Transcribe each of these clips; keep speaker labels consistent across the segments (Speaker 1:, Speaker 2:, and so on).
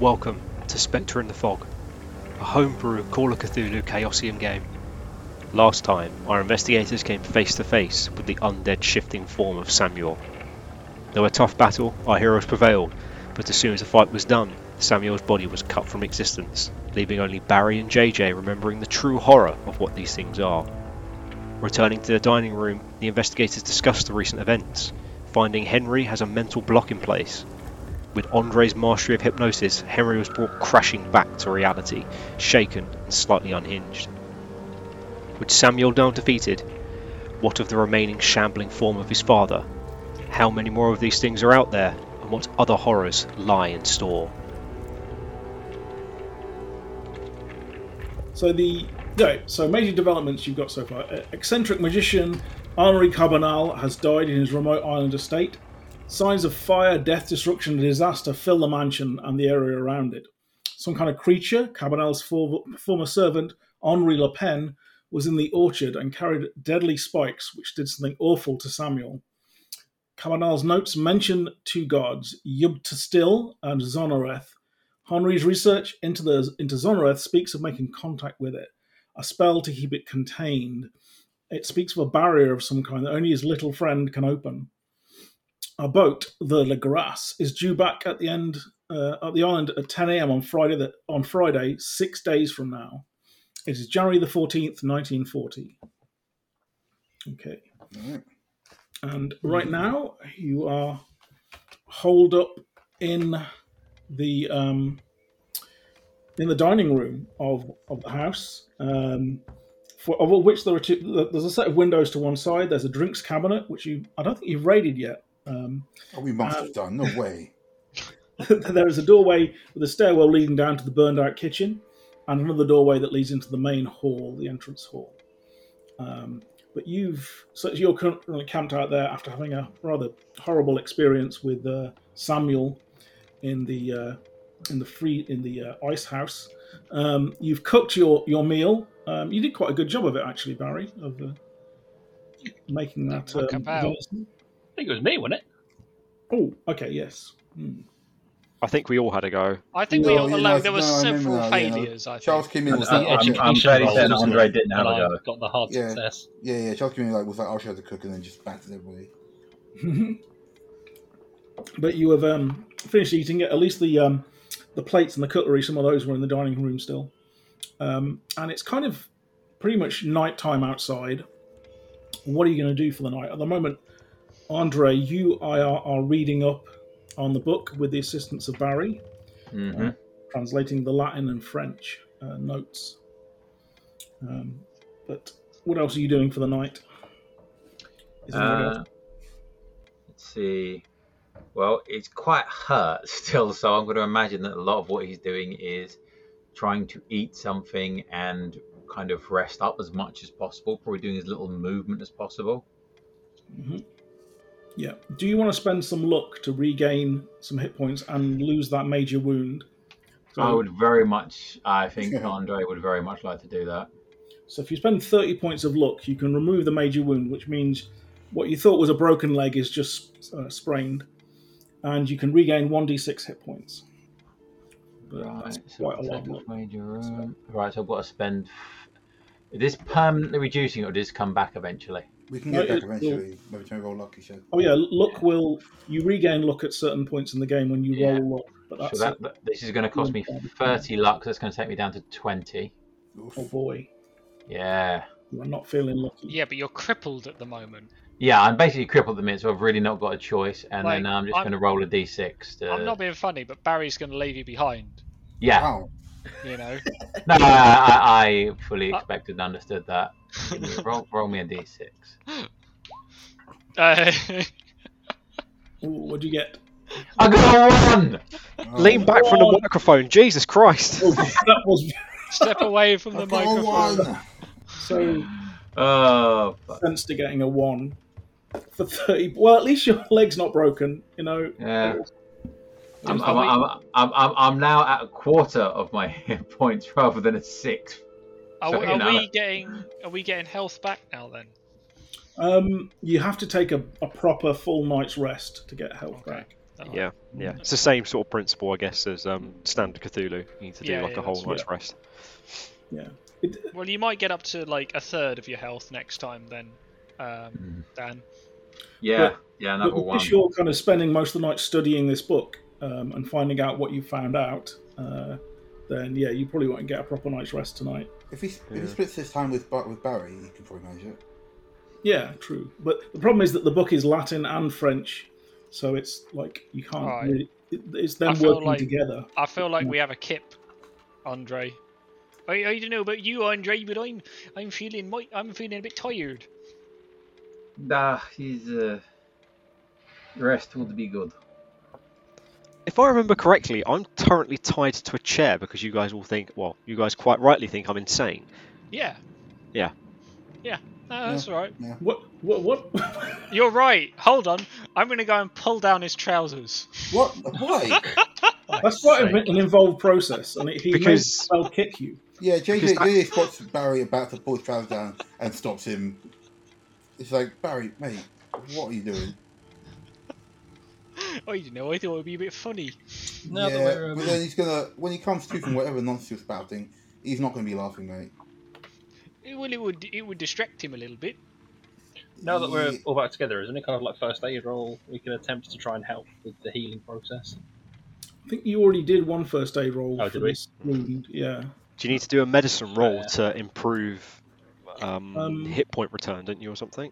Speaker 1: Welcome to Spectre in the Fog, a homebrew Call of Cthulhu Chaosium game. Last time, our investigators came face to face with the undead shifting form of Samuel. Though a tough battle, our heroes prevailed, but as soon as the fight was done, Samuel's body was cut from existence, leaving only Barry and JJ remembering the true horror of what these things are. Returning to the dining room, the investigators discussed the recent events, finding Henry has a mental block in place. With Andre's mastery of hypnosis, Henry was brought crashing back to reality, shaken and slightly unhinged. With Samuel now defeated, what of the remaining shambling form of his father? How many more of these things are out there, and what other horrors lie in store?
Speaker 2: So the no, so major developments you've got so far: Uh, eccentric magician Henri Carbonal has died in his remote island estate. Signs of fire, death, destruction, and disaster fill the mansion and the area around it. Some kind of creature, Carbonal's for, former servant Henri Le Pen, was in the orchard and carried deadly spikes, which did something awful to Samuel. Carbonal's notes mention two gods, Yubtastil and Zonoreth, Henry's research into the into Zonoreth speaks of making contact with it, a spell to keep it contained. It speaks of a barrier of some kind that only his little friend can open. A boat, the Legras, is due back at the end uh, at the island at 10 a.m. on Friday. The, on Friday, six days from now, it is January the 14th, 1940. Okay,
Speaker 3: Alright.
Speaker 2: and right now you are holed up in the um, in the dining room of, of the house, um, for, of which there are two. There's a set of windows to one side. There's a drinks cabinet, which you I don't think you've raided yet. Um,
Speaker 3: Oh, we must have done. No way.
Speaker 2: there is a doorway with a stairwell leading down to the burned out kitchen, and another doorway that leads into the main hall, the entrance hall. Um, but you've so you're currently camped out there after having a rather horrible experience with uh, Samuel in the uh, in the free in the uh, ice house. Um, you've cooked your your meal. Um, you did quite a good job of it, actually, Barry, of uh, making that. um,
Speaker 4: Look about.
Speaker 2: venison.
Speaker 4: I think it was me, wasn't it?
Speaker 2: oh, okay, yes. Hmm.
Speaker 1: I think we all had a go.
Speaker 4: I think
Speaker 3: No,
Speaker 4: we all
Speaker 3: you
Speaker 4: alone.
Speaker 3: guys-
Speaker 4: There were
Speaker 3: no, I remember
Speaker 4: several
Speaker 3: that, yeah.
Speaker 4: failures. I think.
Speaker 3: Charles came in
Speaker 1: Uh,
Speaker 4: And
Speaker 3: with
Speaker 4: the
Speaker 3: like, I'll
Speaker 5: I'm,
Speaker 3: check-
Speaker 4: education
Speaker 1: um,
Speaker 5: I'm fairly
Speaker 4: roles
Speaker 5: certain
Speaker 4: as well.
Speaker 5: Andre didn't have
Speaker 4: and
Speaker 5: a
Speaker 4: I
Speaker 5: go.
Speaker 4: got the hard
Speaker 3: Yeah.
Speaker 4: success.
Speaker 3: yeah, yeah. Charles came in like was like, I'll show the cook, and then just battered everybody.
Speaker 2: but you have um, finished eating it. At least the um, the plates and the cutlery, some of those were in the dining room still. Um, and it's kind of pretty much night time outside. What are you going to do for the night? At the moment, Andre, you I are, are reading up on the book with the assistance of Barry,
Speaker 5: Mhm.
Speaker 2: translating the Latin and French uh, notes. Um, but what else are you doing for the night? Is there anything
Speaker 5: Uh, let's see. Well, it's quite hurt still, so I'm going to imagine that a lot of what he's doing is trying to eat something and kind of rest up as much as possible, probably doing as little movement as possible.
Speaker 2: Yeah. Do you want to spend some luck to regain some hit points and lose that major wound? So,
Speaker 5: I would very much, I think
Speaker 3: Yeah.
Speaker 5: Andre would very much like to do that.
Speaker 2: so if you spend 30 points of luck, you can remove the major wound, which means what you thought was a broken leg is just uh, sprained, and you can regain 1d6 hit points.
Speaker 5: Right,
Speaker 2: That's
Speaker 5: so
Speaker 2: quite a
Speaker 5: I'll
Speaker 2: lot
Speaker 5: take
Speaker 2: of
Speaker 5: off
Speaker 2: luck.
Speaker 5: major room. Right, so I've got to spend. Is this permanently reducing or does this come back eventually?
Speaker 3: We can
Speaker 2: No,
Speaker 3: get back
Speaker 2: it-
Speaker 3: eventually. Maybe time we roll luck, he said.
Speaker 2: Oh yeah, luck will you regain luck at certain points in the game when you
Speaker 5: Yeah.
Speaker 2: roll luck, but that's
Speaker 5: so that, that- this is going to cost me
Speaker 2: Yeah.
Speaker 5: 30 luck, so it's going to take me down to 20.
Speaker 2: oh
Speaker 3: Oof.
Speaker 2: boy,
Speaker 5: Yeah.
Speaker 2: you are not feeling lucky.
Speaker 4: Yeah, but you're crippled at the moment.
Speaker 5: Yeah, I'm basically crippled at the minute, so I've really not got a choice. And
Speaker 4: Like,
Speaker 5: then uh, I'm just
Speaker 4: I'm-
Speaker 5: going to roll a d6. To...
Speaker 4: I'm not being funny, but Barry's going to leave you behind.
Speaker 5: Yeah.
Speaker 3: Wow.
Speaker 4: You know.
Speaker 5: No, I, I, I fully
Speaker 4: Uh,
Speaker 5: expected and understood that. Give me- roll, roll me a d6.
Speaker 4: uh,
Speaker 2: Ooh, what'd you get?
Speaker 5: I got a one!
Speaker 3: Oh,
Speaker 1: Lean back from the
Speaker 2: God.
Speaker 1: microphone, Jesus Christ!
Speaker 2: Oh, that was
Speaker 4: step away from
Speaker 3: I
Speaker 4: the
Speaker 3: got a
Speaker 4: microphone.
Speaker 3: one.
Speaker 2: so
Speaker 5: Oh, fuck.
Speaker 2: sense to getting a one for 30. Well, at least your leg's not broken, you know.
Speaker 5: Yeah. I'm,
Speaker 4: Seems
Speaker 5: I'm,
Speaker 4: like-
Speaker 5: I'm, I'm, I'm, I'm now at a quarter of my hit points rather than a sixth.
Speaker 4: Are,
Speaker 5: So, you
Speaker 4: are
Speaker 5: know.
Speaker 4: we getting? Are we getting health back now? Then.
Speaker 2: Um, you have to take a, a proper full night's rest to get health
Speaker 4: Okay.
Speaker 2: back.
Speaker 4: Oh,
Speaker 1: Yeah, yeah. It's the same sort of principle, I guess, as um, standard Cthulhu. You need to do
Speaker 4: Yeah,
Speaker 1: like
Speaker 4: yeah,
Speaker 1: a whole
Speaker 4: that's
Speaker 1: night's rest.
Speaker 2: It,
Speaker 4: Well, you might get up to like a third of your health next time then, um, Dan.
Speaker 5: Yeah, yeah,
Speaker 2: but
Speaker 5: another one.
Speaker 2: because you're kind of spending most of the night studying this book um, and finding out what you found out, uh, then yeah, you probably won't get a proper night's rest tonight.
Speaker 3: If he, if
Speaker 1: Yeah.
Speaker 3: he splits his time with Bar- with Barry, he can probably manage it.
Speaker 2: Yeah, true. But the problem is that the book is Latin and French, so it's like you can't.
Speaker 4: Right.
Speaker 2: Really, it, it's
Speaker 4: I
Speaker 2: them
Speaker 4: feel
Speaker 2: working
Speaker 4: like-
Speaker 2: together.
Speaker 4: I feel like we have a kip, Andre. I, I don't know about you, Andre, but I'm I'm feeling my, I'm feeling a bit tired.
Speaker 5: Nah, he's uh, rest would be good.
Speaker 1: If I remember correctly, I'm currently tied to a chair because you guys all think, well, you guys quite rightly think I'm insane.
Speaker 4: Yeah.
Speaker 1: Yeah.
Speaker 4: Yeah. No, that's all right.
Speaker 2: What? What? What?
Speaker 4: You're right. Hold on. I'm gonna go and pull down his trousers.
Speaker 3: What? Why?
Speaker 2: That's quite a, bit- an involved process, and it, he
Speaker 1: Because-
Speaker 2: may well kick you.
Speaker 3: yeah, JJ,
Speaker 1: Because I-
Speaker 3: JJ spots Barry about to pull his trousers down and stops him. It's like Barry, mate, what are you doing?
Speaker 4: I don't Oh, know. I thought it would be a bit funny.
Speaker 5: Now that
Speaker 3: yeah,
Speaker 5: we're, um,
Speaker 3: but then he's gonna when he comes to from whatever nonsense you're spouting, he's not gonna be laughing, mate.
Speaker 4: Eh, Well, it would it would distract him a little bit.
Speaker 6: Now that we're
Speaker 3: Yeah.
Speaker 6: all back together, isn't it kind of like first aid roll? We can attempt to try and help with the healing process.
Speaker 2: I think you already did one first aid roll
Speaker 6: Oh,
Speaker 2: for
Speaker 6: did we?
Speaker 2: this wound. Yeah.
Speaker 1: Do you need to do a medicine roll
Speaker 6: Yeah.
Speaker 1: to improve um,
Speaker 2: Um,
Speaker 1: hit point return, don't you, or something?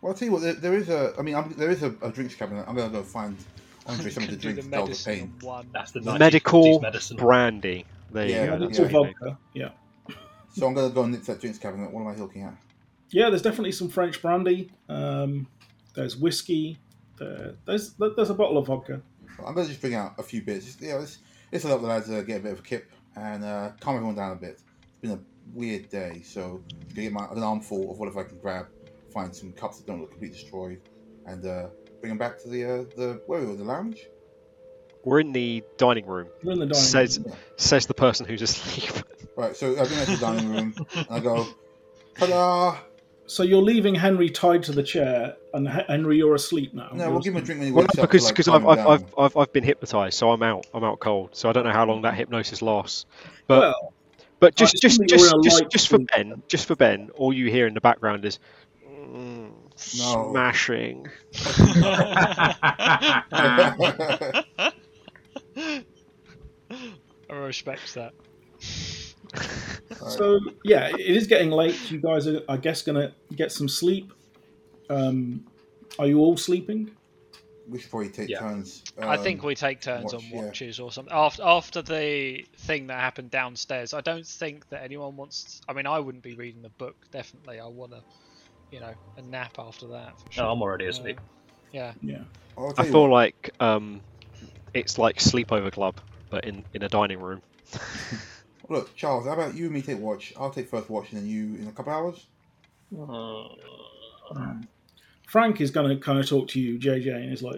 Speaker 3: Well, I'll tell you what, there, there is a. I mean, I'm, there is a, a drinks cabinet. I'm gonna go find Andre something to
Speaker 4: Could do
Speaker 3: drink
Speaker 4: the
Speaker 3: to dull the
Speaker 4: medicine
Speaker 3: pain.
Speaker 4: one.
Speaker 6: That's the
Speaker 1: Medical
Speaker 6: 1950s medicine.
Speaker 1: brandy. There
Speaker 3: Yeah,
Speaker 1: you go. that's
Speaker 2: Lots
Speaker 1: what
Speaker 2: of
Speaker 1: you need.
Speaker 2: vodka. Yeah.
Speaker 3: So I'm gonna go and nip to that drinks cabinet. What am I looking at?
Speaker 2: Yeah, there's definitely some French brandy. Um, there's whiskey. There, there's there's a bottle of vodka.
Speaker 3: Well, I'm gonna just bring out a few bits. Just, yeah, let's let's let the lads uh, get a bit of a kip and uh, calm everyone down a bit. It's been a weird day, so I'm gonna get my an armful of whatever I can grab, find some cups that don't look completely destroyed, and uh, bring them back to the uh, the where were we, the lounge.
Speaker 1: We're in the dining room.
Speaker 2: We're in the dining
Speaker 1: Says
Speaker 2: room.
Speaker 1: says the person who's asleep.
Speaker 3: Right, so I bring that to the dining room and I go, ta-da!
Speaker 2: So you're leaving Henry tied to the chair, and H- Henry, you're asleep now.
Speaker 3: No,
Speaker 2: You're
Speaker 3: we'll give him a
Speaker 2: asleep.
Speaker 3: drink when he
Speaker 1: Well,
Speaker 3: wakes
Speaker 1: no,
Speaker 3: up.
Speaker 1: because
Speaker 3: to, like,
Speaker 1: because
Speaker 3: calm
Speaker 1: I've,
Speaker 3: him
Speaker 1: I've, I've,
Speaker 3: down.
Speaker 1: I've I've been hypnotised, so I'm out. I'm out cold. So I don't know how long that hypnosis lasts. But
Speaker 2: Well,
Speaker 1: but just
Speaker 2: I
Speaker 1: just
Speaker 2: assume you
Speaker 1: just
Speaker 2: were
Speaker 1: just,
Speaker 2: alight
Speaker 1: just for
Speaker 2: to-
Speaker 1: Ben, just for Ben, all you hear in the background is mm,
Speaker 3: No.
Speaker 1: smashing.
Speaker 4: I respect that.
Speaker 2: So yeah, it is getting late. You guys are, I guess, gonna get some sleep. Um, are you all sleeping?
Speaker 3: we should probably take
Speaker 6: Yeah.
Speaker 3: turns.
Speaker 4: I
Speaker 3: um,
Speaker 4: think we take turns
Speaker 3: watch,
Speaker 4: on
Speaker 3: yeah.
Speaker 4: watches or something. After after the thing that happened downstairs, I don't think that anyone wants. I mean, I wouldn't be reading the book. Definitely, I want to, you know, a nap after that. For sure.
Speaker 6: No, I'm already asleep.
Speaker 4: yeah.
Speaker 2: Yeah.
Speaker 3: I'll
Speaker 1: I
Speaker 3: tell you
Speaker 1: feel
Speaker 3: what,
Speaker 1: like um, it's like sleepover club, but in in a dining room.
Speaker 3: Look, Charles, how about you and me take watch? I'll take first watch and then you in a couple hours.
Speaker 2: Mm. Um, Frank is gonna kind of talk to you, JJ, and is like,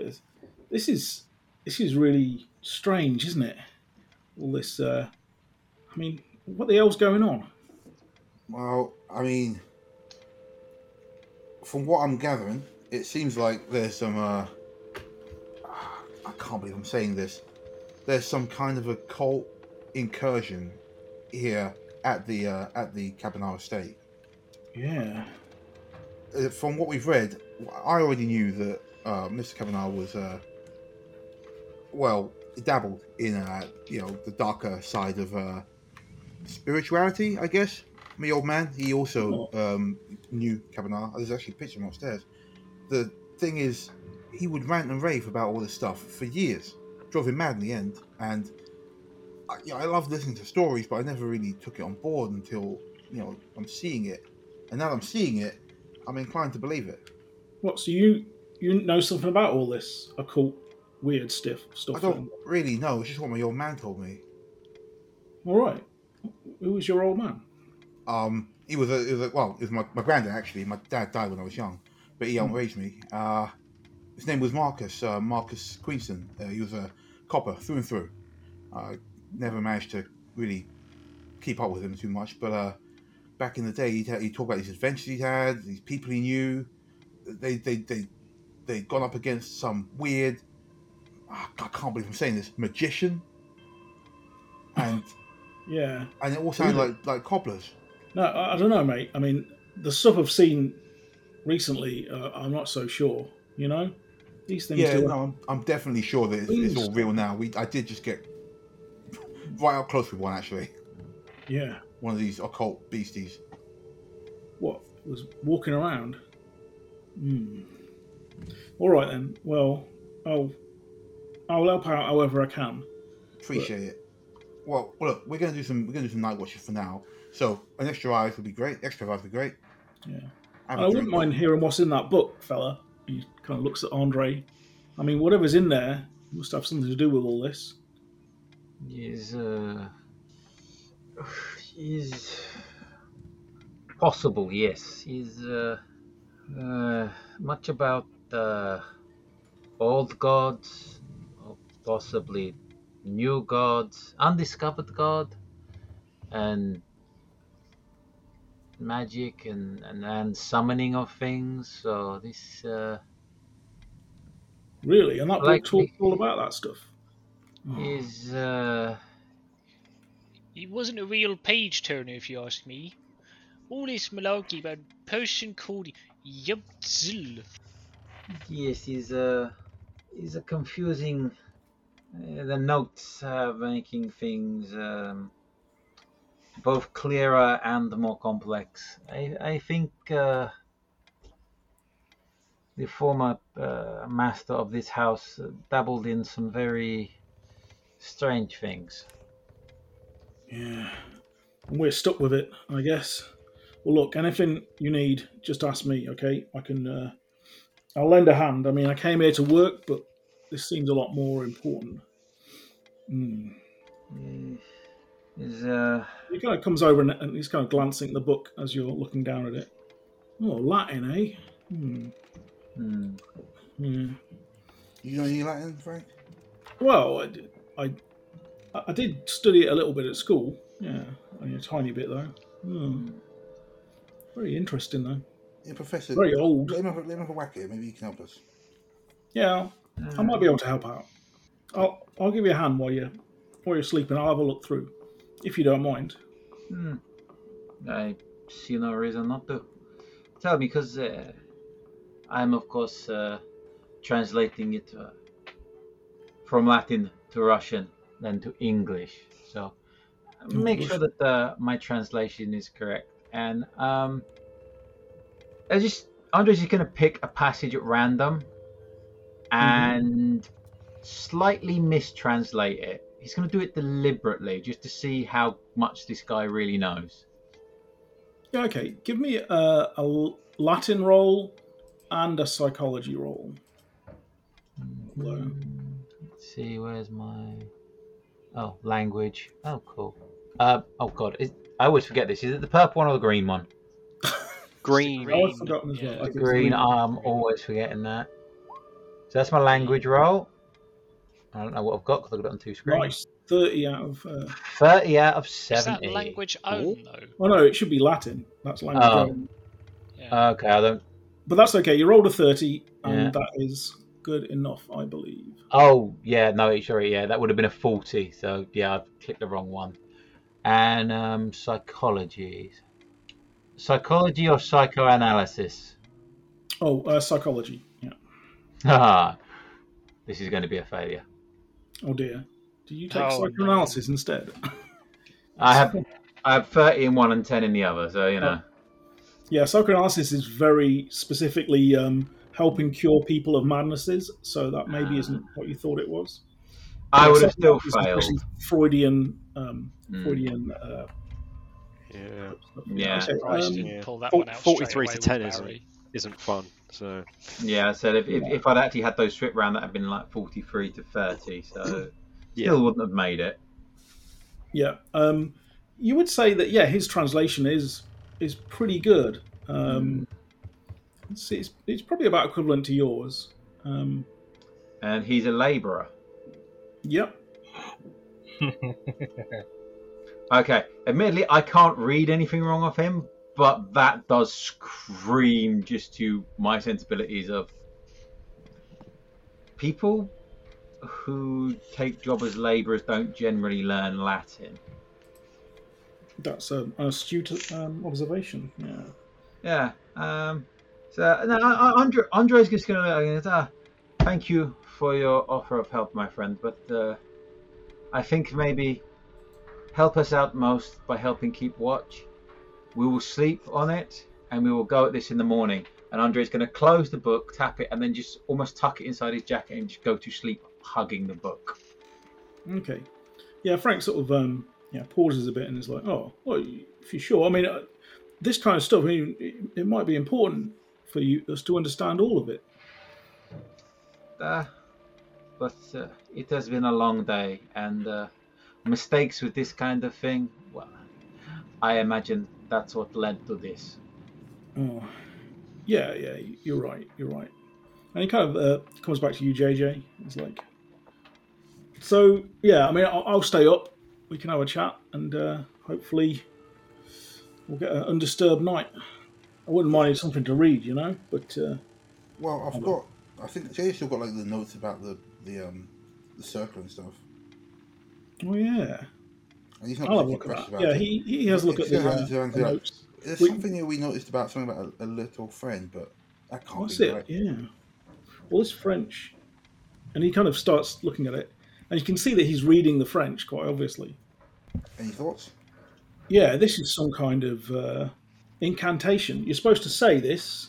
Speaker 2: "This is this is really strange, isn't it? All this. Uh, I mean, what the hell's going on?"
Speaker 3: Well, I mean, from what I'm gathering, it seems like there's some. Uh, I can't believe I'm saying this. There's some kind of a cult incursion here at the uh, at the Cabanal Estate.
Speaker 2: Yeah.
Speaker 3: uh, from what we've read, I already knew that uh, Mr. Kavanaugh was, uh, well, dabbled in, uh, you know, the darker side of uh, spirituality, I guess. My old man, he also um, knew Kavanaugh. There's actually a picture of him upstairs. The thing is, he would rant and rave about all this stuff for years. Drove him mad in the end. And I, you know, I love listening to stories, but I never really took it on board until, you know, I'm seeing it. And now that I'm seeing it, I'm inclined to believe it.
Speaker 2: What? So you you know something about all this occult, weird stuff? Stuff.
Speaker 3: I don't
Speaker 2: then?
Speaker 3: really know. It's just what my old man told me.
Speaker 2: All right. Who was your old man?
Speaker 3: Um, he was a, he was a well, it was my, my granddad actually. My dad died when I was young, but he outraised me. Uh, his name was Marcus uh, Marcus Queenston. Uh, he was a copper through and through. I never managed to really keep up with him too much, but uh, back in the day, he'd, had, he'd talk about these adventures he'd had, these people he knew. They they they they'd gone up against some weird I I can't believe I'm saying this magician, and
Speaker 2: Yeah.
Speaker 3: and it all sounded like like cobblers.
Speaker 2: No, I, I don't know, mate. I mean, the stuff I've seen recently, uh, I'm not so sure. You know, these things.
Speaker 3: Yeah,
Speaker 2: do
Speaker 3: no, I'm, I'm definitely sure that it's, it's all real now. We I did just get right up close with one actually,
Speaker 2: yeah.
Speaker 3: one of these occult beasties.
Speaker 2: What was walking around? Hmm. All right then. Well, I'll I'll help out however I can.
Speaker 3: Appreciate it. Well, well, look, we're gonna do some we're gonna do some night watches for now. So an extra eyes would be great. Extra eyes would be great.
Speaker 2: Yeah.
Speaker 3: Have
Speaker 2: And
Speaker 3: a
Speaker 2: I wouldn't
Speaker 3: drink.
Speaker 2: mind hearing what's in that book, fella. He kind of looks at Andre. I mean, whatever's in there must have something to do with all this.
Speaker 5: is uh, is possible. Yes, is uh, uh, much about uh, old gods, or possibly new gods, undiscovered god, and magic and, and, and summoning of things. So this. Uh,
Speaker 2: Really? And that
Speaker 5: Like
Speaker 2: book talks
Speaker 5: me.
Speaker 2: all about that stuff. Oh,
Speaker 5: is uh,
Speaker 4: It wasn't a real page turner, if you ask me. All this malarkey about a person called Yubzil.
Speaker 5: yes is a is a confusing uh, the notes are making things um, both clearer and more complex i i think uh, the former uh, master of this house uh, dabbled in some very strange things
Speaker 2: yeah. And we're stuck with it, I guess. Well, look, anything you need, just ask me, okay? I can. Uh, I'll lend a hand. I mean, I came here to work, but this seems a lot more important. Hmm.
Speaker 5: Eh, is uh,
Speaker 2: He kind of comes over and, and he's kind of glancing at the book as you're looking down at it. Oh, Latin, eh? Hmm.
Speaker 5: hmm.
Speaker 2: Yeah.
Speaker 3: You know any Latin, Frank?
Speaker 2: Well, I, d- I, I did study it a little bit at school. Yeah, only a tiny bit though. Hmm. Very interesting though.
Speaker 3: Yeah, Professor.
Speaker 2: Very old.
Speaker 3: Let him, have, a- let him have a whack at it. Maybe he can help us.
Speaker 2: Yeah, I'll-
Speaker 5: uh,
Speaker 2: I might be able to help out. I'll I'll give you a hand while you while you're sleeping. I'll have a look through, if you don't mind.
Speaker 5: Hmm. I see no reason not to. Tell me, because uh, I'm, of course, uh, translating it uh, from Latin to Russian, then to English. So make sure that uh, my translation is correct. And um, I just, Andre's just going to pick a passage at random and slightly mistranslate it. He's going to do it deliberately just to see how much this guy really knows.
Speaker 2: Yeah, okay. Give me a, a L- Latin roll and a psychology roll. Hello.
Speaker 5: Let's see, where's my. Oh, language. Oh, cool. Uh, oh, God. Is... I always forget this. Is it the purple one or the green one?
Speaker 1: Green.
Speaker 4: green.
Speaker 2: Oh, I've forgotten as well.
Speaker 4: Yeah.
Speaker 2: Okay,
Speaker 5: The
Speaker 2: it's
Speaker 5: green. I'm always forgetting that. So that's my language roll. I don't know what I've got because I've got it on two screens.
Speaker 2: Nice. Thirty out of. Uh,
Speaker 5: 30 out of
Speaker 4: Is
Speaker 5: 70.
Speaker 4: that language own, though?
Speaker 2: oh no, it should be Latin. That's language.
Speaker 5: Oh.
Speaker 2: only.
Speaker 4: Yeah.
Speaker 5: Okay, I don't.
Speaker 2: But that's okay. You rolled a 30, and
Speaker 5: Yeah.
Speaker 2: that is good enough, I believe.
Speaker 5: Oh, yeah, no, sorry, yeah, that would have been a 40. So, yeah, I've clicked the wrong one. And um, psychology. Psychology or psychoanalysis?
Speaker 2: Oh, uh, psychology. Yeah.
Speaker 5: Ah, this is going to be a failure.
Speaker 2: Oh dear. Do you take
Speaker 4: Oh, no.
Speaker 2: psychoanalysis instead?
Speaker 5: I have I have 30 in one and 10 in the other, so, you know.
Speaker 2: yeah, psychoanalysis is very specifically um, helping cure people of madnesses, so that maybe
Speaker 5: Ah.
Speaker 2: isn't what you thought it was.
Speaker 5: I would have still
Speaker 2: Psychoanalysis is
Speaker 5: failed.
Speaker 2: actually Freudian, um,
Speaker 5: Mm.
Speaker 2: Freudian. Uh,
Speaker 1: Yeah.
Speaker 5: Yeah.
Speaker 2: Okay,
Speaker 4: Surprised
Speaker 2: um,
Speaker 4: you
Speaker 1: yeah.
Speaker 4: didn't pull that
Speaker 1: Fort-
Speaker 4: one out
Speaker 1: 43
Speaker 4: straight
Speaker 1: to
Speaker 4: away with
Speaker 1: 10 is
Speaker 4: Barry.
Speaker 1: Isn't fun. So
Speaker 5: Yeah, so if, if, if I'd actually had those strip round, that had been like 43 to 30, so
Speaker 1: Yeah.
Speaker 5: still wouldn't have made it.
Speaker 2: Yeah. Um, you would say that yeah, his translation is is pretty good.
Speaker 5: Hmm.
Speaker 2: Um, it's, it's it's probably about equivalent to yours. Um,
Speaker 5: And he's a labourer.
Speaker 2: yep.
Speaker 5: Okay, admittedly, I can't read anything wrong of him, but that does scream just to my sensibilities of people who take job as labourers don't generally learn Latin.
Speaker 2: That's um, an astute um, observation. Yeah.
Speaker 5: Yeah. Um, so no, I- I- Andre, Andre's just gonna. Uh, thank you for your offer of help, my friend. But uh, I think maybe help us out most by helping keep watch. We will sleep on it, and we will go at this in the morning. And Andre's gonna close the book, tap it, and then just almost tuck it inside his jacket and just go to sleep, hugging the book.
Speaker 2: Okay. Yeah, Frank sort of um, yeah pauses a bit and is like, "Oh, well, if you're sure, I mean, uh, this kind of stuff. I mean, it, it might be important for you us to understand all of it."
Speaker 5: Uh, but uh, it has been a long day, and uh, mistakes with this kind of thing, well, I imagine that's what led to this.
Speaker 2: Oh, yeah, yeah, you're right, you're right. And he kind of uh, comes back to you, JJ. It's like, so yeah, I mean, I'll, I'll stay up. We can have a chat, and uh, hopefully, we'll get an undisturbed night. I wouldn't mind something to read, you know, but uh,
Speaker 3: Well, I've got. I think Jay's still got like the notes about the the um the circle and stuff.
Speaker 2: oh yeah,
Speaker 3: And he's not
Speaker 2: I'll have a look at
Speaker 3: particularly pressed
Speaker 2: that.
Speaker 3: about
Speaker 2: Yeah,
Speaker 3: it.
Speaker 2: he, he has a look at the, uh,
Speaker 3: Exactly,
Speaker 2: the
Speaker 3: exactly.
Speaker 2: notes.
Speaker 3: There's
Speaker 2: we-
Speaker 3: something that we noticed about something about a, a little friend, but that can't
Speaker 2: What's
Speaker 3: be
Speaker 2: it?
Speaker 3: right.
Speaker 2: Yeah. Well, it's French, and he kind of starts looking at it, and you can see that he's reading the French quite obviously.
Speaker 3: Any thoughts?
Speaker 2: Yeah, this is some kind of uh, incantation. You're supposed to say this,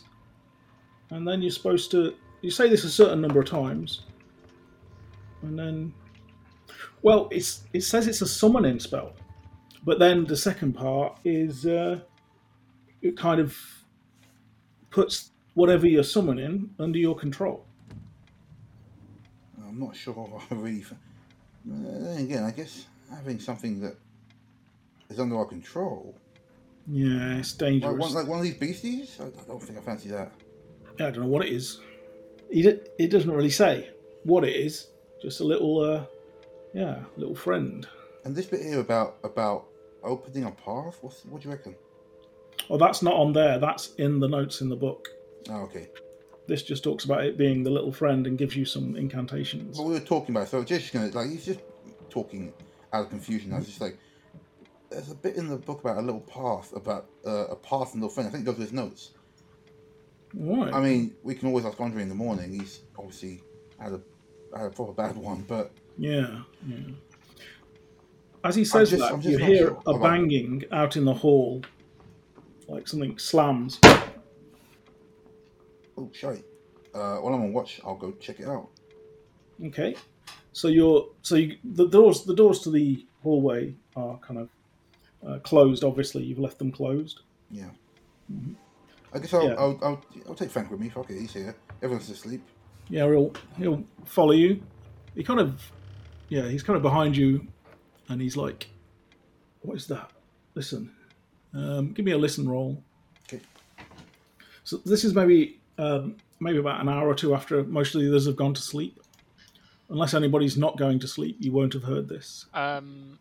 Speaker 2: and then you're supposed to you say this a certain number of times, and then, well, it's it says it's a summoning spell, but then the second part is uh, it kind of puts whatever you're summoning under your control.
Speaker 3: I'm not sure. I really. f- Uh, Then again, I guess having something that is under our control,
Speaker 2: Yeah, it's
Speaker 3: like
Speaker 2: dangerous.
Speaker 3: one, like one of these beasties. I, I don't think I fancy that.
Speaker 2: I don't know what it is. He d- it doesn't really say what it is. Just a little, uh, yeah, little friend.
Speaker 3: And this bit here about about opening a path. What's, what do you reckon?
Speaker 2: Oh, that's not on there. That's in the notes in the book.
Speaker 3: Oh, okay.
Speaker 2: This just talks about it being the little friend and gives you some incantations.
Speaker 3: What we were talking about. So Jay's just gonna like he's just talking out of confusion. I was just like, there's a bit in the book about a little path about uh, a path and little friend. I think it goes with his notes.
Speaker 2: Right.
Speaker 3: I mean, we can always ask Andre in the morning. He's obviously had a had a proper bad one, but
Speaker 2: yeah, yeah. As he says
Speaker 3: just-
Speaker 2: that,
Speaker 3: I'm just
Speaker 2: you
Speaker 3: not
Speaker 2: hear
Speaker 3: sure.
Speaker 2: a
Speaker 3: Hold on.
Speaker 2: banging out in the hall, like something slams.
Speaker 3: oh sorry. Uh, while I'm on watch, I'll go check it out.
Speaker 2: Okay. So you're so you, the doors the doors to the hallway are kind of uh, closed. Obviously, you've left them closed.
Speaker 3: Yeah. Mm-hmm. I guess I'll,
Speaker 2: Yeah.
Speaker 3: I'll, I'll, I'll take Frank with me. Fuck it, he's here. Everyone's asleep.
Speaker 2: Yeah, he'll he'll follow you. He kind of yeah, he's kind of behind you, and he's like, "What is that? Listen, um, give me a listen roll."
Speaker 3: Okay.
Speaker 2: So this is maybe um, maybe about an hour or two after most of the others have gone to sleep. Unless anybody's not going to sleep, you won't have heard this.
Speaker 4: Um,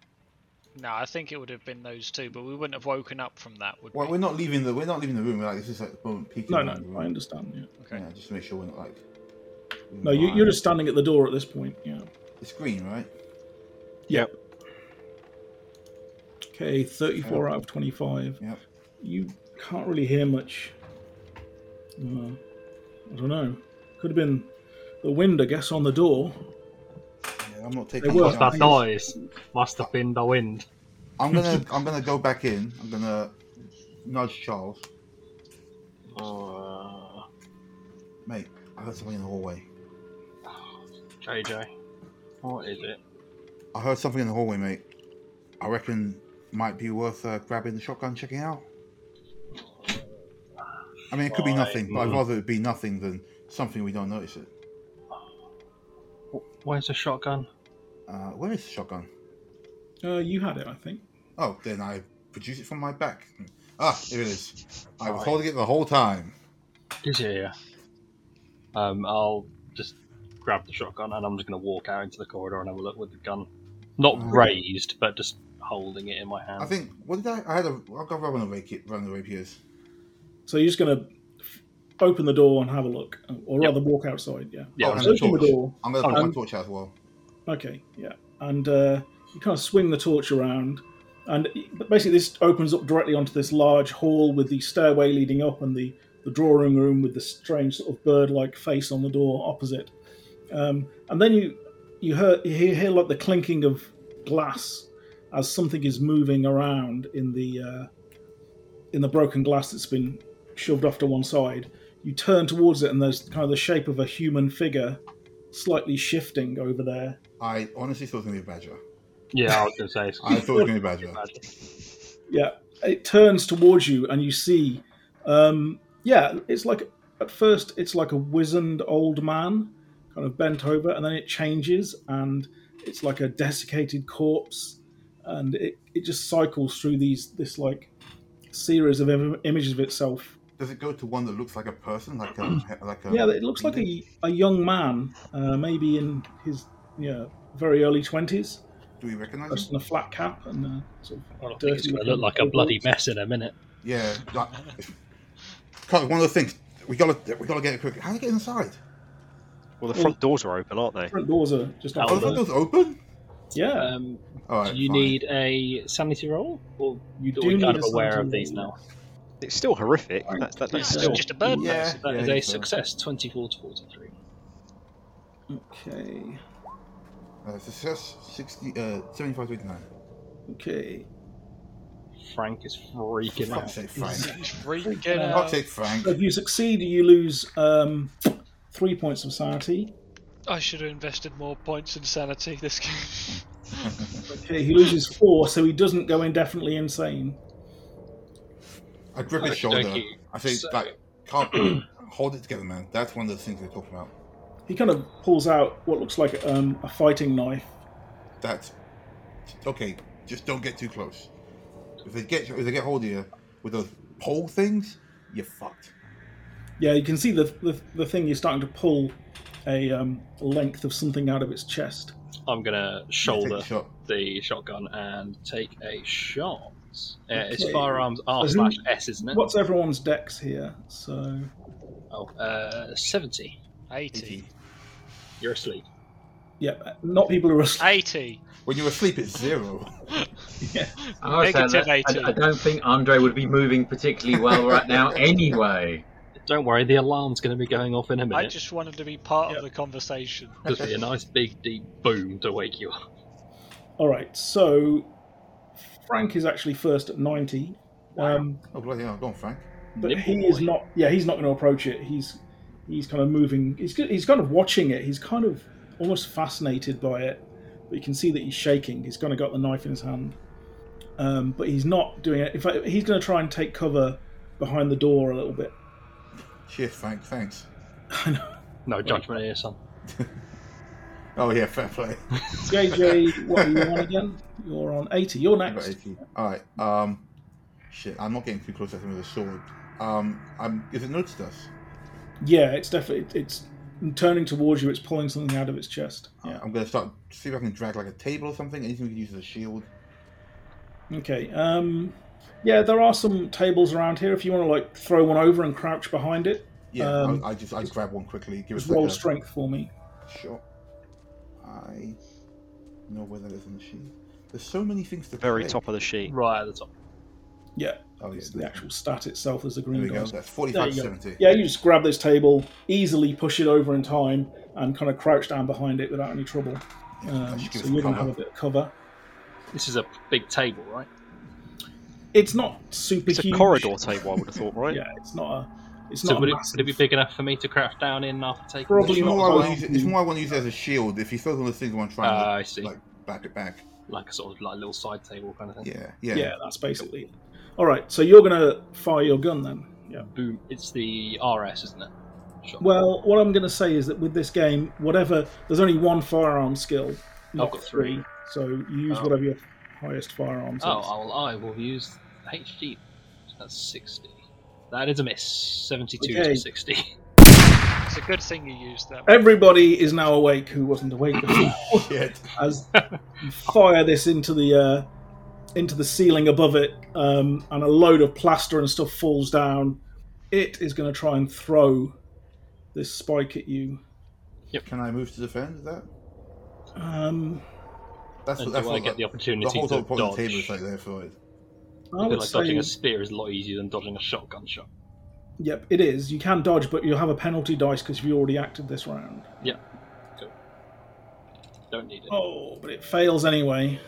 Speaker 4: no, I think it would have been those two, but we wouldn't have woken up from that, would
Speaker 3: Well,
Speaker 4: we?
Speaker 3: we're not leaving the we're not leaving the room. We're like this is like the moment peeking.
Speaker 2: No,
Speaker 3: around
Speaker 2: no,
Speaker 3: the room.
Speaker 2: I understand. Yeah.
Speaker 4: Okay.
Speaker 3: Yeah, just to make sure we're not like.
Speaker 2: No, you, you're just standing at the door at this point. Yeah.
Speaker 3: It's green, right?
Speaker 1: Yep.
Speaker 2: Okay, 34 out of 25.
Speaker 3: Yep.
Speaker 2: You can't really hear much. Uh, I don't know. Could have been the wind, I guess, on the door.
Speaker 3: Yeah, I'm not taking.
Speaker 2: were. What's
Speaker 3: any
Speaker 6: What's that
Speaker 3: chances.
Speaker 6: noise? Must have been the wind.
Speaker 3: I'm gonna I'm gonna go back in. I'm gonna nudge Charles.
Speaker 6: Uh,
Speaker 3: Mate, I heard something in the hallway.
Speaker 6: JJ, what is it?
Speaker 3: I heard something in the hallway, mate. I reckon might be worth uh, grabbing the shotgun, checking it out. I mean, it could be nothing, but I'd rather it be nothing than something we don't notice it.
Speaker 6: Wh- Where's the shotgun?
Speaker 3: Uh, where is the shotgun?
Speaker 2: Uh, you had it, I think.
Speaker 3: Oh, then I produce it from my back. Ah, here it is. I was holding it the whole time.
Speaker 6: Is it here? Um, I'll just grab the shotgun and I'm just going to walk out into the corridor and have a look with the gun. Not
Speaker 3: Okay.
Speaker 6: raised, but just holding it in my hand.
Speaker 3: Mm. I think. What did I? I had a. I'll go run the rapier. Run the rapiers.
Speaker 2: So you're just going to open the door and have a look, or
Speaker 6: Yep.
Speaker 2: rather walk outside, yeah.
Speaker 6: Yeah,
Speaker 3: oh, and
Speaker 2: so
Speaker 3: the
Speaker 2: open the
Speaker 3: torch.
Speaker 2: door.
Speaker 3: I'm gonna put
Speaker 2: Um,
Speaker 3: my torch out as well.
Speaker 2: Okay, yeah, and uh, you kind of swing the torch around, and but basically this opens up directly onto this large hall with the stairway leading up and the the drawing room with the strange sort of bird-like face on the door opposite. Um, and then you you hear you hear, hear like the clinking of glass as something is moving around in the uh, in the broken glass that's been shoved off to one side. You turn towards it, and there's kind of the shape of a human figure, slightly shifting over there.
Speaker 3: I honestly thought it was going to be a badger.
Speaker 6: Yeah, I was going to say. It's
Speaker 3: I thought it was going to be a badger.
Speaker 2: Yeah, it turns towards you, and you see, um, yeah, it's like at first it's like a wizened old man, kind of bent over, and then it changes, and it's like a desiccated corpse, and it, it just cycles through these this like series of im- images of itself.
Speaker 3: Does it go to one that looks like a person, like a like a?
Speaker 2: Yeah, it looks like a, a young man, uh, maybe in his yeah very early twenties,
Speaker 3: Do we recognise
Speaker 2: dressed
Speaker 3: him?
Speaker 2: in a flat cap and uh, sort of
Speaker 6: Well, I think it's going to look like a
Speaker 2: overalls.
Speaker 6: bloody mess in a minute.
Speaker 3: Yeah. That, Carl, one of the things we gotta we gotta get it quick. How do you get inside?
Speaker 1: Well, the front doors are open, aren't they?
Speaker 2: front doors are just
Speaker 6: Oh,
Speaker 3: Oh, the
Speaker 2: not.
Speaker 3: front door's open.
Speaker 2: Yeah,
Speaker 6: Um,
Speaker 3: All right.
Speaker 6: do you
Speaker 3: fine.
Speaker 6: need a sanity roll? Or you
Speaker 2: do
Speaker 6: do kind
Speaker 2: need
Speaker 6: of
Speaker 2: a
Speaker 6: aware
Speaker 2: sanity
Speaker 6: of these
Speaker 2: roll.
Speaker 6: now?
Speaker 1: It's still horrific. That's, that, that's
Speaker 4: it's
Speaker 1: still
Speaker 4: just a bird.
Speaker 3: Yeah.
Speaker 4: nest.
Speaker 6: That is
Speaker 3: yeah,
Speaker 6: a
Speaker 3: so-
Speaker 6: success, 24 to 43.
Speaker 2: okay,
Speaker 3: Uh, success 60, uh, 75 to 89.
Speaker 2: okay.
Speaker 6: Frank is freaking
Speaker 3: For fuck's
Speaker 6: out.
Speaker 3: sake, Frank. For
Speaker 4: Freaking
Speaker 2: Uh,
Speaker 3: fuck's
Speaker 4: out.
Speaker 3: sake, Frank.
Speaker 2: If you succeed, you lose um, three points of sanity.
Speaker 4: I should have invested more points in sanity this game.
Speaker 2: Okay, he loses four, so he doesn't go indefinitely insane.
Speaker 3: I grip his
Speaker 6: Okie
Speaker 3: shoulder.
Speaker 6: dokie.
Speaker 3: I say,
Speaker 6: So-
Speaker 3: like, can't hold it together, man. That's one of the things we're talking about.
Speaker 2: He kind of pulls out what looks like um, a fighting knife.
Speaker 3: That's okay. Just don't get too close. If they get if they get hold of you with those pole things, you're fucked.
Speaker 2: Yeah, you can see the the, the thing is starting to pull a um, length of something out of its chest.
Speaker 6: I'm going to
Speaker 3: You
Speaker 6: shoulder
Speaker 3: Take the shot.
Speaker 6: the shotgun and take a shot. Uh, It's
Speaker 2: Okay.
Speaker 6: firearms R
Speaker 2: So who-
Speaker 6: slash S, isn't it?
Speaker 2: What's everyone's dex here? So
Speaker 6: Oh, uh, 70.
Speaker 4: 80.
Speaker 6: You're asleep.
Speaker 2: yeah, not people who are asleep.
Speaker 4: 80.
Speaker 3: When you're asleep, it's zero.
Speaker 5: I'm gonna say
Speaker 4: Negative
Speaker 5: that
Speaker 4: 80.
Speaker 5: I, I don't think Andre would be moving particularly well right now anyway.
Speaker 6: Don't worry, the alarm's going to be going off in a
Speaker 4: I
Speaker 6: minute.
Speaker 4: just wanted to be part
Speaker 2: Yeah.
Speaker 4: of the conversation.
Speaker 6: Just be a nice big deep boom to wake you up.
Speaker 2: All right, so Frank is actually first at ninety, um,
Speaker 3: Oh bloody hell! Go on, Frank.
Speaker 2: but
Speaker 6: Nipple
Speaker 2: he is
Speaker 6: boy.
Speaker 2: not. Yeah, he's not going to approach it. He's he's kind of moving. He's go- he's kind of watching it. He's kind of almost fascinated by it. But you can see that he's shaking. He's kind of got the knife in his hand, um, but he's not doing it. In fact, he's going to try and take cover behind the door a little bit.
Speaker 3: Cheers, Frank. Thanks.
Speaker 6: No judgment here, son.
Speaker 3: Oh yeah, fair play.
Speaker 2: JJ, what are you on again? You're on eighty. You're
Speaker 3: I got
Speaker 2: next.
Speaker 3: 80. All right. Um, shit. I'm not getting too close to him with a sword. Um, I'm. Is it noticed us?
Speaker 2: Yeah, it's definitely it's turning towards you. It's pulling something out of its chest. Yeah.
Speaker 3: I'm gonna start see if I can drag like a table or something. Anything we can use as a shield.
Speaker 2: Okay. Um, yeah, there are some tables around here. If you want to like throw one over and crouch behind it,
Speaker 3: Yeah,
Speaker 2: Um,
Speaker 3: I, I just I grab one quickly. Give us
Speaker 2: just
Speaker 3: like
Speaker 2: roll
Speaker 3: a
Speaker 2: strength for me.
Speaker 3: shot. I know where that is on the sheet. There's so many things to
Speaker 1: very
Speaker 3: play.
Speaker 1: top of the sheet.
Speaker 6: Right at the top.
Speaker 2: Yeah,
Speaker 3: Oh yeah,
Speaker 2: it's the actual stat itself is the
Speaker 3: There
Speaker 2: green
Speaker 3: we go.
Speaker 2: dice.
Speaker 3: That's
Speaker 2: There
Speaker 3: 45
Speaker 2: you
Speaker 3: to
Speaker 2: go.
Speaker 3: 70.
Speaker 2: Yeah, you just grab this table, easily push it over in time, and kind of crouch down behind it without any trouble. Um,
Speaker 3: should give
Speaker 2: so
Speaker 3: us
Speaker 2: you're going to have
Speaker 3: cover.
Speaker 2: a bit of cover.
Speaker 6: This is a big table, right?
Speaker 2: It's not super
Speaker 1: It's a
Speaker 2: huge.
Speaker 1: corridor table, I would have thought, right?
Speaker 2: Yeah, it's not a. It's
Speaker 6: So
Speaker 2: not
Speaker 6: would
Speaker 2: a
Speaker 6: it,
Speaker 2: massive.
Speaker 6: would it be big enough for me to crouch down in after taking
Speaker 2: Probably
Speaker 3: It's
Speaker 6: the shot?
Speaker 3: more, I
Speaker 2: not
Speaker 3: wanna
Speaker 2: allowed
Speaker 3: use it, it's
Speaker 2: to-
Speaker 3: more I want to use it as a shield. If he throws one of those things, I
Speaker 1: Uh,
Speaker 3: want to try and
Speaker 6: Ah, I see.
Speaker 3: like, back it back.
Speaker 6: Like a sort of like little side table kind of thing.
Speaker 3: Yeah,
Speaker 2: yeah.
Speaker 3: yeah.
Speaker 2: that's basically. it. All right, so you're going to fire your gun then. Yeah.
Speaker 6: Boom. It's the RS, isn't it? Shot.
Speaker 2: Well, what I'm going to say is that with this game, whatever there's only one firearm skill, not
Speaker 6: got
Speaker 2: three.
Speaker 6: three.
Speaker 2: So you use
Speaker 6: Oh.
Speaker 2: whatever your highest firearm is.
Speaker 6: oh, I will, I will use HG. That's 60. That is a miss. 72
Speaker 2: Okay.
Speaker 6: to 60.
Speaker 4: It's a good thing you used that. one.
Speaker 2: Everybody is now awake who wasn't awake before
Speaker 3: Shit.
Speaker 2: as you fire this into the uh, into the ceiling above it, um, and a load of plaster and stuff falls down. It is going to try and throw this spike at you.
Speaker 3: Can I move to defend that?
Speaker 2: Um,
Speaker 3: That's what.
Speaker 6: And do
Speaker 3: That's
Speaker 6: I
Speaker 3: what.
Speaker 6: get the
Speaker 3: The,
Speaker 6: opportunity
Speaker 3: the whole
Speaker 6: to
Speaker 3: top point
Speaker 6: dodge?
Speaker 3: of the table is like there for it.
Speaker 2: I
Speaker 6: I feel
Speaker 2: would
Speaker 6: like
Speaker 2: say,
Speaker 6: dodging a spear is a lot easier than dodging a shotgun shot.
Speaker 2: yep, it is. You can dodge, but you'll have a penalty dice because you already acted this round.
Speaker 6: Don't need it.
Speaker 2: Oh, but it fails anyway.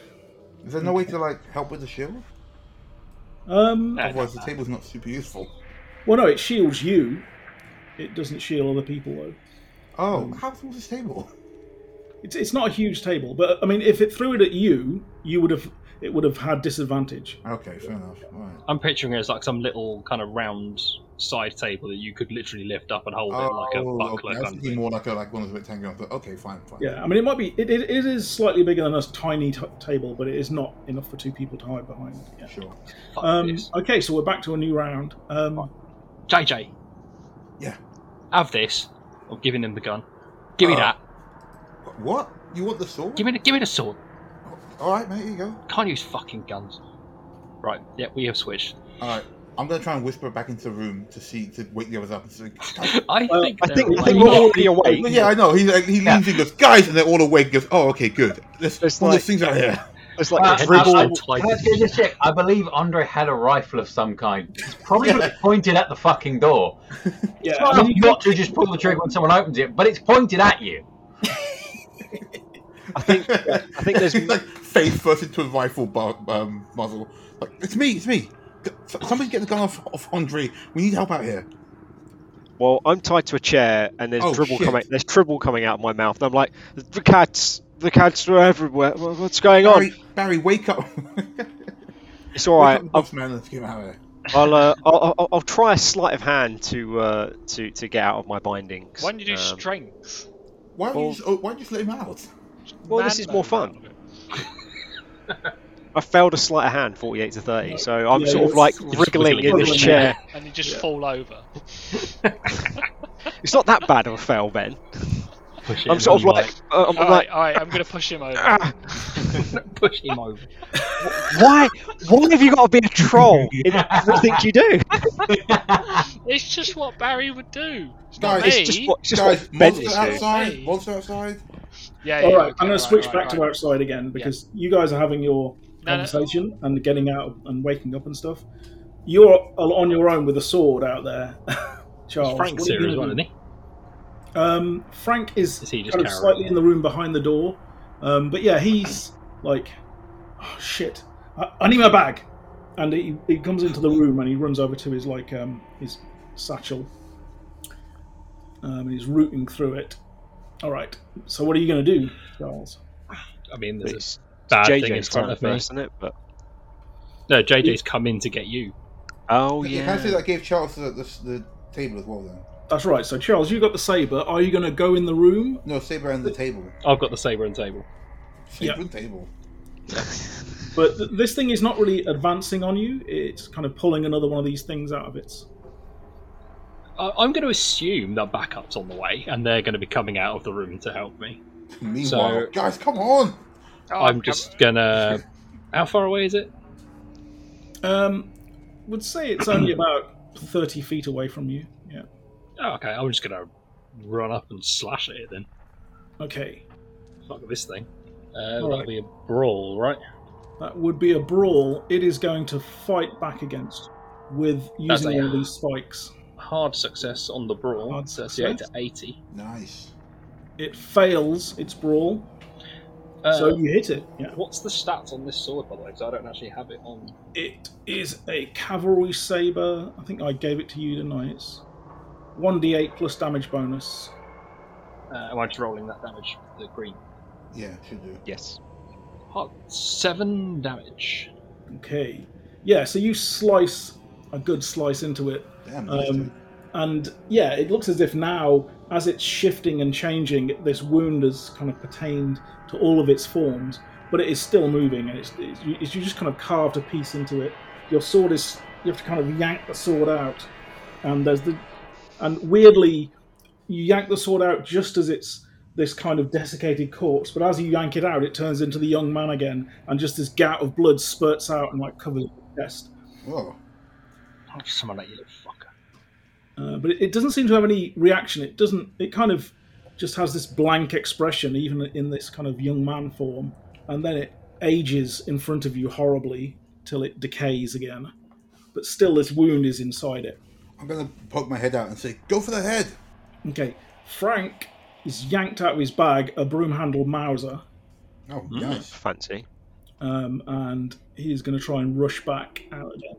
Speaker 3: Is there no way to like help with the shield?
Speaker 2: Um,
Speaker 6: Nah,
Speaker 3: Otherwise, the table's not super useful.
Speaker 2: well, no, it shields you. It doesn't shield other people though.
Speaker 3: Oh, how full is this table?
Speaker 2: It's it's not a huge table, but I mean, if it threw it at you, you would have it would have had disadvantage.
Speaker 3: Okay, fair enough. All right.
Speaker 6: I'm picturing it as like some little kind of round side table that you could literally lift up and hold it like a buckler
Speaker 3: Oh, okay. I was
Speaker 6: kind of
Speaker 3: thinking
Speaker 6: thing.
Speaker 3: more like a like one of the rectangular. But okay, fine, fine.
Speaker 2: Yeah, I mean, it might be it, it, it is slightly bigger than a tiny t- table, but it is not enough for two people to hide behind. Yeah.
Speaker 3: Sure.
Speaker 6: Fuck
Speaker 2: Um,
Speaker 6: this.
Speaker 2: okay, so we're back to a new round. Um,
Speaker 6: JJ.
Speaker 3: Yeah.
Speaker 6: Have this. I'm giving him the gun. Give me
Speaker 3: Uh,
Speaker 6: that.
Speaker 3: What? You want the sword?
Speaker 6: Give me the, give me the sword.
Speaker 3: All right, mate. Here you go.
Speaker 6: Can't use fucking guns. Right. Yeah, we have switched.
Speaker 3: All right. I'm gonna try and whisper back into the room to see to wake the others up. And say, "Guys,
Speaker 6: I
Speaker 2: Well,
Speaker 6: think
Speaker 1: Uh, I
Speaker 6: they're
Speaker 1: think, I
Speaker 6: awake.
Speaker 1: think we're already awake.
Speaker 3: yeah, I know. He like, he leans in, goes, guys, and they're all awake. Goes, oh, okay, good. That's
Speaker 1: It's
Speaker 3: one
Speaker 1: like-
Speaker 3: of those things out here.
Speaker 1: It's like
Speaker 5: Uh,
Speaker 1: the
Speaker 6: Dribble
Speaker 5: I- I-
Speaker 6: and
Speaker 5: Can I
Speaker 6: tighten.
Speaker 5: just check? I believe Andre had a rifle of some kind. It's probably not pointed at the fucking door.
Speaker 2: yeah,
Speaker 5: Well,
Speaker 2: I mean,
Speaker 5: you
Speaker 2: you
Speaker 5: got to just pull the trigger when someone opens it, but it's pointed at you.
Speaker 1: I think I think there's
Speaker 3: He's like face first into a rifle bar, um, muzzle. Like it's me, it's me. S- Somebody get the gun off, off Andre. We need help out here.
Speaker 1: well, I'm tied to a chair and there's
Speaker 3: Oh,
Speaker 1: dribble
Speaker 3: shit.
Speaker 1: coming. There's dribble coming out of my mouth. And I'm like, the cats, the cats are everywhere. Wha- What's going on?
Speaker 3: Barry, Barry, wake up!
Speaker 1: It's all right.
Speaker 3: wake up,
Speaker 1: I'll
Speaker 3: boss man. Let's get him out of here.
Speaker 1: I'll, uh, I'll, I'll, I'll try a sleight of hand to uh, to to get out of my bindings.
Speaker 4: Why don't you do
Speaker 1: Um,
Speaker 4: strength?
Speaker 3: Why don't
Speaker 1: Well-
Speaker 3: you just, oh, why don't you just let him out?
Speaker 1: Well, this is more fun. I failed a sleight of hand, 48 to 30. So I'm
Speaker 2: Yeah,
Speaker 1: sort of
Speaker 2: it's-
Speaker 1: like
Speaker 6: it's
Speaker 1: wriggling in
Speaker 6: wiggling.
Speaker 1: this chair.
Speaker 4: And you just
Speaker 2: Yeah.
Speaker 4: fall over.
Speaker 1: It's not that bad of a fail, Ben.
Speaker 6: Push
Speaker 1: I'm
Speaker 6: him
Speaker 1: sort of
Speaker 6: over.
Speaker 1: like, uh, I'm
Speaker 4: All
Speaker 1: like,
Speaker 4: right, all right. I'm gonna push him over.
Speaker 1: "Ah,
Speaker 6: push him over.
Speaker 1: why, why have you got to be a troll in everything you do?
Speaker 4: It's just what Barry would do. It's not
Speaker 3: Guys,
Speaker 4: me.
Speaker 1: It's just what, it's just
Speaker 3: Guys,
Speaker 1: what Ben
Speaker 3: monster
Speaker 1: is doing.
Speaker 3: outside!
Speaker 4: Hey.
Speaker 3: Monster outside!
Speaker 4: Yeah, yeah.
Speaker 2: all right,
Speaker 4: okay,
Speaker 2: I'm going to
Speaker 4: right,
Speaker 2: switch
Speaker 4: right,
Speaker 2: back to
Speaker 4: right.
Speaker 2: outside again because you guys are having your
Speaker 4: No, no.
Speaker 2: conversation and getting out and waking up and stuff. You're on your own with a sword out there, Charles.
Speaker 6: Frank's
Speaker 2: What are you
Speaker 6: here as
Speaker 2: gonna
Speaker 6: well,
Speaker 2: do?
Speaker 6: isn't he?
Speaker 2: Um, Frank is,
Speaker 6: Is he just
Speaker 2: kind of
Speaker 6: cowering?
Speaker 2: slightly in the room behind the door, um, but yeah, he's like, "Oh shit, I, I need my bag," and he, he comes into the room and he runs over to his like um, his satchel, um, and he's rooting through it. All right, so what are you going to do, Charles?
Speaker 6: I mean, there's
Speaker 1: It's
Speaker 6: a bad thing in
Speaker 1: JJ's
Speaker 6: front
Speaker 1: turn
Speaker 6: of me.
Speaker 1: first, isn't it? But,
Speaker 6: No, JJ's come in to get you.
Speaker 1: oh,
Speaker 3: You
Speaker 1: yeah.
Speaker 3: can say that gave Charles the, the, the table as well. Then
Speaker 2: That's right. So Charles, you got the saber. Are you going to go in the room?
Speaker 3: no saber and the table.
Speaker 6: I've got the saber and table.
Speaker 3: Saber
Speaker 2: Yeah.
Speaker 3: and table.
Speaker 2: But th- this thing is not really advancing on you. It's kind of pulling another one of these things out of its.
Speaker 6: I- I'm going to assume that backup's on the way, and they're going to be coming out of the room to help me.
Speaker 3: Meanwhile, guys, come on!
Speaker 4: Oh,
Speaker 6: I'm just going to. How far away is it?
Speaker 2: Um, would say it's only about thirty feet away from you. Yeah.
Speaker 6: Oh, okay, I'm just going to run up and slash at it then.
Speaker 2: Okay.
Speaker 6: Fuck this thing. Uh, that'll
Speaker 2: Alright.
Speaker 6: be a brawl, right?
Speaker 2: That would be a brawl. It is going to fight back against with
Speaker 6: That's
Speaker 2: using
Speaker 6: a-
Speaker 2: all these spikes.
Speaker 6: Hard success on the brawl.
Speaker 2: Hard
Speaker 6: 38
Speaker 2: success.
Speaker 6: to 80.
Speaker 3: Nice.
Speaker 2: It fails its brawl,
Speaker 6: Uh,
Speaker 2: so you hit it. Yeah.
Speaker 6: what's the stats on this sword, by the way? Because I don't actually have it on.
Speaker 2: It is a cavalry saber. I think I gave it to you tonight. It's one d8 plus damage bonus.
Speaker 6: Uh, am I just rolling that damage? The green.
Speaker 3: Yeah, should do.
Speaker 1: yes.
Speaker 6: Oh, seven damage.
Speaker 2: Okay. Yeah. So you slice a good slice into it.
Speaker 3: Damn. nice
Speaker 2: Um,
Speaker 3: dude.
Speaker 2: and yeah, it looks as if now, as it's shifting and changing, this wound has kind of pertained to all of its forms, but it is still moving, and it's, it's, you, it's you just kind of carved a piece into it. Your sword is you have to kind of yank the sword out, and there's the and weirdly, you yank the sword out just as it's this kind of desiccated corpse, but as you yank it out, it turns into the young man again, and just this gout of blood spurts out and like covers the chest.
Speaker 3: Whoa.
Speaker 6: I'll just summon that you little fucker.
Speaker 2: Uh, but it, it doesn't seem to have any reaction. It doesn't. It kind of just has this blank expression, even in this kind of young man form, and then it ages in front of you horribly till it decays again. But still, this wound is inside it.
Speaker 3: I'm going to poke my head out and say, "Go for the head."
Speaker 2: Okay, Frank is yanked out of his bag a broom handled Mauser,
Speaker 3: Oh, nice.
Speaker 1: Fancy.
Speaker 2: um, and he's going to try and rush back out again.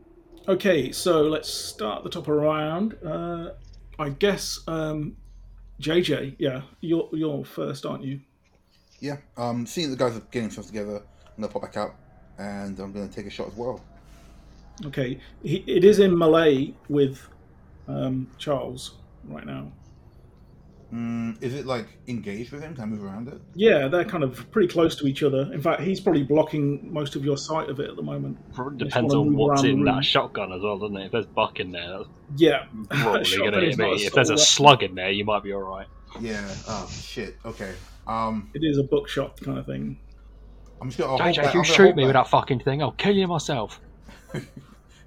Speaker 2: Okay, so let's start the top of the round. Uh, I guess um, JJ, yeah, you're you're first, aren't you?
Speaker 3: Yeah. Um, seeing the guys are getting themselves together, I'm going to pop back out, and I'm going to take a shot as well.
Speaker 2: Okay, he, it is in Malay with um, Charles right now.
Speaker 3: Mm, is it like engaged with him? Can I move around it?
Speaker 2: Yeah, they're kind of pretty close to each other. In fact, he's probably blocking most of your sight of it at the moment.
Speaker 6: Probably
Speaker 2: Just
Speaker 6: depends
Speaker 2: wanna
Speaker 6: on
Speaker 2: move
Speaker 6: what's
Speaker 2: around
Speaker 6: in
Speaker 2: the
Speaker 6: that
Speaker 2: room.
Speaker 6: shotgun as well, doesn't it? If there's buck in there, that's
Speaker 2: Yeah,
Speaker 6: probably
Speaker 2: Shotgun
Speaker 6: going to
Speaker 2: is
Speaker 6: hit
Speaker 2: not a
Speaker 6: me. If there's a
Speaker 2: assault
Speaker 6: slug in there, you might be all right.
Speaker 3: Yeah. Oh shit. Okay. Um,
Speaker 2: it is a bookshot kind of thing.
Speaker 3: I'm just going to.
Speaker 6: JJ, if you shoot me with that fucking thing, I'll kill you myself.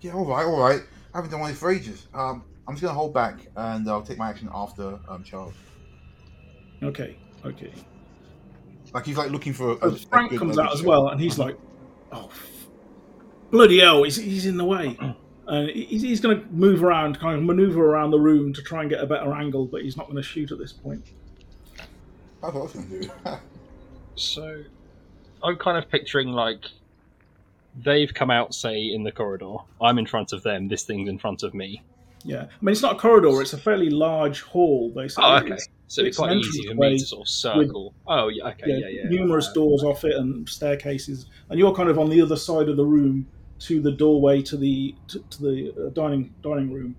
Speaker 3: Yeah, all right, all right. I haven't done one for ages. Um, I'm just gonna hold back, and I'll take my action after um, Charles.
Speaker 2: Okay, okay.
Speaker 3: Like he's like looking for. A,
Speaker 2: Oh,
Speaker 3: a
Speaker 2: Frank
Speaker 3: good
Speaker 2: comes
Speaker 3: level
Speaker 2: out as
Speaker 3: shot.
Speaker 2: well, and he's like, "Oh, f- bloody hell! He's, he's in the way." And he- he's, he's going to move around, kind of maneuver around the room to try and get a better angle, but he's not going to shoot at this point.
Speaker 3: That's what I was gonna do.
Speaker 6: So, I'm kind of picturing like they've come out, say, in the corridor. I'm in front of them. This thing's in front of me.
Speaker 2: Yeah, I mean it's not a corridor; it's a fairly large hall, basically.
Speaker 6: Oh,
Speaker 2: It's-
Speaker 6: So
Speaker 2: Oh,
Speaker 6: it'd
Speaker 2: It's
Speaker 6: be quite
Speaker 2: an
Speaker 6: easy for
Speaker 2: entranceway
Speaker 6: me to sort of circle. Oh, yeah, okay, yeah,
Speaker 2: yeah,
Speaker 6: yeah.
Speaker 2: numerous
Speaker 6: Uh,
Speaker 2: doors off it and staircases, and you're kind of on the other side of the room to the doorway to the to, to the uh, dining dining room,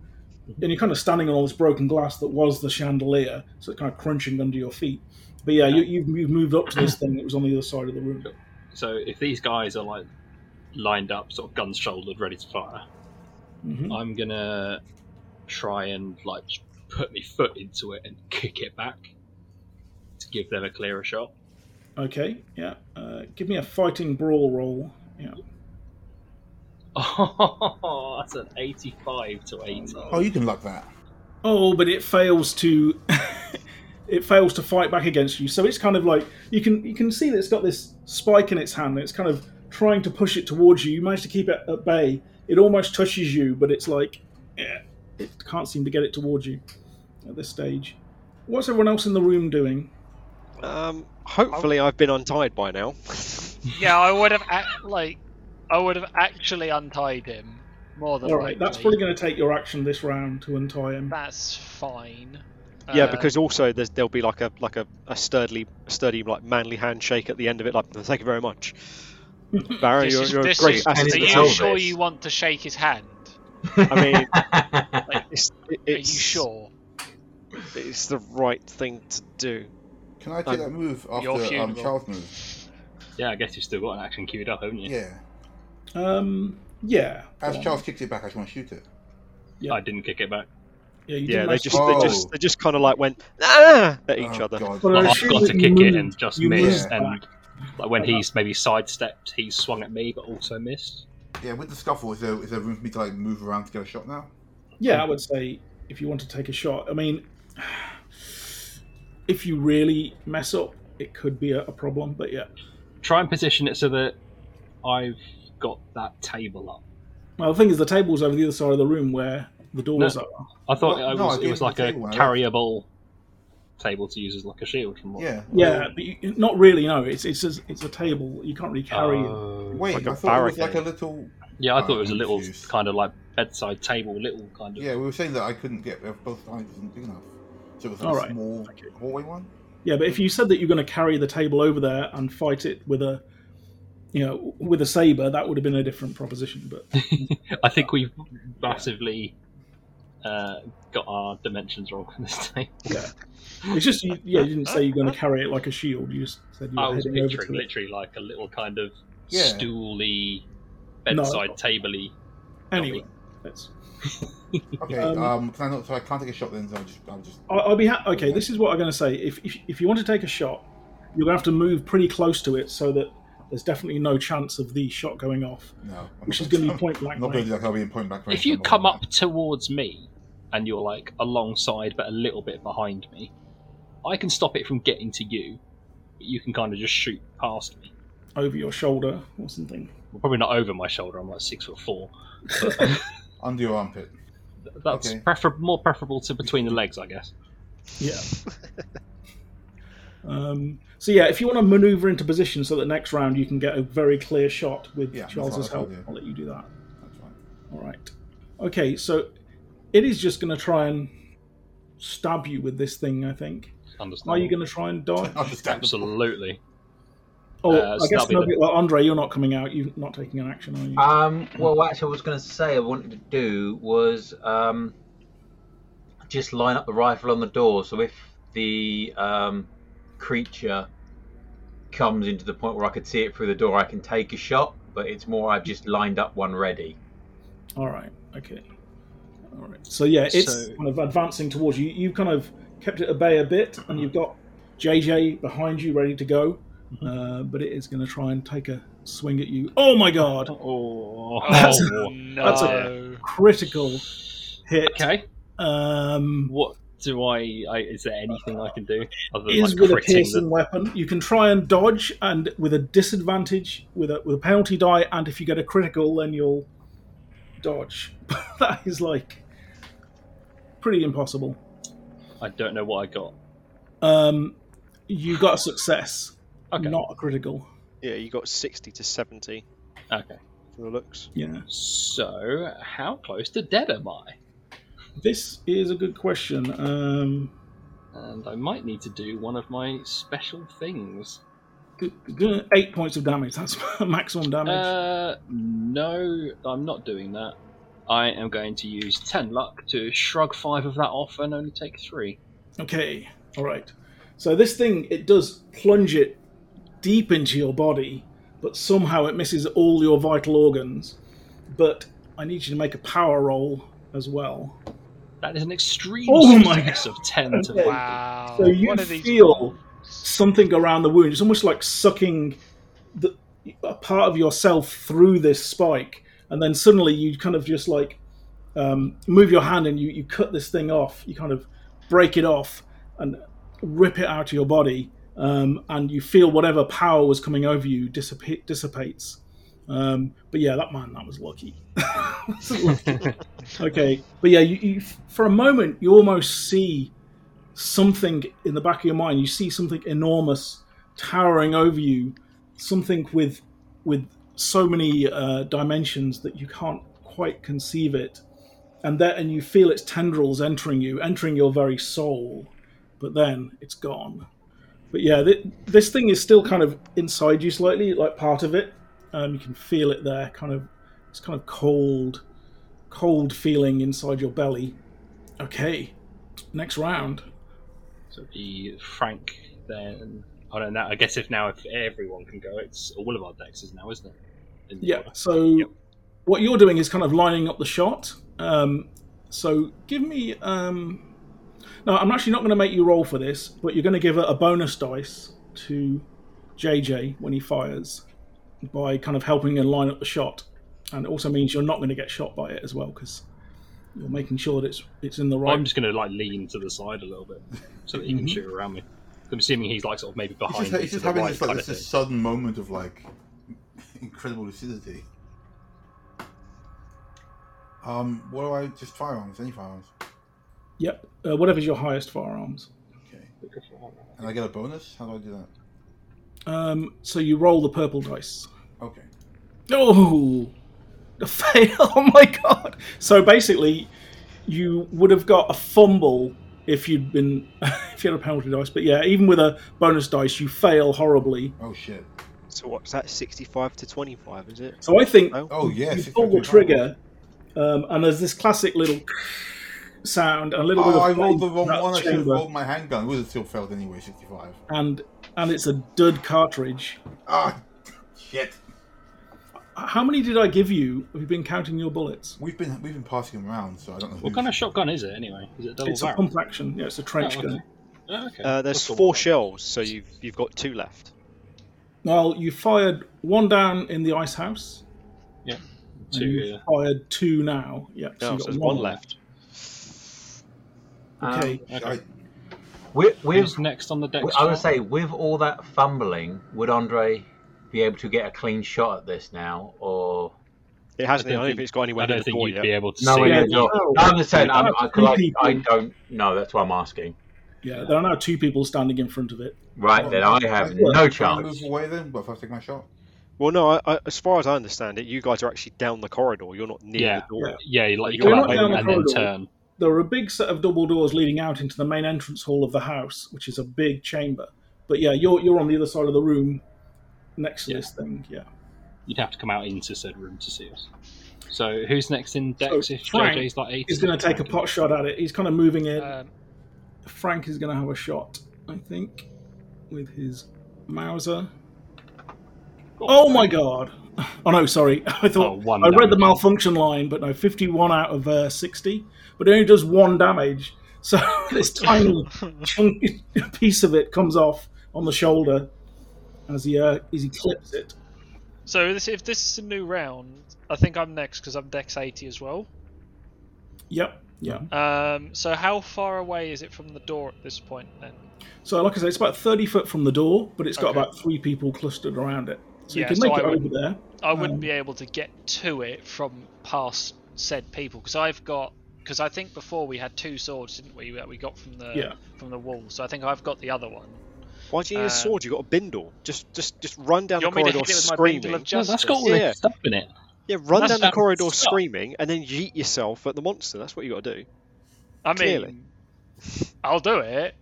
Speaker 6: Mm-hmm.
Speaker 2: and you're kind of standing on all this broken glass that was the chandelier, so it's kind of crunching under your feet. But yeah, you, you've, you've moved up to this thing that was on the other side of the room.
Speaker 6: So if these guys are like lined up, sort of guns shouldered, ready to fire,
Speaker 2: Mhm.
Speaker 6: I'm gonna try and like just put my foot into it and kick it back to give them a clearer shot.
Speaker 2: Okay, yeah. Uh, give me a fighting brawl roll. Yeah.
Speaker 6: Oh, that's an 85 to 80.
Speaker 3: oh, you can luck that.
Speaker 2: Oh, but it fails to it fails to fight back against you. So it's kind of like you can you can see that it's got this spike in its hand. And it's kind of trying to push it towards you. You manage to keep it at bay. It almost touches you, but it's like eh, it can't seem to get it towards you at this stage. What's everyone else in the room doing?
Speaker 1: Um, hopefully, I've been untied by now.
Speaker 4: Yeah, I would have act, like I would have actually untied him more than
Speaker 2: All right, that's
Speaker 4: likely.
Speaker 2: probably going to take your action this round to untie him.
Speaker 4: That's fine.
Speaker 1: yeah,
Speaker 4: Uh,
Speaker 1: because also there's, there'll be like a like a, a sturdy sturdy like manly handshake at the end of it. Like, thank you very much, Barry.
Speaker 4: this
Speaker 1: You're,
Speaker 4: is-
Speaker 1: you're a
Speaker 4: this
Speaker 1: great
Speaker 4: is-
Speaker 1: asset
Speaker 5: and
Speaker 1: to
Speaker 4: Are
Speaker 1: the
Speaker 5: it's
Speaker 4: you
Speaker 1: team."
Speaker 5: Elvis.
Speaker 4: sure you want to shake his hand?
Speaker 1: I mean, it's,
Speaker 4: Are you
Speaker 1: it's-
Speaker 4: sure?
Speaker 1: It's the right thing to do.
Speaker 3: Can I take
Speaker 1: Um,
Speaker 3: that move
Speaker 4: your
Speaker 3: after um,
Speaker 4: funeral.
Speaker 3: Charles' move?
Speaker 6: Yeah, I guess you've still got an action queued up, haven't you?
Speaker 3: Yeah.
Speaker 2: Um, yeah.
Speaker 3: As
Speaker 2: go on.
Speaker 3: Charles kicks it back, I just want to shoot it.
Speaker 2: Yeah.
Speaker 6: I didn't kick it back.
Speaker 2: yeah, you did
Speaker 1: Yeah, they
Speaker 2: manage to-
Speaker 1: just
Speaker 3: Oh.
Speaker 1: they just they just kind of like went ah at each
Speaker 3: Oh,
Speaker 1: other.
Speaker 3: God.
Speaker 2: Well,
Speaker 6: Well,
Speaker 2: I
Speaker 6: I've
Speaker 2: assume
Speaker 6: got to
Speaker 2: that you
Speaker 6: kick
Speaker 2: moved-
Speaker 6: it and just
Speaker 2: you
Speaker 6: miss.
Speaker 2: moved
Speaker 6: And like when
Speaker 2: Uh-huh.
Speaker 6: he's maybe sidestepped, he swung at me but also missed.
Speaker 3: Yeah, with the scuffle, is there, is there room for me to like move around to get a shot now?
Speaker 2: Yeah, I would say if you want to take a shot. I mean, if you really mess up, it could be a, a problem. But yeah,
Speaker 6: Try and position it so that I've got that table up.
Speaker 2: well, the thing is, the table's over the other side of the room where the doors
Speaker 6: No.
Speaker 2: are.
Speaker 6: I thought
Speaker 3: Well,
Speaker 6: it
Speaker 3: no, I
Speaker 6: was,
Speaker 3: gave
Speaker 6: it was
Speaker 3: him
Speaker 6: like
Speaker 3: the
Speaker 6: a
Speaker 3: table, I left.
Speaker 6: carryable table to use as like a shield from what?
Speaker 3: Yeah.
Speaker 2: Yeah, but you, not really. No, it's it's a, it's a table. You can't really carry it.
Speaker 6: Oh.
Speaker 3: Wait,
Speaker 1: Like a
Speaker 3: I thought it was like
Speaker 1: barricade.
Speaker 3: a little.
Speaker 6: Yeah, I thought
Speaker 3: Oh,
Speaker 6: it was a little
Speaker 3: confused.
Speaker 6: kind of like bedside table, little kind of.
Speaker 3: Yeah, we were saying that I couldn't get both sides wasn't big enough, so it was like
Speaker 2: All
Speaker 3: a
Speaker 2: right.
Speaker 3: small
Speaker 2: Okay.
Speaker 3: hallway one.
Speaker 2: Yeah, but if you said that you're going to carry the table over there and fight it with a, you know, with a saber, that would have been a different proposition. But
Speaker 6: I think we've massively uh, got our dimensions wrong on this table.
Speaker 2: it's just you, yeah, you didn't say you're going to carry it like a shield. You just said you were
Speaker 6: I was
Speaker 2: heading over
Speaker 6: picturing
Speaker 2: to it.
Speaker 6: Oh, literally like a little kind of
Speaker 3: Yeah.
Speaker 6: stooly,
Speaker 2: No.
Speaker 6: bedside tabley.
Speaker 2: Anyway, let's
Speaker 3: Okay.
Speaker 2: Um,
Speaker 3: Um, can I not? So I can't take a shot then. So I'll just. I'll just.
Speaker 2: I- I'll be ha- okay. This is what I'm going to say. If, if if you want to take a shot, you're going to have to move pretty close to it so that there's definitely no chance of the shot going off,
Speaker 3: No. I'm not
Speaker 2: which is
Speaker 3: gonna-
Speaker 2: going to be point
Speaker 3: I'm
Speaker 2: blank.
Speaker 3: Not going to
Speaker 2: range.
Speaker 3: do that. I'll be in point back.
Speaker 6: If you come up towards me and you're like alongside but a little bit behind me, I can stop it from getting to you, but you can kind of just shoot past me.
Speaker 2: over your shoulder or something.
Speaker 6: Well, probably not over my shoulder. I'm like six foot four.
Speaker 3: under your armpit.
Speaker 6: Th- That's
Speaker 3: Okay.
Speaker 6: prefer- more preferable to between the legs, I guess.
Speaker 2: Yeah. um, so yeah, if you want to maneuver into position so that next round you can get a very clear shot with
Speaker 3: Yeah, that's
Speaker 2: Charles's
Speaker 3: what I'll
Speaker 2: help,
Speaker 3: do.
Speaker 2: I'll let you do that.
Speaker 3: That's right.
Speaker 2: All right. Okay, so it is just going to try and stab you with this thing. I think.
Speaker 6: Understand?
Speaker 2: Are
Speaker 3: Oh.
Speaker 2: you going to try and dodge?
Speaker 3: Understandable.
Speaker 6: Absolutely.
Speaker 2: Oh,
Speaker 6: Uh,
Speaker 2: I guess
Speaker 6: snub it
Speaker 2: no, well, Andre, you're not coming out. You're not taking an action, are you?
Speaker 5: Um, well, what actually, I was going to say I wanted to do was um, just line up the rifle on the door. So if the um, creature comes into the point where I could see it through the door, I can take a shot. But it's more I've just lined up one ready.
Speaker 2: All right. Okay. All right. So yeah, it's
Speaker 6: So-
Speaker 2: kind of advancing towards you. You've kind of kept it at bay a bit, and you've got JJ behind you, ready to go.
Speaker 6: Mm-hmm.
Speaker 2: Uh, but it is going to try and take a swing at you. Oh my god!
Speaker 6: Oh,
Speaker 4: Oh no!
Speaker 2: That's Critical hit.
Speaker 6: okay.
Speaker 2: Um,
Speaker 6: What do I, I? Is there anything I can do other than
Speaker 2: is
Speaker 6: like
Speaker 2: with a
Speaker 6: critting
Speaker 2: piercing
Speaker 6: the
Speaker 2: weapon. You can try and dodge, and with a disadvantage, with a with a penalty die, and if you get a critical, then you'll dodge. But that is like pretty impossible.
Speaker 6: I don't know what I got.
Speaker 2: Um, you got a success,
Speaker 6: Okay.
Speaker 2: not a critical.
Speaker 1: Yeah, you got 60 to 70
Speaker 6: Okay.
Speaker 1: from the looks.
Speaker 2: Yeah.
Speaker 6: So, how close to dead am I?
Speaker 2: This is a good question. Um,
Speaker 6: And I might need to do one of my special things.
Speaker 2: g- g- eight points of damage. That's maximum damage.
Speaker 6: Uh, no, I'm not doing that. I am going to use 10 luck to shrug 5 of that off and only take 3.
Speaker 2: okay. All right. So this thing it does plunge it deep into your body, but somehow it misses all your vital organs. But I need you to make a power roll as well.
Speaker 6: That is an extreme
Speaker 2: Oh my
Speaker 6: success of 10 to
Speaker 2: Okay.
Speaker 4: Wow.
Speaker 2: So you
Speaker 4: What are these
Speaker 2: feel-
Speaker 4: balls?
Speaker 2: something around the wound. It's almost like sucking the, a part of yourself through this spike, and then suddenly you kind of just like um, move your hand and you, you cut this thing off. You kind of break it off and rip it out of your body, um, and you feel whatever power was coming over you dissipate, dissipates. Um, but yeah, that man, that was lucky. Wasn't lucky. okay, but yeah, you, you for a moment you almost see something in the back of your mind. You see something enormous towering over you, something with with so many uh, dimensions that you can't quite conceive it, and that and you feel its tendrils entering you, entering your very soul, but then it's gone. But yeah, th- this thing is still kind of inside you slightly, like part of it. Um, you can feel it there, kind of. It's kind of cold, cold feeling inside your belly. Okay, next round.
Speaker 6: So it'd be Frank then. I don't know. I guess if now if everyone can go, it's all of our dexes now, isn't it? In the
Speaker 2: Yeah.
Speaker 6: order.
Speaker 2: So what you're doing is kind of lining up the shot. Um, so give me. Um, no, I'm actually not going to make you roll for this, but you're going to give a, a bonus dice to JJ when he fires by kind of helping him line up the shot, and it also means you're not going to get shot by it as well because you're making sure that it's it's in the right. Mm-hmm.
Speaker 6: I'm just going to like lean to the side a little bit so that he can shoot around me. I'm assuming he's like sort of maybe
Speaker 3: He's
Speaker 6: behind
Speaker 3: just,
Speaker 6: me
Speaker 3: he's
Speaker 6: to
Speaker 3: just
Speaker 6: the
Speaker 3: having
Speaker 6: right
Speaker 3: this like
Speaker 6: kind
Speaker 3: this,
Speaker 6: of
Speaker 3: this
Speaker 6: thing.
Speaker 3: sudden moment of like incredible lucidity. Um, what do I just firearms? Any firearms?
Speaker 2: Yep. Uh, whatever's your highest firearms.
Speaker 3: Okay. And I get a bonus. How do I do that?
Speaker 2: Um, so you roll the purple dice.
Speaker 3: Okay.
Speaker 2: Oh, a fail! Oh my god! So basically, you would have got a fumble if you'd been if you had a penalty dice. But yeah, even with a bonus dice, you fail horribly.
Speaker 3: Oh shit.
Speaker 1: So what's that, 65 to 25, is it?
Speaker 2: So I think
Speaker 1: Oh.
Speaker 3: Oh yeah.
Speaker 2: you
Speaker 3: six
Speaker 2: pull the
Speaker 3: fifty.
Speaker 2: trigger, um, and there's this classic little sound, a little bit
Speaker 3: Oh,
Speaker 2: of
Speaker 3: I rolled the
Speaker 2: flame
Speaker 3: wrong
Speaker 2: in that
Speaker 3: one. I should have
Speaker 2: chamber,
Speaker 3: rolled my handgun. It would have still failed anyway. Sixty-five.
Speaker 2: and and it's a dud cartridge.
Speaker 3: Ah, shit.
Speaker 2: How many did I give you? Have you been counting your bullets?
Speaker 3: We've been we've been passing them around, so I don't know.
Speaker 6: What
Speaker 3: who's-
Speaker 6: kind of shotgun is it anyway? Is it double
Speaker 2: It's a
Speaker 6: barrel?
Speaker 2: pump action. Yeah, it's a
Speaker 6: Oh,
Speaker 2: trench
Speaker 6: okay.
Speaker 2: gun.
Speaker 6: Oh, okay.
Speaker 1: Uh, there's
Speaker 6: That's the
Speaker 1: four
Speaker 6: one.
Speaker 1: shells, so you've, you've got two left.
Speaker 2: Well, you fired one down in the ice house.
Speaker 6: Yeah.
Speaker 2: Two.
Speaker 6: Two,
Speaker 2: And you
Speaker 6: yeah. Oh,
Speaker 2: fired two now. Yep.
Speaker 1: No,
Speaker 2: you've
Speaker 1: so
Speaker 2: got
Speaker 1: there's one left.
Speaker 2: Okay.
Speaker 5: Um,
Speaker 3: I,
Speaker 5: With, with
Speaker 6: Who's next on the deck?
Speaker 5: Well, I would say, with all that fumbling, would Andre be able to get a clean shot at this now, or
Speaker 1: It hasn't.
Speaker 6: I
Speaker 1: I
Speaker 6: don't
Speaker 1: don't think
Speaker 6: think-
Speaker 1: it's got anywhere
Speaker 6: I
Speaker 1: near
Speaker 6: don't
Speaker 1: the
Speaker 6: think
Speaker 1: door
Speaker 6: you'd
Speaker 1: yet.
Speaker 6: be able to
Speaker 5: no?
Speaker 6: see.
Speaker 5: it
Speaker 2: yeah,
Speaker 5: is not.
Speaker 2: no.
Speaker 5: No, I'm just saying. I'm, I,
Speaker 2: Two
Speaker 5: like, I
Speaker 2: people.
Speaker 5: don't know. That's why I'm asking.
Speaker 2: Yeah, there are now two people standing in front of it.
Speaker 5: Right then, I have no chance.
Speaker 3: Move away then, but if I take my shot.
Speaker 1: Well, no. I, I, as far as I understand it, you guys are actually down the corridor. You're not near
Speaker 6: Yeah.
Speaker 1: the door.
Speaker 2: Yeah.
Speaker 6: Yeah, you, like you
Speaker 1: You're
Speaker 6: go
Speaker 1: not
Speaker 6: that way
Speaker 1: down the
Speaker 6: and then
Speaker 2: corridor.
Speaker 6: turn.
Speaker 2: There are a big set of double doors leading out into the main entrance hall of the house, which is a big chamber. But yeah, you're you're on the other side of the room, next to
Speaker 6: Yeah.
Speaker 2: this thing. Yeah.
Speaker 6: You'd have to come out into said room to see us. So who's next in
Speaker 2: So
Speaker 6: Dex? if
Speaker 2: Frank
Speaker 6: JJ's like eight,
Speaker 2: He's going to take a pot shot at it. He's kind of moving it.
Speaker 4: Um,
Speaker 2: Frank is going to have a shot, I think, with his Mauser. Oh my god! Oh no, sorry. I
Speaker 6: Oh,
Speaker 2: thought
Speaker 6: one
Speaker 2: I read the
Speaker 6: damage.
Speaker 2: malfunction line, but no, fifty-one out of uh, sixty, but it only does one damage. So this tiny chunky piece of it comes off on the shoulder as he uh, as he clips it.
Speaker 4: so this, if this is a new round, I think I'm next because I'm Dex 80 as well.
Speaker 2: Yep, yeah.
Speaker 4: Um, so how far away is it from the door at this point then?
Speaker 2: So like I say, it's about thirty foot from the door, but it's got
Speaker 4: Okay.
Speaker 2: about three people clustered around it. So
Speaker 4: Yeah,
Speaker 2: you can
Speaker 4: so
Speaker 2: make
Speaker 4: I
Speaker 2: it
Speaker 4: would-
Speaker 2: over there.
Speaker 4: I wouldn't
Speaker 2: Um,
Speaker 4: be able to get to it from past said people because I've got because I think before we had two swords, didn't we? That we got from the
Speaker 2: Yeah.
Speaker 4: from the wall. So I think I've got the other one.
Speaker 1: Why do you need
Speaker 4: Uh,
Speaker 1: a sword? You got a bindle. Just, just, just run down the
Speaker 4: you want me to
Speaker 1: corridor
Speaker 4: hit it with my bundle
Speaker 1: screaming.
Speaker 4: of
Speaker 6: No,
Speaker 4: justice?
Speaker 6: that's got all the
Speaker 1: Yeah.
Speaker 6: stuff in it.
Speaker 1: Yeah, run
Speaker 4: That's
Speaker 1: down the
Speaker 6: not-
Speaker 1: corridor
Speaker 6: stop.
Speaker 1: screaming, and then yeet yourself at the monster. That's what you got to do.
Speaker 4: I mean,
Speaker 1: clearly.
Speaker 4: I'll do it.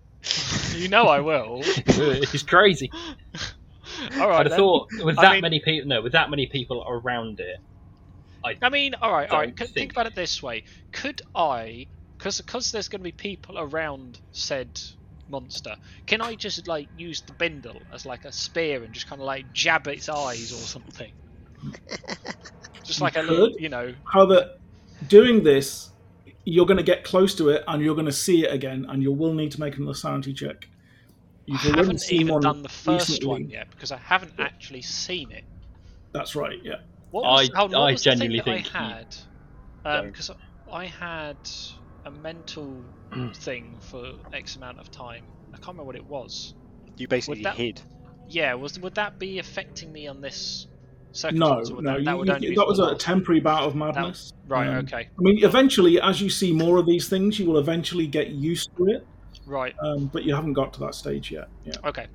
Speaker 4: you know I will.
Speaker 6: He's crazy.
Speaker 4: All right.
Speaker 6: I'd have
Speaker 4: then.
Speaker 6: thought with
Speaker 4: I
Speaker 6: that
Speaker 4: mean-
Speaker 6: many people, no, with that many people around it,
Speaker 4: I mean, all right, all right.
Speaker 6: Don't
Speaker 4: Think.
Speaker 6: think.
Speaker 4: think about it this way: Could I, because there's going to be people around said monster, can I just like use the bindle as like a spear and just kind of like jab its eyes or something? just like a little,
Speaker 2: could.
Speaker 4: you know.
Speaker 2: However, doing this, you're going to get close to it and you're going to see it again, and you will need to make another sanity check.
Speaker 4: I
Speaker 2: You've already
Speaker 4: haven't
Speaker 2: seen
Speaker 4: even
Speaker 2: one
Speaker 4: done the first
Speaker 2: recently.
Speaker 4: one yet because I haven't actually seen it.
Speaker 2: That's right. Yeah.
Speaker 4: What was,
Speaker 6: I-
Speaker 4: hold on,
Speaker 6: I
Speaker 4: what was the thing
Speaker 6: genuinely
Speaker 4: that I
Speaker 6: think you
Speaker 4: had?
Speaker 6: don't.
Speaker 4: Because I had a mental thing for X amount of time. I can't remember what it was.
Speaker 1: You basically
Speaker 4: that-
Speaker 1: hid.
Speaker 4: Yeah, was would that be affecting me on this
Speaker 2: No,
Speaker 4: circumstance? or would
Speaker 2: no.
Speaker 4: that,
Speaker 2: you-
Speaker 4: that
Speaker 2: you-
Speaker 4: would
Speaker 2: That,
Speaker 4: only be for
Speaker 2: was
Speaker 4: the
Speaker 2: a
Speaker 4: last-
Speaker 2: temporary bout of madness.
Speaker 4: Right,
Speaker 2: Um,
Speaker 4: okay,
Speaker 2: I mean, eventually, as you see more of these things, you will eventually get used to it,
Speaker 4: right,
Speaker 2: um, but you haven't got to that stage yet. Yeah.
Speaker 4: okay.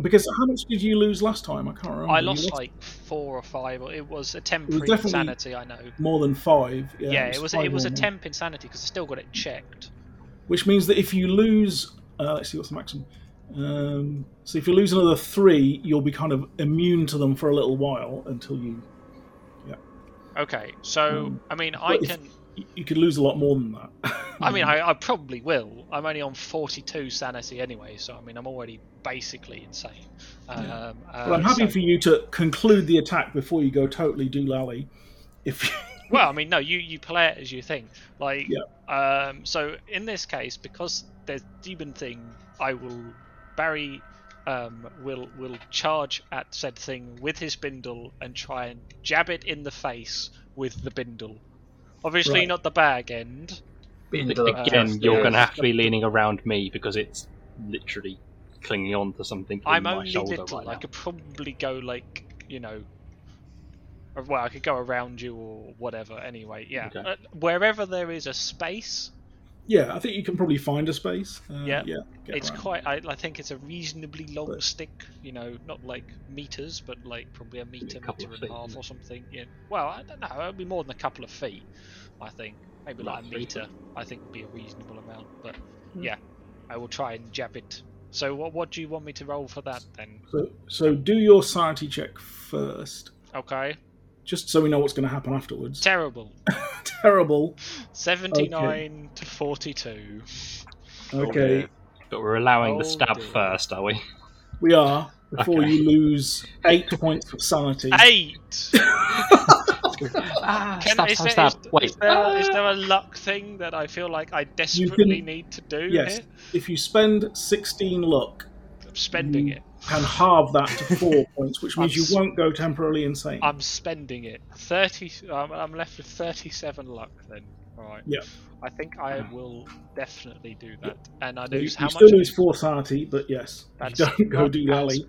Speaker 2: Because how much did you lose last time? I can't remember.
Speaker 4: I
Speaker 2: You
Speaker 4: lost like four or five. Or it was a temporary
Speaker 2: definitely-
Speaker 4: insanity, I know.
Speaker 2: more than five. Yeah,
Speaker 4: Yeah, it was
Speaker 2: five
Speaker 4: it was
Speaker 2: or
Speaker 4: a
Speaker 2: more.
Speaker 4: temp insanity because I still got it checked.
Speaker 2: which means that if you lose, uh, let's see what's the maximum. Um, so if you lose another three, you'll be kind of immune to them for a little while until you
Speaker 4: Okay, so
Speaker 2: Um,
Speaker 4: I mean, I
Speaker 2: but if-
Speaker 4: can.
Speaker 2: you could lose a lot more than that.
Speaker 4: I mean, I, I probably will. I'm only on 42 sanity anyway, so I mean, I'm already basically insane. Um,
Speaker 2: but I'm
Speaker 4: uh,
Speaker 2: happy
Speaker 4: so-
Speaker 2: for you to conclude the attack before you go totally doolally. If you,
Speaker 4: Well, I mean, no, you you play it as you think. Like,
Speaker 2: Yeah.
Speaker 4: um, so in this case, because there's demon thing, I will Barry um, will will charge at said thing with his bindle and try and jab it in the face with the bindle. Obviously,
Speaker 2: Right.
Speaker 4: not the bag end.
Speaker 5: Bindle of
Speaker 6: again,
Speaker 5: justice.
Speaker 6: you're
Speaker 4: yeah.
Speaker 6: going to have to be leaning around me because it's literally clinging on to something.
Speaker 4: I'm
Speaker 6: in my
Speaker 4: only
Speaker 6: shoulder
Speaker 4: little.
Speaker 6: Right
Speaker 4: I
Speaker 6: now.
Speaker 4: could probably go like you know. or- Well, I could go around you or whatever. Anyway, yeah,
Speaker 6: Okay.
Speaker 4: Uh, wherever there is a space,
Speaker 2: yeah, I think you can probably find a space. Uh,
Speaker 4: Yeah.
Speaker 2: yeah. get
Speaker 4: it's
Speaker 2: around.
Speaker 4: quite. I, I think it's a reasonably long
Speaker 2: But-
Speaker 4: stick. You know, not like meters, but like probably a meter, meter
Speaker 6: couple of
Speaker 4: and a
Speaker 6: feet,
Speaker 4: half
Speaker 6: isn't
Speaker 4: or something. Yeah. Well, I don't know. It'll be more than a couple of feet. I think maybe like a
Speaker 6: About three
Speaker 4: meter.
Speaker 6: Hmm.
Speaker 4: I think would be a reasonable amount. But yeah, I will try and jab it. So what what do you want me to roll for that then?
Speaker 2: So, so do your sanity check first,
Speaker 4: Okay.
Speaker 2: just so we know what's going to happen afterwards.
Speaker 4: Terrible.
Speaker 2: Terrible.
Speaker 4: Seventy nine to forty two.
Speaker 1: Oh,
Speaker 2: Okay,
Speaker 6: But we're allowing the
Speaker 4: Oh,
Speaker 6: stab
Speaker 4: dear.
Speaker 6: first, are we?
Speaker 2: we are before
Speaker 6: Okay.
Speaker 2: you lose eight points of sanity.
Speaker 4: Eight.
Speaker 6: ah,
Speaker 4: Can,
Speaker 6: stab,
Speaker 4: is,
Speaker 6: stab,
Speaker 4: there,
Speaker 6: stab.
Speaker 4: is,
Speaker 6: Wait.
Speaker 4: is there,
Speaker 6: Ah!
Speaker 4: is there
Speaker 2: Uh,
Speaker 4: a luck thing that I feel like I desperately need to do
Speaker 2: Yes.
Speaker 4: here?
Speaker 2: If you spend 16 luck,
Speaker 4: I'm spending
Speaker 2: Mm.
Speaker 4: it.
Speaker 2: and halve that to four points, which means
Speaker 4: I'm
Speaker 2: you
Speaker 4: s-
Speaker 2: won't go temporarily insane.
Speaker 4: I'm spending it. Thirty. I'm, I'm left with thirty-seven luck then. All right.
Speaker 2: Yeah.
Speaker 4: I think I will definitely do that, and I
Speaker 2: You,
Speaker 4: lose how
Speaker 2: you
Speaker 4: much.
Speaker 2: still lose four sati, but yes,
Speaker 4: That's
Speaker 2: you don't go
Speaker 4: not
Speaker 2: do
Speaker 4: as
Speaker 2: lally.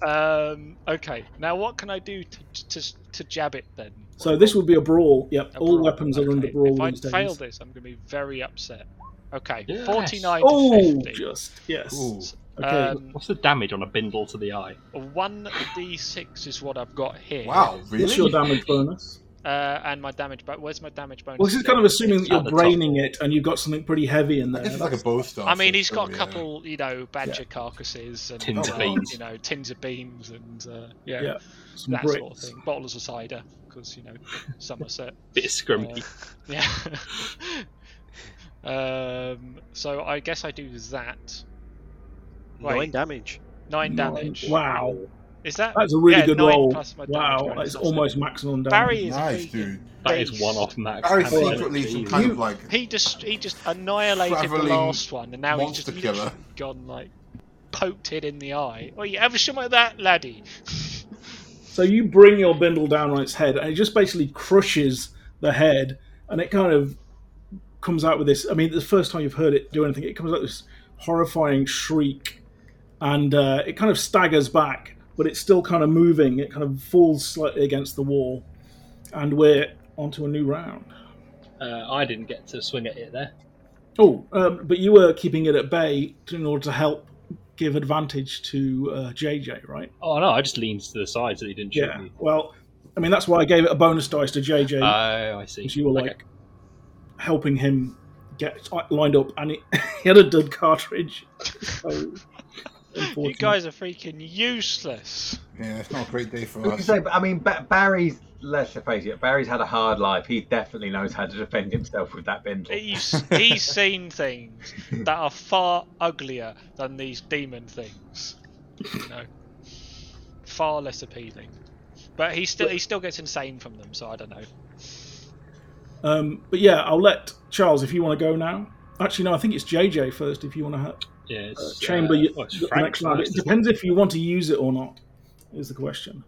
Speaker 4: bad. um. Okay. Now, what can I do to to to jab it then?
Speaker 2: So this would be a brawl. Yep,
Speaker 4: A
Speaker 2: all
Speaker 4: brawl,
Speaker 2: weapons are under
Speaker 4: okay.
Speaker 2: brawl
Speaker 4: If I
Speaker 2: these days.
Speaker 4: fail this, I'm going to be very upset. Okay,
Speaker 6: Yes.
Speaker 4: forty-nine
Speaker 2: oh,
Speaker 4: to fifty.
Speaker 2: just yes.
Speaker 3: Ooh.
Speaker 2: Okay.
Speaker 4: Um,
Speaker 6: What's the damage on a bindle to the eye?
Speaker 4: one d six is what I've got here.
Speaker 3: Wow, really?
Speaker 2: What's your damage bonus?
Speaker 4: Uh, and my damage. But where's my damage bonus?
Speaker 2: Well, this is kind of assuming that
Speaker 6: It's
Speaker 2: you're
Speaker 6: at the top.
Speaker 2: braining it and you've got something pretty heavy in there.
Speaker 3: This is like a bow star.
Speaker 4: I mean, he's got a
Speaker 3: yeah.
Speaker 4: couple, you know, badger carcasses and
Speaker 6: Tins
Speaker 3: of
Speaker 4: uh,
Speaker 6: beans.
Speaker 4: you know, tins of beans and uh, yeah,
Speaker 2: Yeah, Some
Speaker 4: that sort of
Speaker 2: bricks.
Speaker 4: thing. Bottles of cider because you know Somerset.
Speaker 6: Bit of scrumpy.
Speaker 4: Uh, yeah. um. So I guess I do that. Right.
Speaker 1: Nine damage.
Speaker 4: Nine damage.
Speaker 2: Wow,
Speaker 4: Is that
Speaker 2: that's a really
Speaker 4: yeah,
Speaker 2: good
Speaker 4: nine
Speaker 2: roll.
Speaker 4: plus my damage
Speaker 2: Wow,
Speaker 4: bonus,
Speaker 2: that's
Speaker 4: that's
Speaker 2: almost
Speaker 4: it.
Speaker 2: maximum damage.
Speaker 4: Barry is a
Speaker 3: Nice,
Speaker 4: freaking
Speaker 3: dude.
Speaker 6: that is
Speaker 4: beast.
Speaker 6: one off max.
Speaker 3: Barry
Speaker 6: damage.
Speaker 3: secretly some kind of like
Speaker 4: He just he just annihilated the
Speaker 3: Travelling
Speaker 4: last one, and now he's just
Speaker 3: monster killer.
Speaker 4: literally gone like poked it in the eye. Oh, you ever shot at that laddie?
Speaker 2: So you bring your bindle down on its head, and it just basically crushes the head, and it kind of comes out with this. I mean, the first time you've heard it do anything, it comes out with this horrifying shriek, and uh, it kind of staggers back, but it's still kind of moving. It kind of falls slightly against the wall, and we're onto a new round.
Speaker 6: Uh, I didn't get to swing at it there.
Speaker 2: Oh, um, but you were keeping it at bay in order to help give advantage to uh, JJ, right?
Speaker 6: Oh no, I just leaned to the side so he didn't shoot me.
Speaker 2: Well, I mean, that's why I gave it a bonus dice to JJ.
Speaker 6: Oh, I see.
Speaker 2: So you were
Speaker 6: Okay.
Speaker 2: like helping him get lined up, and he, he had a dud cartridge. So,
Speaker 4: you
Speaker 2: unfortunate.
Speaker 4: guys are freaking useless.
Speaker 3: yeah, it's not a great day for
Speaker 5: Like you
Speaker 3: us.
Speaker 5: say, but I mean, ba- Barry's. Let's face it, Barry's had a hard life. He definitely knows how to defend himself with that bindle.
Speaker 4: He's he's seen things that are far uglier than these demon things. You know, far less appealing. But he still he still gets insane from them, so I don't know.
Speaker 2: Um, but yeah, I'll let Charles if you want to go now. Actually, no, I think it's JJ first if you want to ha-
Speaker 6: yeah, it's,
Speaker 2: chamber
Speaker 6: uh,
Speaker 2: you-
Speaker 6: well, it's
Speaker 2: the
Speaker 6: Frank
Speaker 2: next round. It
Speaker 6: first, isn't
Speaker 2: depends if you want to use it or not. Is the question.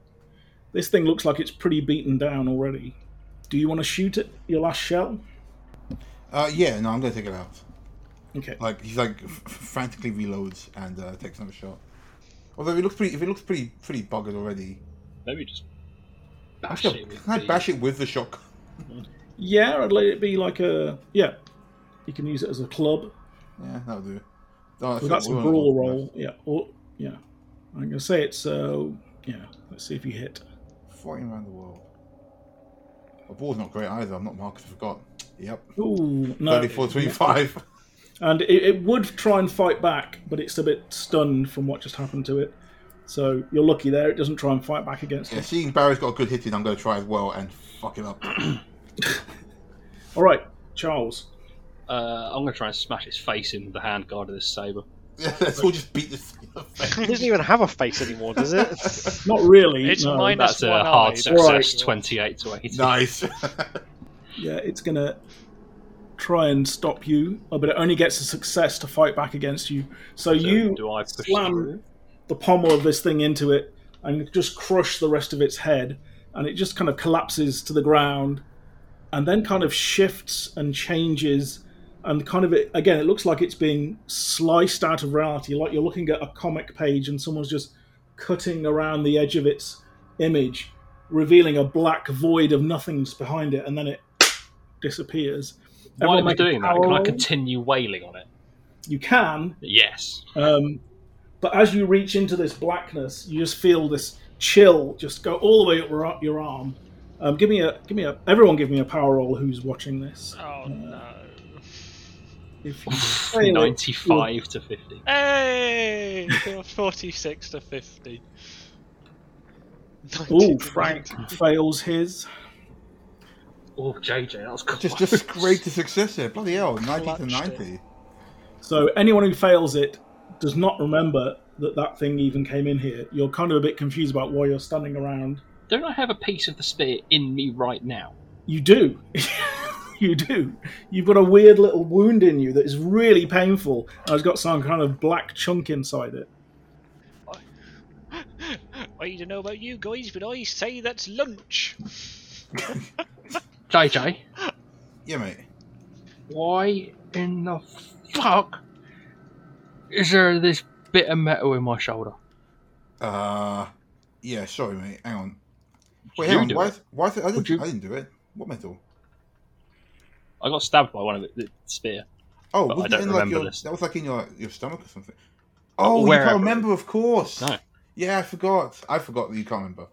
Speaker 2: This thing looks like it's pretty beaten down already. Do you want to shoot it? Your last shell.
Speaker 3: Uh, yeah, no, I'm gonna take it out.
Speaker 2: Okay.
Speaker 3: Like he's like f- frantically reloads and uh, takes another shot. Although it looks pretty, if it looks pretty, pretty buggered already.
Speaker 6: Maybe just bash
Speaker 3: Actually,
Speaker 6: it. with
Speaker 3: can I
Speaker 6: the-
Speaker 3: bash it with the shotgun?
Speaker 2: Yeah, I'd let it be like a yeah. You can use it as a club.
Speaker 3: Yeah, that'll do. Oh, No,
Speaker 2: So that's a
Speaker 3: what we
Speaker 2: brawl
Speaker 3: want.
Speaker 2: roll. Yeah. Or Oh, yeah. I'm gonna say it's uh yeah. Let's see if you hit.
Speaker 3: Flying around the world. A ball's not great either. I'm not marked. I forgot. Yep.
Speaker 2: Ooh no.
Speaker 3: 34, 25.
Speaker 2: And it, it would try and fight back, but it's a bit stunned from what just happened to it. So you're lucky there. It doesn't try and fight back against
Speaker 3: Yeah,
Speaker 2: it.
Speaker 3: seeing Barry's got a good hit in, I'm going to try as well and fuck it up.
Speaker 2: All right, Charles.
Speaker 6: Uh, I'm gonna try and smash its face in with the hand guard of this saber.
Speaker 3: Yeah, Let's all just beat this. thing up.
Speaker 1: It doesn't even have a face anymore, does it?
Speaker 2: Not really.
Speaker 4: It's
Speaker 2: no.
Speaker 4: minor- That's
Speaker 6: That's a
Speaker 4: one eye,
Speaker 6: hard
Speaker 4: that's
Speaker 6: success,
Speaker 4: right.
Speaker 6: twenty-eight to eight.
Speaker 3: nice.
Speaker 2: Yeah, it's gonna try and stop you, oh, but it only gets a success to fight back against you. So,
Speaker 6: So
Speaker 2: you
Speaker 6: do I push
Speaker 2: slam-
Speaker 6: through?
Speaker 2: the pommel of this thing into it and just crush the rest of its head, and it just kind of collapses to the ground, and then kind of shifts and changes, and kind of it, again, it looks like it's being sliced out of reality, like you're looking at a comic page and someone's just cutting around the edge of its image, revealing a black void of nothingness behind it, and then it disappears. Everyone
Speaker 6: Why am I
Speaker 2: make a
Speaker 6: doing that?
Speaker 2: power
Speaker 6: Can I
Speaker 2: roll.
Speaker 6: continue wailing on it?
Speaker 2: You can,
Speaker 6: Yes.
Speaker 2: um, but as you reach into this blackness, you just feel this chill just go all the way up your- your arm. Um, give me a, give me a, everyone, give me a power roll. Who's watching this?
Speaker 4: Oh no.
Speaker 2: If you fail it,
Speaker 6: Ninety-five to fifty.
Speaker 4: Hey, forty-six to fifty.
Speaker 2: ooh, Frank fails his.
Speaker 6: Oh, JJ, that was close.
Speaker 3: just just scrape the success there. Bloody hell. 90 to
Speaker 4: Clutched
Speaker 3: 90.
Speaker 2: So anyone who fails it does not remember that that thing even came in here. You're kind of a bit confused about why you're standing around.
Speaker 6: Don't I have a piece of the spear in me right now?
Speaker 2: You do. you do. You've got a weird little wound in you that is really painful, and it's got some kind of black chunk inside it.
Speaker 4: I don't know about you guys, but I say that's lunch.
Speaker 6: JJ,
Speaker 3: Yeah, mate.
Speaker 6: why in the fuck is there this bit of metal in my shoulder?
Speaker 3: Uh, yeah, sorry, mate. Hang on. Wait,
Speaker 6: You
Speaker 3: hang on.
Speaker 6: do
Speaker 3: Why,
Speaker 6: it.
Speaker 3: is- why is it- I, didn't,
Speaker 6: Would you-
Speaker 3: I didn't do it. What metal?
Speaker 6: I got stabbed by one of it, the spear.
Speaker 3: Oh,
Speaker 6: But I
Speaker 3: wasn't it
Speaker 6: don't
Speaker 3: in, like
Speaker 6: remember
Speaker 3: your,
Speaker 6: this.
Speaker 3: that was like in your, your stomach or something. Oh, you
Speaker 6: wherever.
Speaker 3: can't remember, of course.
Speaker 6: No.
Speaker 3: Yeah, I forgot. I forgot that you can't remember.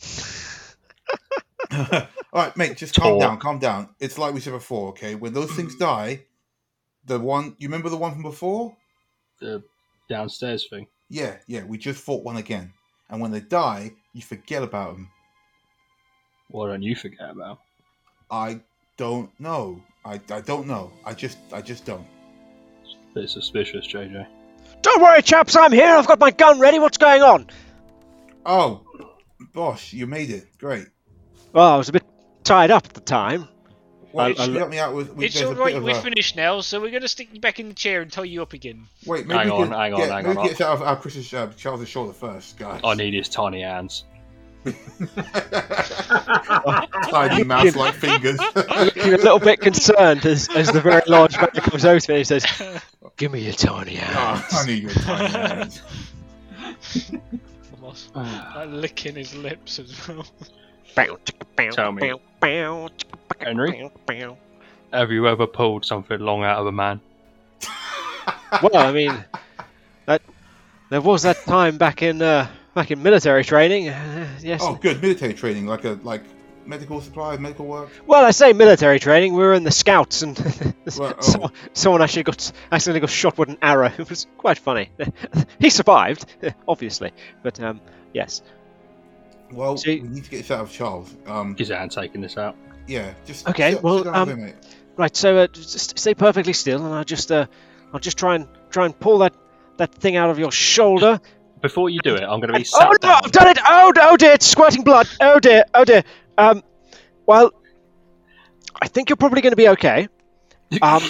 Speaker 3: All right, mate, just calm
Speaker 6: Tor.
Speaker 3: down, calm down. It's like we said before, okay? When those things
Speaker 6: Mm.
Speaker 3: die, the one you remember the one from before?
Speaker 6: The downstairs thing.
Speaker 3: Yeah, yeah, we just fought one again. And when they die, you forget about them.
Speaker 6: Why don't you forget about?
Speaker 3: I don't know. I, I don't know. I just I just don't.
Speaker 6: Bit suspicious, JJ.
Speaker 1: Don't worry, chaps, I'm here. I've got my gun ready. What's going on?
Speaker 3: Oh, boss, you made it. Great.
Speaker 1: Well, I was a bit tied up at the time.
Speaker 3: Well,
Speaker 1: I'll-
Speaker 3: you should
Speaker 1: I'll-
Speaker 3: help me out with. with
Speaker 4: It's
Speaker 3: there's a
Speaker 4: all
Speaker 3: bit
Speaker 4: right.
Speaker 3: of
Speaker 4: We
Speaker 3: a-
Speaker 4: finished now, so we're gonna stick you back in the chair and tie you up again.
Speaker 3: Wait, maybe
Speaker 6: Hang
Speaker 3: we
Speaker 6: on,
Speaker 3: can
Speaker 6: hang on,
Speaker 3: get,
Speaker 6: hang
Speaker 3: maybe
Speaker 6: on.
Speaker 3: get out of uh, Chris's uh, Charles's shoulder first, guys.
Speaker 6: I need his tiny hands.
Speaker 3: Tiny mouse-like fingers.
Speaker 1: Looking a little bit concerned as, as the very large man comes over to me and says, Give me your tiny
Speaker 3: Ah, I
Speaker 1: hands.
Speaker 3: need your tiny hands.
Speaker 4: Moss, like licking his lips as well.
Speaker 6: Tell me. Henry? Have you ever pulled something long out of a man?
Speaker 1: well, I mean, that there was that time back in uh, back in military training. Uh, yes.
Speaker 3: Oh, good military training, like a like medical supply, medical work.
Speaker 1: Well, I say military training. We were in the scouts, and
Speaker 3: Well, oh.
Speaker 1: someone, someone actually got accidentally got shot with an arrow. It was quite funny. he survived, obviously, but um, yes.
Speaker 3: Well,
Speaker 1: See-
Speaker 3: we need to get this out of Charles. Um,
Speaker 6: Is I'm taking this out?
Speaker 3: yeah, just
Speaker 1: Okay,
Speaker 3: Sit,
Speaker 1: well,
Speaker 3: sit down
Speaker 1: um,
Speaker 3: with him, mate.
Speaker 1: Right. So uh, just stay perfectly still, and I'll just uh, I'll just try and try and pull that that thing out of your shoulder.
Speaker 6: Before you do it, I'm going to be sat
Speaker 1: Oh no!
Speaker 6: down.
Speaker 1: I've done it! Oh, no, oh dear! It's squirting blood! Oh dear! Oh dear! Um, well, I think you're probably going to be okay. Um,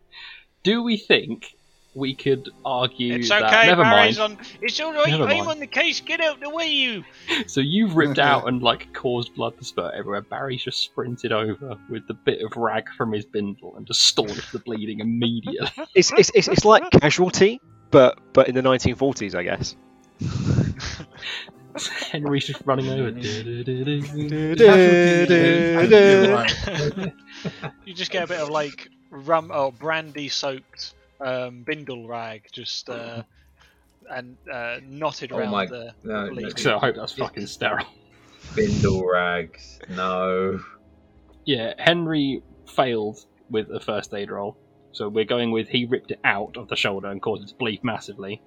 Speaker 6: do we think we could argue
Speaker 4: It's
Speaker 6: that?
Speaker 4: okay,
Speaker 6: never
Speaker 4: Barry's
Speaker 6: mind.
Speaker 4: on. It's all right.
Speaker 6: Never
Speaker 4: I'm
Speaker 6: mind.
Speaker 4: on the case. Get out the way, you.
Speaker 6: So you've ripped
Speaker 3: Yeah,
Speaker 6: out and like caused blood to spurt everywhere. Barry's just sprinted over with the bit of rag from his bindle and just staunch the bleeding immediately.
Speaker 1: it's, it's, it's, it's like casualty, but but in the 1940s, I guess.
Speaker 6: Henry's just running over. Du-du-du-du.
Speaker 3: Casualty
Speaker 4: You just get a bit of like rum or brandy soaked um, bindle rag, just uh, and uh, knotted
Speaker 5: Oh
Speaker 4: round
Speaker 5: my-
Speaker 4: the.
Speaker 5: No, no,
Speaker 4: Please.
Speaker 6: so I hope that's fucking sterile.
Speaker 5: spindle rags. No.
Speaker 6: Yeah, Henry failed with the first aid roll. So we're going with he ripped it out of the shoulder and caused it to bleed massively.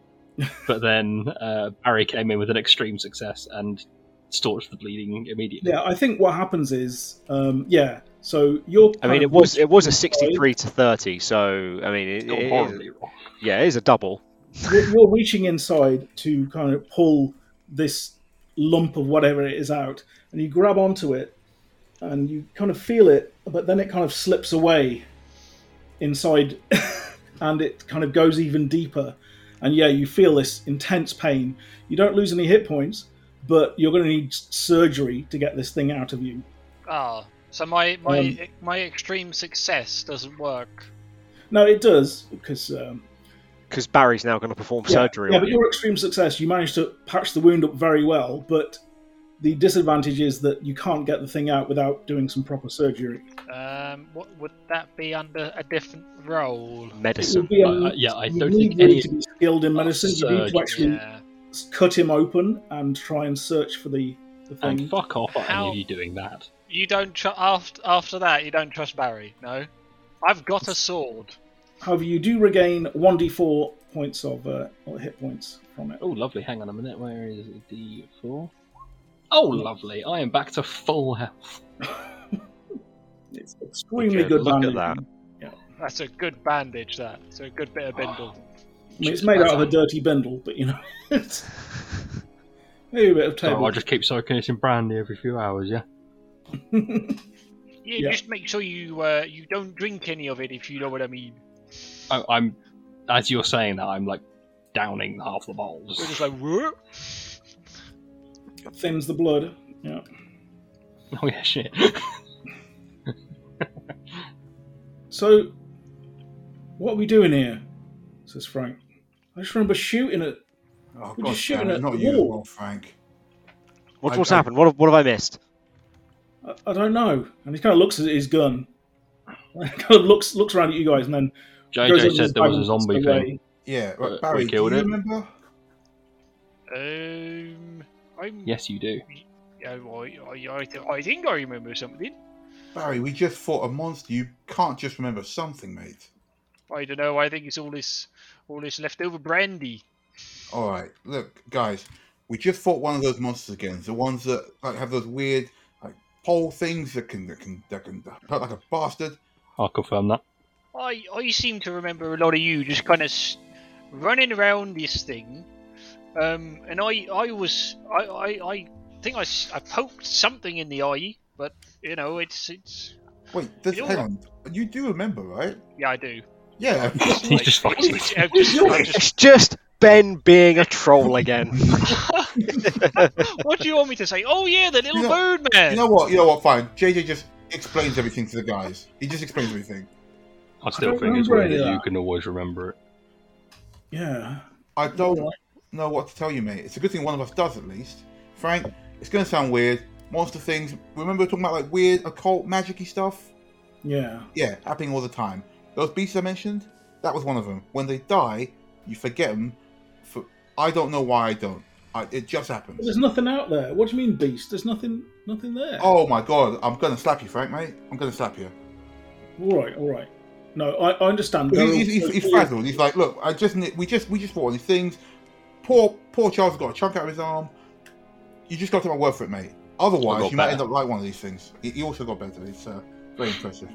Speaker 6: but then uh, Barry came in with an extreme success and staunched the bleeding immediately.
Speaker 2: Yeah, I think what happens is, um, yeah. So you're.
Speaker 1: I mean, it was it was a 63 to 30, so I mean, it,
Speaker 6: Got
Speaker 1: it is,
Speaker 6: horribly wrong.
Speaker 1: yeah, it is a double.
Speaker 2: you're, you're reaching inside to kind of pull this lump of whatever it is out, and you grab onto it, and you kind of feel it, but then it kind of slips away inside, and it kind of goes even deeper. And yeah, you feel this intense pain. You don't lose any hit points, but you're going to need s- surgery to get this thing out of you.
Speaker 4: Ah, so my my e,
Speaker 2: Um,
Speaker 4: my extreme success doesn't work.
Speaker 2: No, it does because um,
Speaker 1: Because Barry's now going to perform surgery
Speaker 2: Yeah,
Speaker 1: on
Speaker 2: but
Speaker 1: you.
Speaker 2: your extreme success, you managed to patch the wound up very well, but the disadvantage is that you can't get the thing out without doing some proper surgery.
Speaker 4: Um, what would that be under a different role?
Speaker 2: It would
Speaker 1: Medicine.
Speaker 2: be a-
Speaker 6: Uh, yeah, I
Speaker 2: you
Speaker 6: don't
Speaker 2: need
Speaker 6: think
Speaker 2: really
Speaker 6: any-
Speaker 2: to be skilled in medicine. You need to
Speaker 6: surgery.
Speaker 2: actually
Speaker 4: Yeah.
Speaker 2: s- cut him open and try and search for the, the thing.
Speaker 6: And fuck off! Are any
Speaker 4: How-
Speaker 6: of you doing that?
Speaker 4: You don't tr- after after that. You don't trust Barry. No, I've got a sword.
Speaker 2: However, you do regain one d4 points of uh, or hit points from it.
Speaker 6: Oh, lovely. Hang on a minute. Where is D four? Oh, lovely. I am back to full health.
Speaker 2: It's extremely
Speaker 1: Okay,
Speaker 2: good.
Speaker 1: look at
Speaker 2: bandaging.
Speaker 1: that.
Speaker 4: That's a good bandage. That so a good
Speaker 5: Oh.
Speaker 4: bit of bindle.
Speaker 2: I mean, it's made out of a dirty bindle, but you know, it's maybe a bit of
Speaker 6: So
Speaker 2: table.
Speaker 6: Oh, I just keep soaking it in brandy every few hours. Yeah.
Speaker 4: Yeah,
Speaker 2: Yeah.
Speaker 4: just make sure you uh, you don't drink any of it if you know what I mean.
Speaker 6: I, I'm. As you're saying that, I'm like downing half the
Speaker 4: We're
Speaker 6: bowls.
Speaker 4: just like, "Whoop."
Speaker 2: Thins the blood. Yeah.
Speaker 6: Oh yeah, shit.
Speaker 2: So, what are we doing here? Says Frank. I just remember shooting at.
Speaker 3: Oh,
Speaker 2: We're
Speaker 3: God,
Speaker 2: just shooting
Speaker 3: damn
Speaker 2: at
Speaker 3: it, not
Speaker 2: the
Speaker 3: you,
Speaker 2: wall.
Speaker 3: well, Frank.
Speaker 1: What's,
Speaker 3: I-
Speaker 1: what's
Speaker 3: I-
Speaker 1: happened? What have, what have I missed?
Speaker 2: I, I don't know. And he kind of looks at his gun. kind of looks looks around at you guys and then goes
Speaker 6: JoJo
Speaker 2: over
Speaker 6: said
Speaker 2: his
Speaker 6: there was
Speaker 2: bag
Speaker 6: a
Speaker 2: and
Speaker 6: zombie
Speaker 2: walks
Speaker 6: thing.
Speaker 2: away.
Speaker 3: Yeah, right,
Speaker 6: we
Speaker 3: Barry,
Speaker 6: killed
Speaker 3: do you
Speaker 6: it.
Speaker 3: remember?
Speaker 4: Um, I'm.
Speaker 6: Yes, you do.
Speaker 4: Yeah, I, I, I, I think I remember something.
Speaker 3: Barry, we just fought a monster. You can't just remember something, mate.
Speaker 4: I don't know. I think it's all this, all this leftover brandy.
Speaker 3: All right, look, guys, we just fought one of those monsters again. The ones that like have those weird like pole things that can that can that can hurt like a bastard.
Speaker 6: I'll confirm that.
Speaker 4: I, I seem to remember a lot of you just kind of s- running around this thing, um, and I, I was, I, I, I think I, s- I poked something in the eye, but you know, it's, it's,
Speaker 3: Wait, this,
Speaker 4: You know
Speaker 3: hang on. You do remember, right?
Speaker 4: yeah, I do.
Speaker 3: Yeah.
Speaker 6: He's just
Speaker 4: Like,
Speaker 6: fucking-
Speaker 4: it's- I'm just- I'm just-
Speaker 1: It's just Ben being a troll again.
Speaker 4: what do you want me to say? Oh yeah, the little
Speaker 3: You know-
Speaker 4: bird man.
Speaker 3: you know what? You know what? Fine. JJ just explains everything to the guys. He just explains everything.
Speaker 6: I still
Speaker 2: don't
Speaker 6: think it's
Speaker 2: remember
Speaker 6: weird
Speaker 2: any of
Speaker 6: that you
Speaker 2: that.
Speaker 6: can always remember it.
Speaker 2: Yeah.
Speaker 3: I don't know what to tell you, mate. It's a good thing one of us does at least. Frank, it's gonna sound weird. Monster things. Remember talking about like weird occult magic-y stuff?
Speaker 2: Yeah.
Speaker 3: Yeah, happening all the time. Those beasts I mentioned, that was one of them. When they die, you forget them. For I don't know why I don't. I, it just
Speaker 2: But
Speaker 3: happens.
Speaker 2: there's nothing out there. What do you mean, beast? There's nothing nothing there.
Speaker 3: Oh my god, I'm gonna slap you, Frank, mate. I'm gonna slap you.
Speaker 2: All right, all right. No, I, I understand.
Speaker 3: He's,
Speaker 2: They're
Speaker 3: he's, he's,
Speaker 2: all-
Speaker 3: he's frazzled. He's like, look, I just ne- we just we just fought all these things. Poor poor Charles got a chunk out of his arm. You just got to take my word for it, mate.
Speaker 1: I
Speaker 3: Otherwise,
Speaker 1: got
Speaker 3: you might
Speaker 1: better.
Speaker 3: end up like one of these things. He, he also got better. It's uh, very impressive.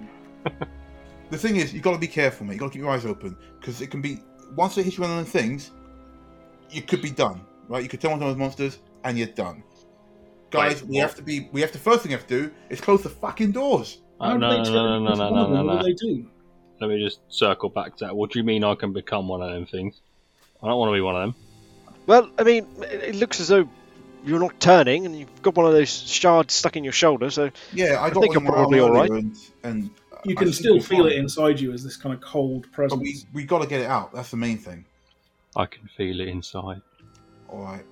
Speaker 3: the thing is, you got to be careful, mate. You got to keep your eyes open because it can be once they hit you on those things, you could be done. Right? You could turn on one of those monsters and you're done. Guys,
Speaker 1: Wait,
Speaker 3: we have to be. We have to. First thing we have to do is close the fucking doors.
Speaker 2: How
Speaker 6: Oh,
Speaker 2: do
Speaker 6: no,
Speaker 2: they
Speaker 6: no,
Speaker 2: turn
Speaker 6: no, no,
Speaker 2: into
Speaker 6: no,
Speaker 2: one
Speaker 6: no,
Speaker 2: of them?
Speaker 6: no,
Speaker 2: What
Speaker 6: no.
Speaker 2: do they do?
Speaker 6: Let me just circle back to that. What do you mean I can become one of them things? I don't want to be one of them.
Speaker 1: well, I mean, it it looks as though you're not turning, and you've got one of those shards stuck in your shoulder. So
Speaker 3: Yeah, I,
Speaker 1: I
Speaker 3: got
Speaker 1: think you're
Speaker 3: one in my arm
Speaker 1: probably all
Speaker 3: earlier
Speaker 1: right.
Speaker 3: And, and
Speaker 2: You
Speaker 3: I
Speaker 2: can
Speaker 3: think
Speaker 2: still
Speaker 3: we're
Speaker 2: feel
Speaker 3: fine.
Speaker 2: it inside you as this kind of cold
Speaker 3: But
Speaker 2: presence.
Speaker 3: we we got to get it out. That's the main thing.
Speaker 6: I can feel it inside.
Speaker 3: All right.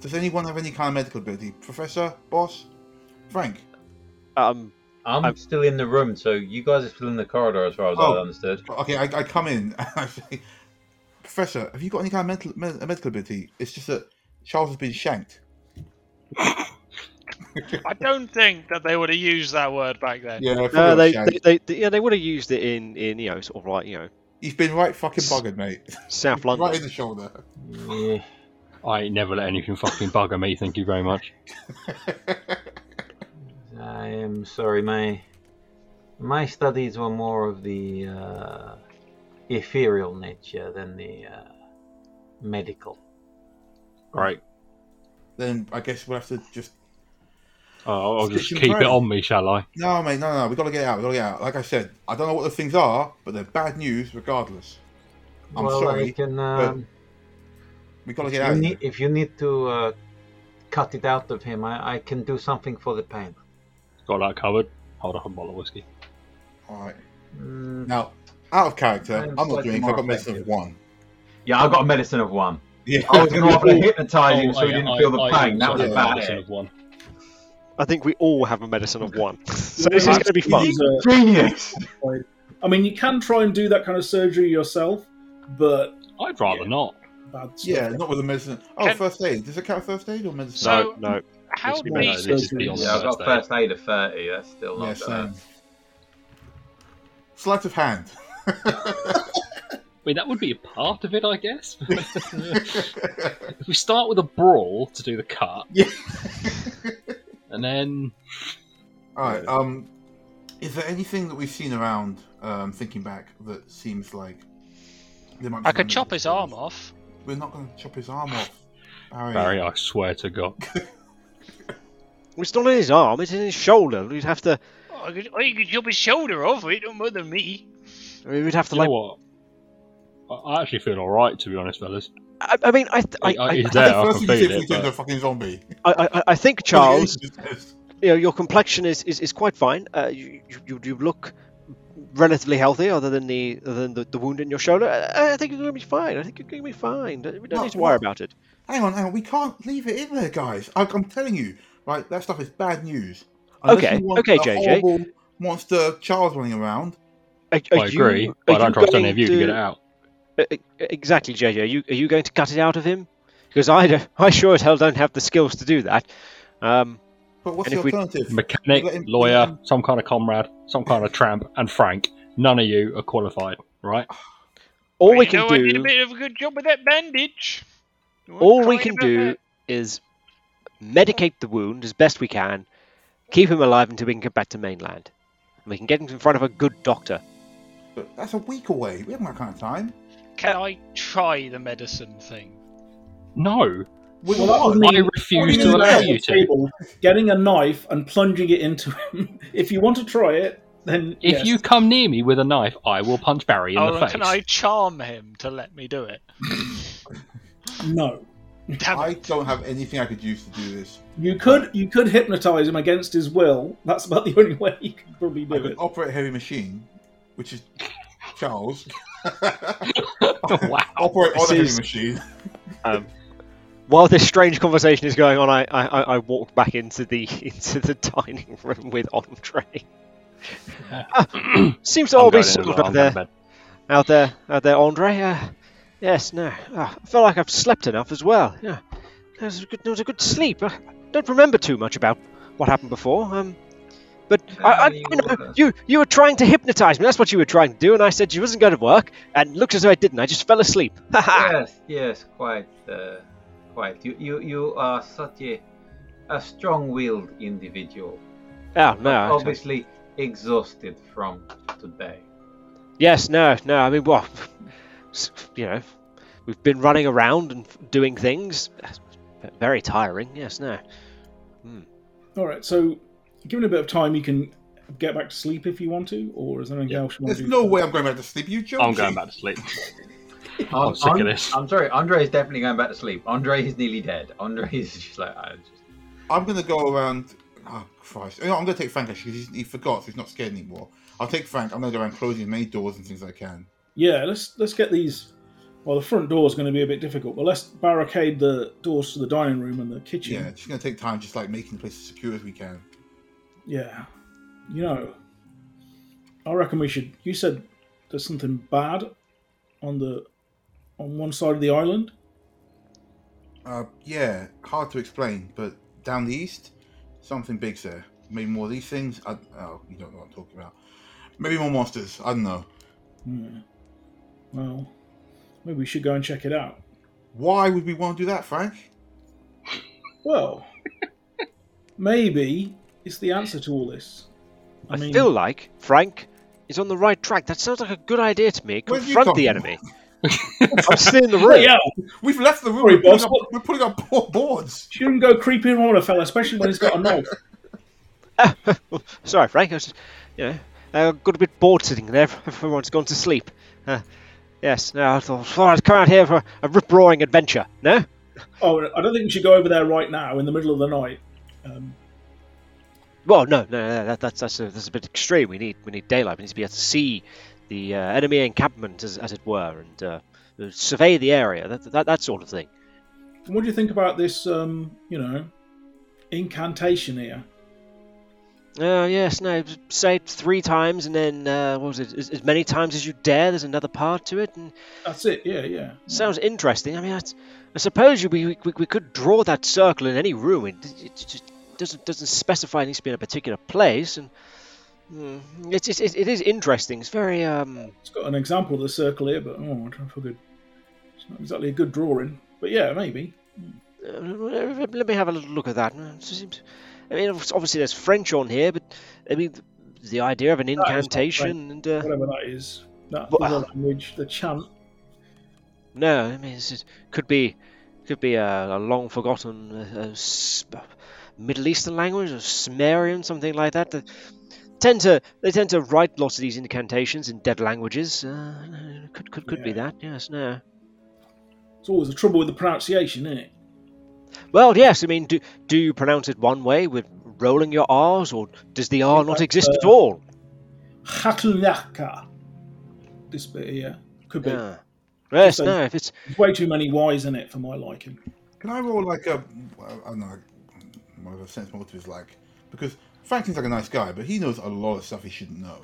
Speaker 3: Does anyone have any kind of medical ability? Professor, boss, Frank.
Speaker 1: um,
Speaker 5: I'm,
Speaker 1: I'm-
Speaker 5: still in the room, so you guys are still in the corridor as far as
Speaker 3: Oh.
Speaker 5: I understood.
Speaker 3: Okay, I, I come in. And I say, Professor, have you got any kind of mental, med- medical ability? It's just that Charles has been shanked.
Speaker 4: I don't think that they would have used that word back then.
Speaker 3: Yeah,
Speaker 1: no,
Speaker 3: they,
Speaker 1: uh, they, they, they, they, yeah, they would have used it in, in, you know, sort of like, you know,
Speaker 3: he's been right fucking buggered, mate.
Speaker 1: South
Speaker 3: right in
Speaker 1: London.
Speaker 3: the shoulder.
Speaker 5: Yeah.
Speaker 6: I ain't never let anything fucking bugger me. Thank you very much.
Speaker 5: I am sorry, my my studies were more of the uh, ethereal nature than the uh, medical.
Speaker 6: Right.
Speaker 3: then I guess we'll have to just.
Speaker 6: Oh, I'll just
Speaker 3: Stitch and
Speaker 6: keep it
Speaker 3: pray.
Speaker 6: on me, shall I?
Speaker 3: No, mate, no, no, we got to get it out. We got to get it out. Like I said, I don't know what the things are, but they're bad news regardless. I'm
Speaker 5: well, I
Speaker 3: sorry,
Speaker 5: can, um,
Speaker 3: We got to
Speaker 5: if,
Speaker 3: get it
Speaker 5: you
Speaker 3: out. of
Speaker 5: need,
Speaker 3: here.
Speaker 5: if you need to uh, cut it out of him, I, I can do something for the pain.
Speaker 6: Got that covered. Hold up a bottle of whiskey.
Speaker 3: All right.
Speaker 5: Mm,
Speaker 3: Now, out of character,
Speaker 5: I'm
Speaker 3: I'm not
Speaker 5: slightly
Speaker 3: doing. it 'cause
Speaker 5: more
Speaker 3: I've
Speaker 5: Oh,
Speaker 3: got medicine of
Speaker 5: effective.
Speaker 3: one.
Speaker 5: Yeah, I got a medicine of one.
Speaker 3: Yeah.
Speaker 5: I was going to offer to hypnotize him
Speaker 6: Oh,
Speaker 5: so he
Speaker 6: yeah,
Speaker 5: didn't
Speaker 6: I-
Speaker 5: feel the
Speaker 6: I-
Speaker 5: pain. That was
Speaker 6: I-
Speaker 5: about
Speaker 6: medicine
Speaker 5: it.
Speaker 6: of one.
Speaker 1: I think we all have a medicine of one. so this is
Speaker 2: Yeah,
Speaker 1: going to be fun.
Speaker 2: these are-
Speaker 5: Genius!
Speaker 2: I mean, you can try and do that kind of surgery yourself, but
Speaker 6: I'd rather not.
Speaker 2: bad stuff.
Speaker 3: Yeah, not with the medicine. Oh,
Speaker 4: Can-
Speaker 3: first aid. Does it count first aid or medicine?
Speaker 4: So-
Speaker 1: no, no.
Speaker 4: How
Speaker 6: It's
Speaker 4: did
Speaker 6: been
Speaker 2: made
Speaker 6: no,
Speaker 4: these
Speaker 6: this is beyond
Speaker 5: Yeah, I got
Speaker 6: Thursday.
Speaker 5: first aid of 30. That's still
Speaker 3: yeah,
Speaker 5: not
Speaker 3: same.
Speaker 5: bad.
Speaker 3: Sleight of hand.
Speaker 6: I mean, that would be a part of it, I guess. If we start with a brawl to do the cut,
Speaker 3: Yeah.
Speaker 6: and then
Speaker 3: All right. Um, is there anything that we've seen around? Um, thinking back, that seems like there might. Be
Speaker 4: I could
Speaker 3: something
Speaker 4: chop
Speaker 3: that-
Speaker 4: his arm off.
Speaker 3: We're not going to chop his arm off. Barry.
Speaker 6: Barry, I swear to God,
Speaker 1: It's not in his arm, it's in his shoulder. We'd have to,
Speaker 4: I Oh, could, I could chop his shoulder off. It don't bother me.
Speaker 1: I mean, we'd have to,
Speaker 6: you know
Speaker 1: like,
Speaker 6: what? I- I actually feel all right, to be honest, fellas.
Speaker 1: I, I mean, I, th- I,
Speaker 6: It-
Speaker 1: I,
Speaker 6: it's
Speaker 1: I,
Speaker 6: there. I
Speaker 3: First
Speaker 6: can
Speaker 3: thing you did,
Speaker 6: feel
Speaker 3: we
Speaker 6: it.
Speaker 3: turned
Speaker 6: but-
Speaker 3: a fucking zombie.
Speaker 1: I, I, I think Charles, you know, your complexion is, is, is quite fine. Uh, you, you, you- you look relatively healthy, other than the other than the, the wound in your shoulder. I, I think you're going to be fine. I think you're going to be fine. Don't- We don't
Speaker 3: Well,
Speaker 1: need to worry
Speaker 3: well-
Speaker 1: about it.
Speaker 3: Hang on, hang on. We can't leave it in there, guys. I, I'm telling you, right? That stuff is bad news. Unless
Speaker 1: Okay,
Speaker 3: you want
Speaker 1: okay,
Speaker 3: a
Speaker 1: JJ.
Speaker 3: Horrible monster child running around.
Speaker 1: Are,
Speaker 6: I
Speaker 1: are you-
Speaker 6: agree,
Speaker 1: are
Speaker 6: but I
Speaker 1: you
Speaker 6: don't trust
Speaker 1: going
Speaker 6: any of you to, get it out.
Speaker 1: Uh, uh, Exactly, JJ. Are you, are you going to cut it out of him? Because I, don't, I sure as hell don't have the skills to do that. Um,
Speaker 3: But what's
Speaker 1: And
Speaker 3: the
Speaker 1: if we-
Speaker 3: alternative?
Speaker 6: Mechanic,
Speaker 3: Let him- let
Speaker 6: lawyer,
Speaker 3: him-
Speaker 6: some kind of comrade, some kind of tramp, and Frank. None of you are qualified, right?
Speaker 1: all
Speaker 4: But
Speaker 1: we
Speaker 4: you
Speaker 1: can
Speaker 4: know, I did a
Speaker 1: do,
Speaker 4: bit of a good job with that bandage. You weren't
Speaker 1: all we
Speaker 4: crying
Speaker 1: can
Speaker 4: about
Speaker 1: do
Speaker 4: that.
Speaker 1: is medicate the wound as best we can, keep him alive until we can get back to mainland. And we can get him in front of a good doctor.
Speaker 3: But that's a week away. We haven't got that kind of time.
Speaker 4: Can I try the medicine thing?
Speaker 6: No,
Speaker 3: We
Speaker 2: Well, that would
Speaker 3: can't.
Speaker 2: mean-
Speaker 6: I refuse
Speaker 2: Putting
Speaker 6: to
Speaker 2: him
Speaker 6: allow
Speaker 2: down at
Speaker 6: you
Speaker 2: the
Speaker 6: to.
Speaker 2: table, getting a knife and plunging it into him. If you want to try it, then
Speaker 6: If
Speaker 2: yes.
Speaker 6: you come near me with a knife, I will punch Barry in
Speaker 4: oh,
Speaker 6: the
Speaker 4: well,
Speaker 6: face.
Speaker 4: can I charm him to let me do it?
Speaker 2: no,
Speaker 4: Damn
Speaker 3: I
Speaker 4: it.
Speaker 3: don't have anything I could use to do this.
Speaker 2: you could you could hypnotize him against his will. That's about the only way you could probably do
Speaker 3: I could
Speaker 2: it.
Speaker 3: operate a heavy machine, which is Charles.
Speaker 6: wow.
Speaker 3: operate on
Speaker 1: This
Speaker 3: a heavy
Speaker 1: is-
Speaker 3: machine.
Speaker 1: Um, while this strange conversation is going on, I, I, I I walk back into the into the dining room with Andre. Ah, seems to all
Speaker 6: I'm
Speaker 1: be
Speaker 6: going in as
Speaker 1: settled
Speaker 6: well,
Speaker 1: out
Speaker 6: I'm going
Speaker 1: there.
Speaker 6: to bed.
Speaker 1: out there, out there, Andre. Uh, yes, no. Ah, I feel like I've slept enough as well. Yeah, that was a good, that was a good sleep. I don't remember too much about what happened before. Um, but I, I,
Speaker 5: Uh,
Speaker 1: you,
Speaker 5: you
Speaker 1: know,
Speaker 5: were.
Speaker 1: you you were trying to hypnotize me. That's what you were trying to do, and I said she wasn't going to work, and looked as though I didn't. I just fell asleep. Ha ha.
Speaker 5: yes, yes, quite, uh, quite. You, you, you are such a, a strong-willed individual.
Speaker 1: Oh no.
Speaker 5: Obviously exhausted from today.
Speaker 1: Yes, no, no. I mean, well, s- you know, we've been running around and doing things. Very tiring. Yes, no.
Speaker 2: All right, so given a bit of time, you can get back to sleep if you want to, or is there anything else you want
Speaker 3: There's
Speaker 2: to do?
Speaker 3: no way I'm going back to sleep. You joking?
Speaker 6: I'm going back to sleep.
Speaker 5: An-
Speaker 6: sick of
Speaker 5: An-
Speaker 6: this.
Speaker 5: I'm sorry, Andre is definitely going back to sleep. Andre is nearly dead. Andre is just like, I just.
Speaker 3: I'm gonna go around. Oh Christ! No, I'm gonna take Frank actually because he forgot, so he's not scared anymore. I'll take Frank. I'm gonna go around closing as many doors and things as I can.
Speaker 2: Yeah, let's let's get these. Well, the front door is going to be a bit difficult, but let's barricade the doors to the dining room and the kitchen.
Speaker 3: Yeah, it's gonna take time, just like making the place as secure as we can.
Speaker 2: Yeah. You know, I reckon we should. You said there's something bad on the on one side of the island.
Speaker 3: Uh, yeah, hard to explain, but down the east, something big's there. Maybe more of these things. I, oh, you don't know what I'm talking about. Maybe more monsters. I don't know.
Speaker 2: Hmm. Well, maybe we should go and check it out.
Speaker 3: Why would we want to do that, Frank?
Speaker 2: Well, maybe it's the answer to all this.
Speaker 1: I, feel like Frank is on the right track. That sounds like a good idea to me.
Speaker 3: Where have you
Speaker 1: Confront
Speaker 3: come
Speaker 1: the
Speaker 3: from?
Speaker 1: enemy. I'm still in the room.
Speaker 2: yeah,
Speaker 3: We've left the room.
Speaker 2: Sorry,
Speaker 3: we're, putting
Speaker 2: boss,
Speaker 3: up,
Speaker 2: what-
Speaker 3: we're putting up poor boards.
Speaker 2: shouldn't go creeping on a fella, especially when he's got a knife.
Speaker 1: Sorry, Frank. I was just, you know, I got a bit bored sitting there. Everyone's gone to sleep. Uh, yes. No, I thought "Oh, I'd come out here for a rip roaring adventure. No.
Speaker 2: Oh, I don't think we should go over there right now in the middle of the night. Um,
Speaker 1: Well, no, no, no that, that's that's a, that's a bit extreme. We need we need daylight. We need to be able to see the uh, enemy encampment, as, as it were, and uh, survey the area. That, that that sort of thing.
Speaker 2: what do you think about this? Um, you know, incantation here.
Speaker 1: Oh, yes, no, s- say it three times and then, uh, what was it, as, as many times as you dare, there's another part to it, and
Speaker 2: That's it. Yeah, yeah.
Speaker 1: sounds interesting. I mean, I, s- I suppose you- we, we, we could draw that circle in any room, it, it, it just doesn't, doesn't specify it needs to be in a particular place, and hmm, it's, it's, it, it is interesting, it's very, um,
Speaker 2: It's got an example of the circle here, but oh, I don't know if I could. It's not exactly a good drawing, but yeah, maybe.
Speaker 1: uh, let me have a little look at that. It seems- I mean, obviously there's French on here, but, I mean, the idea of an
Speaker 2: not French.
Speaker 1: incantation and... Uh,
Speaker 2: Whatever that is, that
Speaker 1: But-
Speaker 2: other language, the chant.
Speaker 1: No, I mean it's- it could be could be a, a long forgotten uh, uh, S- Middle Eastern language or Sumerian, something like that. that tend to they tend to write lots of these incantations in dead languages. Uh, could could could be that. Yes, no.
Speaker 2: It's always the trouble with the pronunciation, isn't it?
Speaker 1: Well, yes. I mean, do do you pronounce it one way with rolling your R's, or does the R not
Speaker 2: that's,
Speaker 1: exist at
Speaker 2: uh,
Speaker 1: all?
Speaker 2: Hatlaka. This bit here. Could be.
Speaker 1: Yeah. Yes,
Speaker 2: So-
Speaker 1: no, if it's
Speaker 2: There's way too many Y's in it for my liking.
Speaker 3: Can I roll like a I don't know, whatever sense motive is like? Because Frank seems like a nice guy, but he knows a lot of stuff he shouldn't know.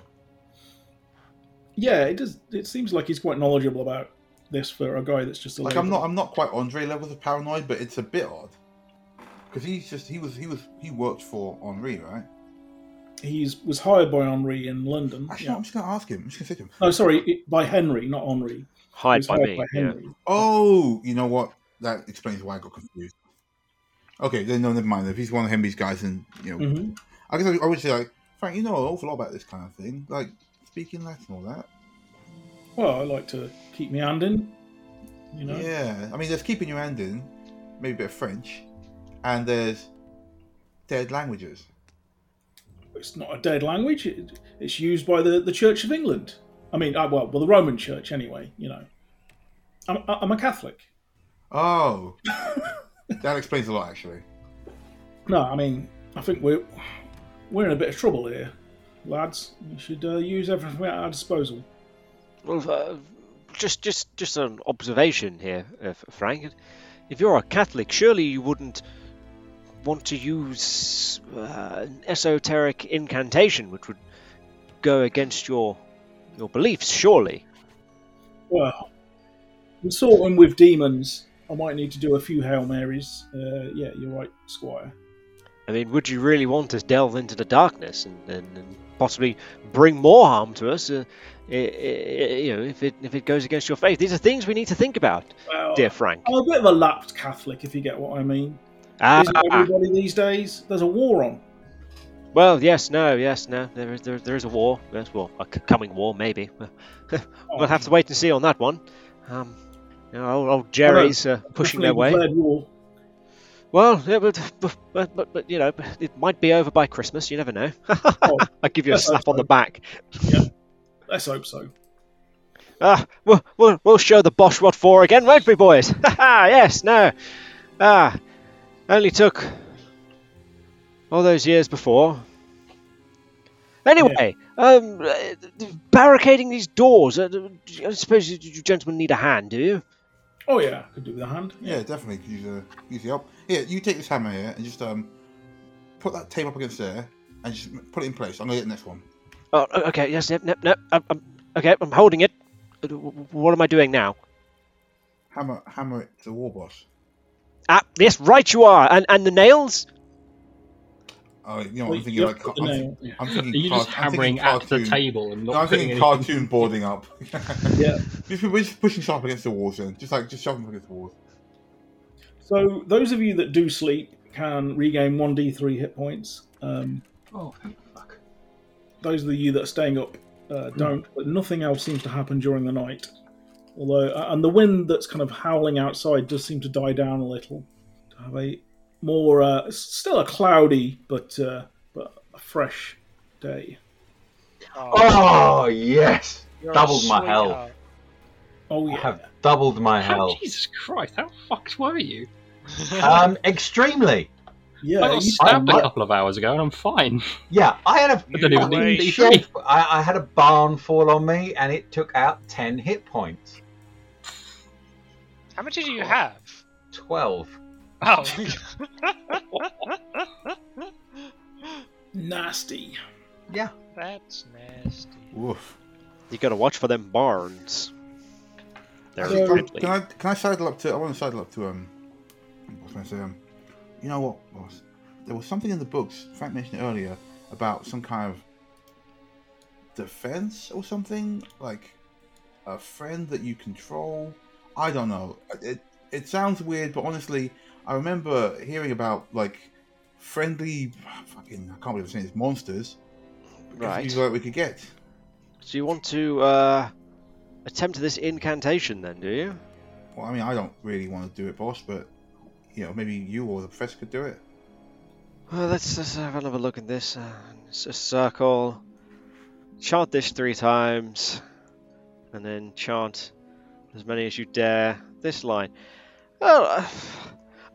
Speaker 2: Yeah, it does. It seems like he's quite knowledgeable about this for a guy that's just a
Speaker 3: Like
Speaker 2: labourer.
Speaker 3: I'm not I'm not quite Andre levels of paranoid, but it's a bit odd. Because he's just he was he was he worked for Henri, right?
Speaker 2: He's was hired by Henri in London.
Speaker 3: Actually, no,
Speaker 2: Yeah.
Speaker 3: I'm just gonna ask him. I'm just gonna say to him,
Speaker 2: No, sorry, it, by Henry, not Henri. He
Speaker 1: hired
Speaker 2: was
Speaker 1: by
Speaker 2: hired
Speaker 1: me,
Speaker 2: by
Speaker 1: yeah.
Speaker 2: Henry.
Speaker 3: "Oh, you know what? That explains why I got confused." Okay, then no, never mind. If he's one of Henry's guys, and you know,
Speaker 2: hmm
Speaker 3: I guess I, I would say like Frank, you know an awful lot about this kind of thing, like speaking Latin and all that.
Speaker 2: Well, I like to keep me hand in. You know,
Speaker 3: Yeah, I mean, there's keeping your hand in, maybe a bit of French, and there's dead languages.
Speaker 2: it's not a dead language. It, it's used by the, the Church of England. I mean, uh, well, well, the Roman Church, anyway. You know, I'm, I'm a Catholic.
Speaker 3: Oh, that explains a lot, actually.
Speaker 2: No, I mean, I think we're we're in a bit of trouble here, lads. We should uh, use everything at our disposal.
Speaker 1: Well, uh, just just just an observation here, uh, F- Frank. If you're a Catholic, surely you wouldn't want to use uh, an esoteric incantation, which would go against your your beliefs. Surely,
Speaker 2: Well, consorting with demons, I might need to do a few hail marys. Uh, yeah, you're right, Squire.
Speaker 1: I mean, would you really want to delve into the darkness and, and, and possibly bring more harm to us? Uh, i- i- i- you know, if it if it goes against your faith, these are things we need to think about,
Speaker 2: Well,
Speaker 1: dear Frank.
Speaker 2: I'm a bit of a lapsed Catholic, if you get what I mean.
Speaker 1: Ah,
Speaker 2: Isn't everybody these days? There's a war on.
Speaker 1: well, yes, no, yes, no. There is there, there is a war. There's well, a c- coming war, maybe. We'll have to wait and see on that one. Um, you know, old, old Jerry's uh, pushing their way.
Speaker 2: Definitely declared war.
Speaker 1: Well, yeah, but, but, but, but, but, you know, it might be over by Christmas. You never know. I give you a
Speaker 2: yes, I
Speaker 1: slap on the
Speaker 2: suppose.
Speaker 1: back.
Speaker 2: Let's hope so.
Speaker 1: Ah, we'll, we'll, we'll show the Bosch what for again, won't we, boys? Ha ha! Yes, no. Ah, only took all those years before. Anyway, um, uh, barricading these doors. Uh, I suppose you, you gentlemen need a hand, do you?
Speaker 2: Oh yeah, could do with a hand.
Speaker 3: Yeah, definitely could use the use the help. Here, you take this hammer here and just um put that tape up against there and just m- put it in place. I'm gonna get the next one.
Speaker 1: Oh, o- okay. Yes. Yep. Yep. Yep. Um, um, okay. I'm holding it. Uh, w- w- What am I doing now?
Speaker 3: Hammer, hammer it to the war boss.
Speaker 1: Ah, yes. Right, you are. And and the nails.
Speaker 3: Oh, you know,
Speaker 2: Well,
Speaker 3: I'm thinking
Speaker 2: you
Speaker 3: like
Speaker 2: have to put
Speaker 3: I'm,
Speaker 2: the
Speaker 3: thi-
Speaker 2: nail. Yeah.
Speaker 3: I'm
Speaker 6: Are
Speaker 3: thinking.
Speaker 6: you
Speaker 3: car-
Speaker 6: just
Speaker 3: I'm
Speaker 6: hammering
Speaker 3: thinking
Speaker 6: at the
Speaker 3: cartoon-
Speaker 6: table and
Speaker 3: No,
Speaker 6: not
Speaker 3: I'm
Speaker 6: putting
Speaker 3: thinking
Speaker 6: any...
Speaker 3: cartoon boarding up.
Speaker 2: Yeah.
Speaker 3: Just- We're just pushing sharp against the walls, then. Just like just shove them against the walls.
Speaker 2: So those of you that do sleep can regain one d3 hit points. Um,
Speaker 5: Oh, thank fuck.
Speaker 2: those of you that are staying up uh, don't. But nothing else seems to happen during the night. Although, uh, and the wind that's kind of howling outside does seem to die down a little. To have a more, uh, it's still a cloudy but uh, but a fresh day.
Speaker 5: Oh, yes!
Speaker 4: you're a
Speaker 5: doubled my health.
Speaker 4: sweetheart.
Speaker 2: Oh
Speaker 5: I
Speaker 2: yeah.
Speaker 5: have doubled my
Speaker 6: How,
Speaker 5: health.
Speaker 6: Jesus Christ, how fucked were you?
Speaker 5: Um, extremely.
Speaker 2: yeah.
Speaker 6: I got
Speaker 2: you-
Speaker 6: stabbed
Speaker 5: I-
Speaker 6: a couple of hours ago and I'm fine.
Speaker 5: Yeah, I had a
Speaker 6: I don't even
Speaker 5: fucking
Speaker 6: need
Speaker 4: Wait.
Speaker 6: D3.
Speaker 5: shit. I, I had a barn fall on me, and it took out ten hit points.
Speaker 4: How much did you have?
Speaker 5: Twelve.
Speaker 4: Oh,
Speaker 2: nasty.
Speaker 5: Yeah.
Speaker 4: that's nasty.
Speaker 3: Woof.
Speaker 1: You gotta watch for them barns. They're
Speaker 3: Actually, can,
Speaker 1: deadly.
Speaker 3: can I can I sidle up to? I want to sidle up to um. What can I say? Um, you know what, boss? There was something in the books Frank mentioned earlier about some kind of defense or something like a friend that you control. I don't know. It it sounds weird, but honestly, I remember hearing about like friendly fucking I can't believe I'm saying this monsters.
Speaker 1: Right.
Speaker 3: That we could get.
Speaker 1: So you want to uh, attempt this incantation, then, do you?
Speaker 3: Well, I mean, I don't really want to do it, boss, but you know, maybe you or the professor could do it.
Speaker 1: Well, let's, let's have another look at this. Uh, it's a circle. Chant this three times, and then chant as many as you dare. This line. Well, uh,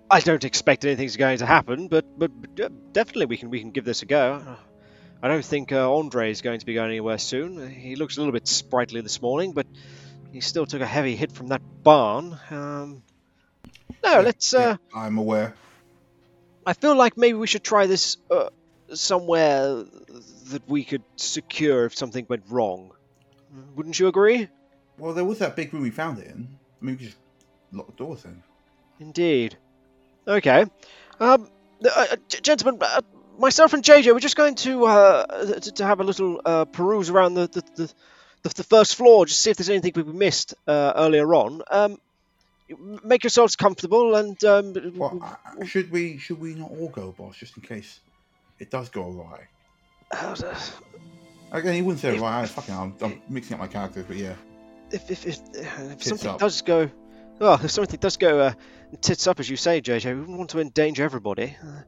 Speaker 1: I don't expect anything's going to happen, but but uh, definitely we can we can give this a go. I don't think uh, Andre is going to be going anywhere soon. He looks a little bit sprightly this morning, but he still took a heavy hit from that barn. Um, no, let's. Uh,
Speaker 3: Yeah, I'm aware.
Speaker 1: I feel like maybe we should try this uh, somewhere that we could secure if something went wrong. Wouldn't you agree?
Speaker 3: Well, there was that big room we found it in. I mean, we just lock the doors in.
Speaker 1: Indeed. Okay. Um, th- uh, g- gentlemen, uh, myself and JJ, we're just going to uh, to, to have a little uh, peruse around the the, the, the the first floor, just see if there's anything we missed uh, earlier on. Um, make yourselves comfortable and um,
Speaker 3: Well, I- I- uh, should we should we not all go, boss, just in case it does go awry? Again, he wouldn't say awry. I fucking, I'm, I'm mixing up my characters, but yeah.
Speaker 1: if if, if, if
Speaker 3: Tits
Speaker 1: something
Speaker 3: up.
Speaker 1: does go, well, if something does go uh, tits up, as you say, JJ, we wouldn't want to endanger everybody. Uh,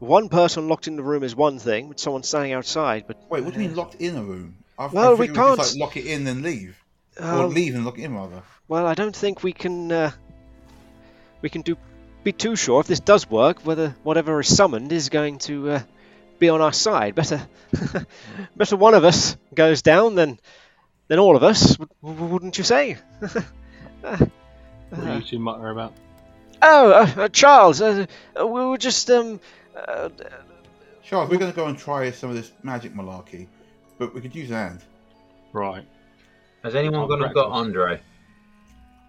Speaker 1: One person locked in the room is one thing, with someone standing outside, but
Speaker 3: Wait, what do you mean locked in a room? I've,
Speaker 1: Well, we
Speaker 3: figured
Speaker 1: can't-
Speaker 3: just, like, lock it in and leave, or
Speaker 1: um,
Speaker 3: leave and lock it in rather.
Speaker 1: well, I don't think we can uh, we can do be too sure if this does work whether whatever is summoned is going to uh, be on our side. Better better one of us goes down than than all of us, w- w- wouldn't you say?
Speaker 6: What are you two mutter about?
Speaker 1: Oh, uh, uh, Charles, uh, uh, we were just um. Uh,
Speaker 3: Charles, we're going to go and try some of this magic malarkey, but we could use a hand.
Speaker 6: Right.
Speaker 5: Has anyone
Speaker 6: Oh,
Speaker 5: gone and got Andre?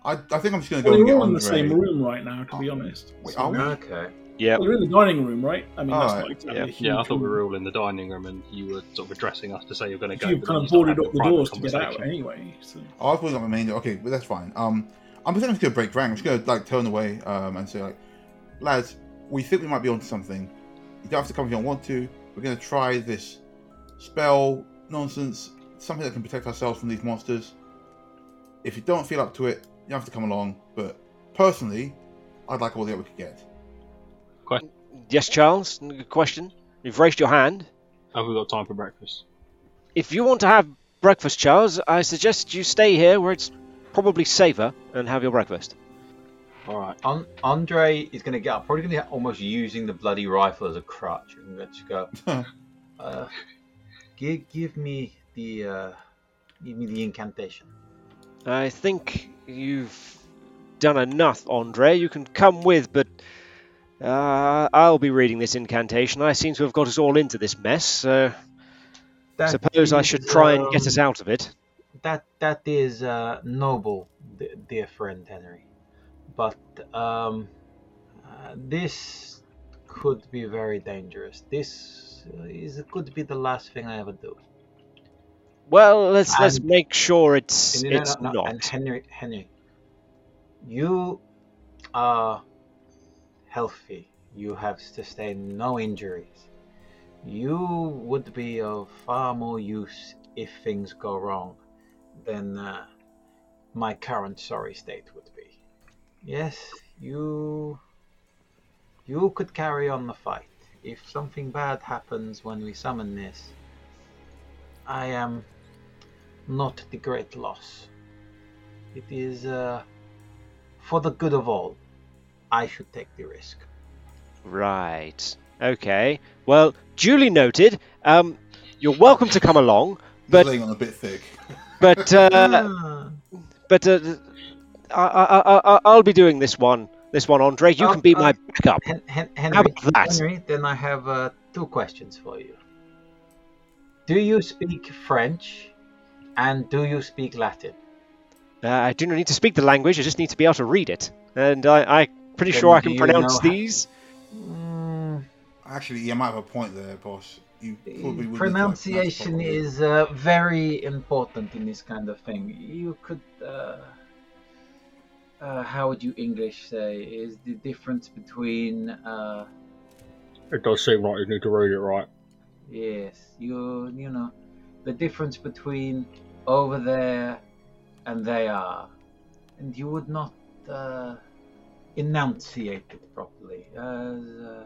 Speaker 3: I, I think I'm just going to go
Speaker 2: Well,
Speaker 3: and
Speaker 2: we're
Speaker 3: get
Speaker 2: all in
Speaker 3: Andre.
Speaker 2: the same room right now, to be
Speaker 3: Oh.
Speaker 2: honest.
Speaker 3: Wait,
Speaker 2: So-
Speaker 3: are we?
Speaker 5: Okay.
Speaker 1: yeah,
Speaker 2: Well, We're in the dining room, right? I mean, that's
Speaker 3: Alright,
Speaker 2: not exactly
Speaker 1: yeah.
Speaker 2: a huge
Speaker 6: Yeah, I thought we
Speaker 2: room.
Speaker 6: were all in the dining room and you were sort of addressing us to say you're going to go.
Speaker 2: You've
Speaker 6: but
Speaker 2: kind
Speaker 6: then
Speaker 2: of
Speaker 6: you
Speaker 2: boarded
Speaker 6: started having
Speaker 2: up the
Speaker 6: a private
Speaker 2: doors to get out
Speaker 6: conversation.
Speaker 2: anyway. So.
Speaker 3: Oh, I was not main. Okay, but that's fine. Um, I'm just going to break rank. I'm just going to like turn away um, and say like, lads, we think we might be onto something. You don't have to come if you don't want to. We're going to try this spell nonsense, something that can protect ourselves from these monsters. If you don't feel up to it, you don't have to come along. But personally, I'd like all the help we could get.
Speaker 1: yes, Charles. Good question. You've raised your hand.
Speaker 2: eh?
Speaker 6: Have we got time for breakfast?
Speaker 1: If you want to have breakfast, Charles, I suggest you stay here where it's probably safer and have your breakfast.
Speaker 6: All right.
Speaker 5: An- Andre is going to get up, probably going to get almost using the bloody rifle as a crutch, and just go. uh, give, give me the, uh, give me the incantation.
Speaker 1: I think you've done enough, Andre. You can come with, but uh, I'll be reading this incantation. I seem to have got us all into this mess, so I
Speaker 5: That
Speaker 1: suppose I should
Speaker 5: is,
Speaker 1: try and get
Speaker 5: um,
Speaker 1: us out of it.
Speaker 5: That that is uh, noble, de- dear friend Henry, but um, uh, this could be very dangerous. This is could be the last thing I ever do.
Speaker 1: Well, let's let's
Speaker 5: And-
Speaker 1: make sure it's
Speaker 5: And you know,
Speaker 1: it's
Speaker 5: no, no, And
Speaker 1: not.
Speaker 5: Henry, Henry, you are healthy. You have sustained no injuries. You would be of far more use if things go wrong than uh, my current sorry state would be. Yes, you. You could carry on the fight. If something bad happens when we summon this, I am not the great loss. It is uh, for the good of all. I should take the risk.
Speaker 1: Right. Okay. Well, duly noted. Um, you're welcome to come along,
Speaker 3: But
Speaker 1: But-
Speaker 3: laying on a bit thick.
Speaker 1: but uh,
Speaker 5: Ah,
Speaker 1: but uh, I, I, I- I I'll be doing this one. This one, Andre. You
Speaker 5: Oh,
Speaker 1: can be
Speaker 5: oh.
Speaker 1: my backup.
Speaker 5: Hen- Hen- Henry,
Speaker 1: How about that?
Speaker 5: Henry, then I have uh, two questions for you. Do you speak French, and do you speak Latin?
Speaker 1: Uh, I do not need to speak the language. I just need to be able to read it, and I, I pretty
Speaker 5: Then
Speaker 1: sure I
Speaker 5: do
Speaker 1: can
Speaker 5: you
Speaker 1: pronounce
Speaker 5: know how-
Speaker 1: these.
Speaker 5: Mm,
Speaker 3: Actually, you might have a point there, boss. You probably would
Speaker 5: pronunciation
Speaker 3: need to, like, pronounce properly.
Speaker 5: is uh, very important in this kind of thing. You could, uh, uh, how would you English say, is the difference between, uh,
Speaker 6: It does seem like you need to read it right.
Speaker 5: yes, you, you know, the difference between over there and they are, and you would not uh, enunciate it properly. As, uh,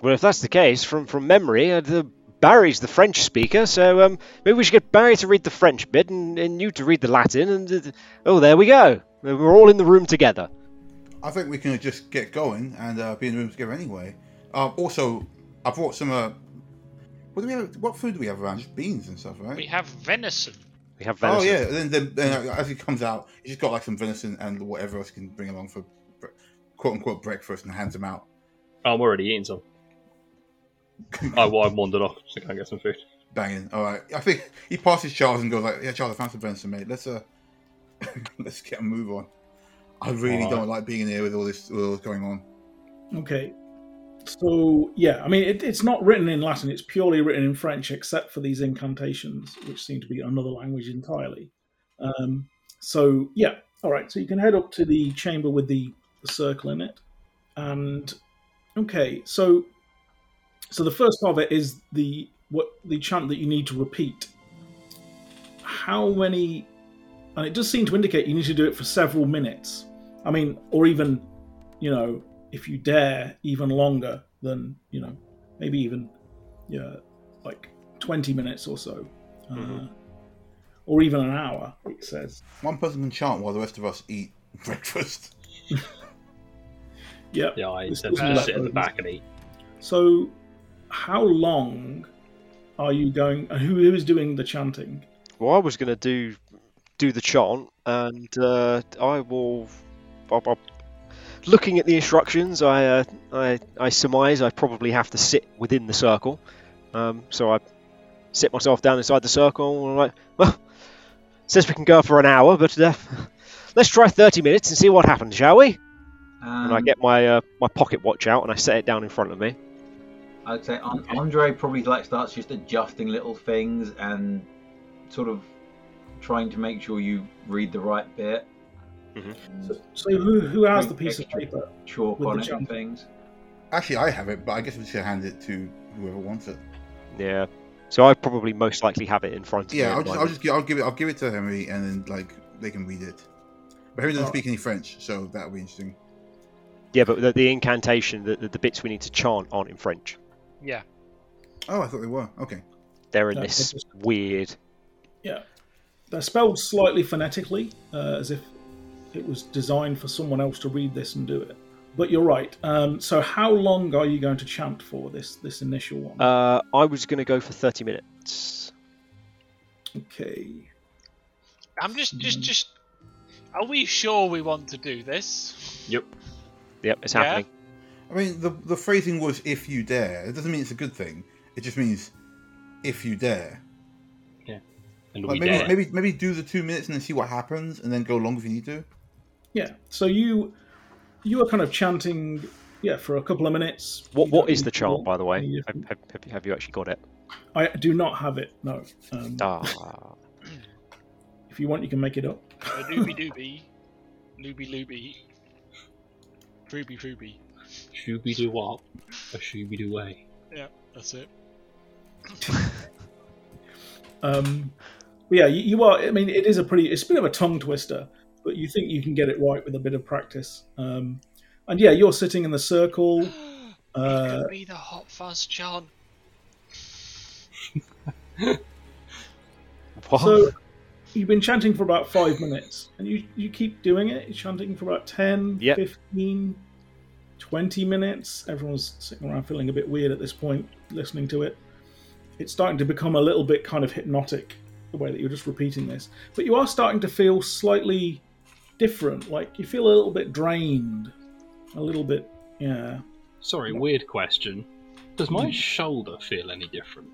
Speaker 1: Well, if that's the case, from from memory, uh, the Barry's the French speaker, so um, maybe we should get Barry to read the French bit and, and you to read the Latin. And uh, oh, there we go. We're all in the room together.
Speaker 3: I think we can just get going and uh, be in the room together anyway. Um, also, I brought some uh, What do we have? What food do we have around? Just beans and stuff, right?
Speaker 4: We have venison.
Speaker 1: We have
Speaker 3: oh
Speaker 1: venison.
Speaker 3: yeah. Then, then, then uh, as it comes out, he's just got like some venison and whatever else he can bring along for bre- quote unquote breakfast and hands them out.
Speaker 6: I'm already eating some. I, well, I wandered off to go and get some food.
Speaker 3: Banging. All right. I think he passes Charles and goes like, "Yeah, Charles, I found some venison, mate. Let's uh, let's get a move on." I really
Speaker 6: All right.
Speaker 3: don't like being in here with all this with all this going on.
Speaker 2: Okay. So yeah, I mean, it, it's not written in Latin; it's purely written in French, except for these incantations, which seem to be another language entirely. Um, so yeah, all right. So you can head up to the chamber with the, the circle in it, and okay. So so the first part of it is the what the chant that you need to repeat. How many? And it does seem to indicate you need to do it for several minutes. I mean, or even you know if you dare even longer than you know maybe even yeah like 20 minutes or so uh,
Speaker 1: Mhm.
Speaker 2: or even an hour it says
Speaker 3: One person can chant while the rest of us eat breakfast.
Speaker 2: yeah
Speaker 6: Yeah, I
Speaker 2: This
Speaker 6: tend to
Speaker 4: was
Speaker 6: just sit in the
Speaker 2: leftovers.
Speaker 6: back and eat.
Speaker 2: so how long are you going and who, who is doing the chanting
Speaker 1: Well, I was going to do do the chant, and uh, I will. I'll, I'll- looking at the instructions, I, uh, I I surmise I probably have to sit within the circle. Um, so I sit myself down inside the circle, and I'm like, well, says we can go for an hour, but uh, let's try 30 minutes and see what happens, shall we? and I
Speaker 5: Um,
Speaker 1: get my uh, my pocket watch out and I set it down in front of me.
Speaker 5: I'd say An- Andre probably like starts just adjusting little things and sort of trying to make sure you read the right bit.
Speaker 1: Mhm.
Speaker 5: And
Speaker 2: so who, who has the
Speaker 5: Doing
Speaker 2: piece of
Speaker 5: extra.
Speaker 2: paper
Speaker 5: Chalk
Speaker 2: With
Speaker 5: on
Speaker 2: the
Speaker 5: it
Speaker 2: jump.
Speaker 5: and things.
Speaker 3: Actually, I have it, but I guess I'm just gonna hand it to whoever wants it.
Speaker 1: Yeah. So I probably most likely have it in front of me.
Speaker 3: Yeah, I'll
Speaker 1: at the
Speaker 3: just, I'll
Speaker 1: moment.
Speaker 3: just, gi- I'll give it, I'll give it to Henry, and then like they can read it. But Henry doesn't
Speaker 2: Oh.
Speaker 3: speak any French, so that'll be interesting.
Speaker 1: Yeah, but the, the incantation, the, the, the bits we need to chant aren't in French.
Speaker 4: Yeah.
Speaker 3: Oh, I thought they were. Okay.
Speaker 1: They're in
Speaker 2: No,
Speaker 1: this
Speaker 2: it's-
Speaker 1: weird.
Speaker 2: they're spelled slightly phonetically uh, as if it was designed for someone else to read this and do it but you're right um, so how long are you going to chant for this this initial one
Speaker 1: Uh, I was going to go for 30 minutes.
Speaker 2: okay
Speaker 4: I'm just,
Speaker 2: Mm.
Speaker 4: just, just. Are we sure we want to do this?
Speaker 6: Yep.
Speaker 1: Yep, it's
Speaker 4: Yeah.
Speaker 1: happening.
Speaker 3: I mean, the the phrasing was "if you dare." It doesn't mean it's a good thing. It just means if you dare.
Speaker 6: And
Speaker 3: Like
Speaker 6: we
Speaker 3: maybe,
Speaker 6: dare.
Speaker 3: maybe, maybe do the two minutes and then see what happens, and then go long if you need to.
Speaker 2: yeah so you you were kind of chanting yeah for a couple of minutes
Speaker 1: What
Speaker 2: You
Speaker 1: What
Speaker 2: don't
Speaker 1: is
Speaker 2: need
Speaker 1: the
Speaker 2: to-
Speaker 1: chant, by the way?
Speaker 2: Yeah.
Speaker 1: Have, have, have you- have you actually got it?
Speaker 2: i do not have it no um,
Speaker 1: Ah.
Speaker 2: if you want you can make it up
Speaker 4: Uh, Looby dooby, looby looby, drooby drooby.
Speaker 6: Shooby doo wop, a shooby doo way.
Speaker 4: Yeah, that's it.
Speaker 2: Um, but yeah, you, you are. I mean, it is a pretty. It's a bit of a tongue twister, but you think you can get it right with a bit of practice. Um, and yeah, you're sitting in the circle.
Speaker 4: it
Speaker 2: Uh,
Speaker 4: could be the hot fuzz John.
Speaker 1: what?
Speaker 2: so you've been chanting for about five minutes, and you you keep doing it. You're chanting for about 10,
Speaker 1: Yep.
Speaker 2: 15, 20 minutes. Everyone's sitting around feeling a bit weird at this point, listening to it. It's starting to become a little bit kind of hypnotic the way that you're just repeating this, but you are starting to feel slightly different. Like you feel a little bit drained, a little bit, yeah. Mm.
Speaker 6: Sorry, weird question. Does my shoulder feel any different?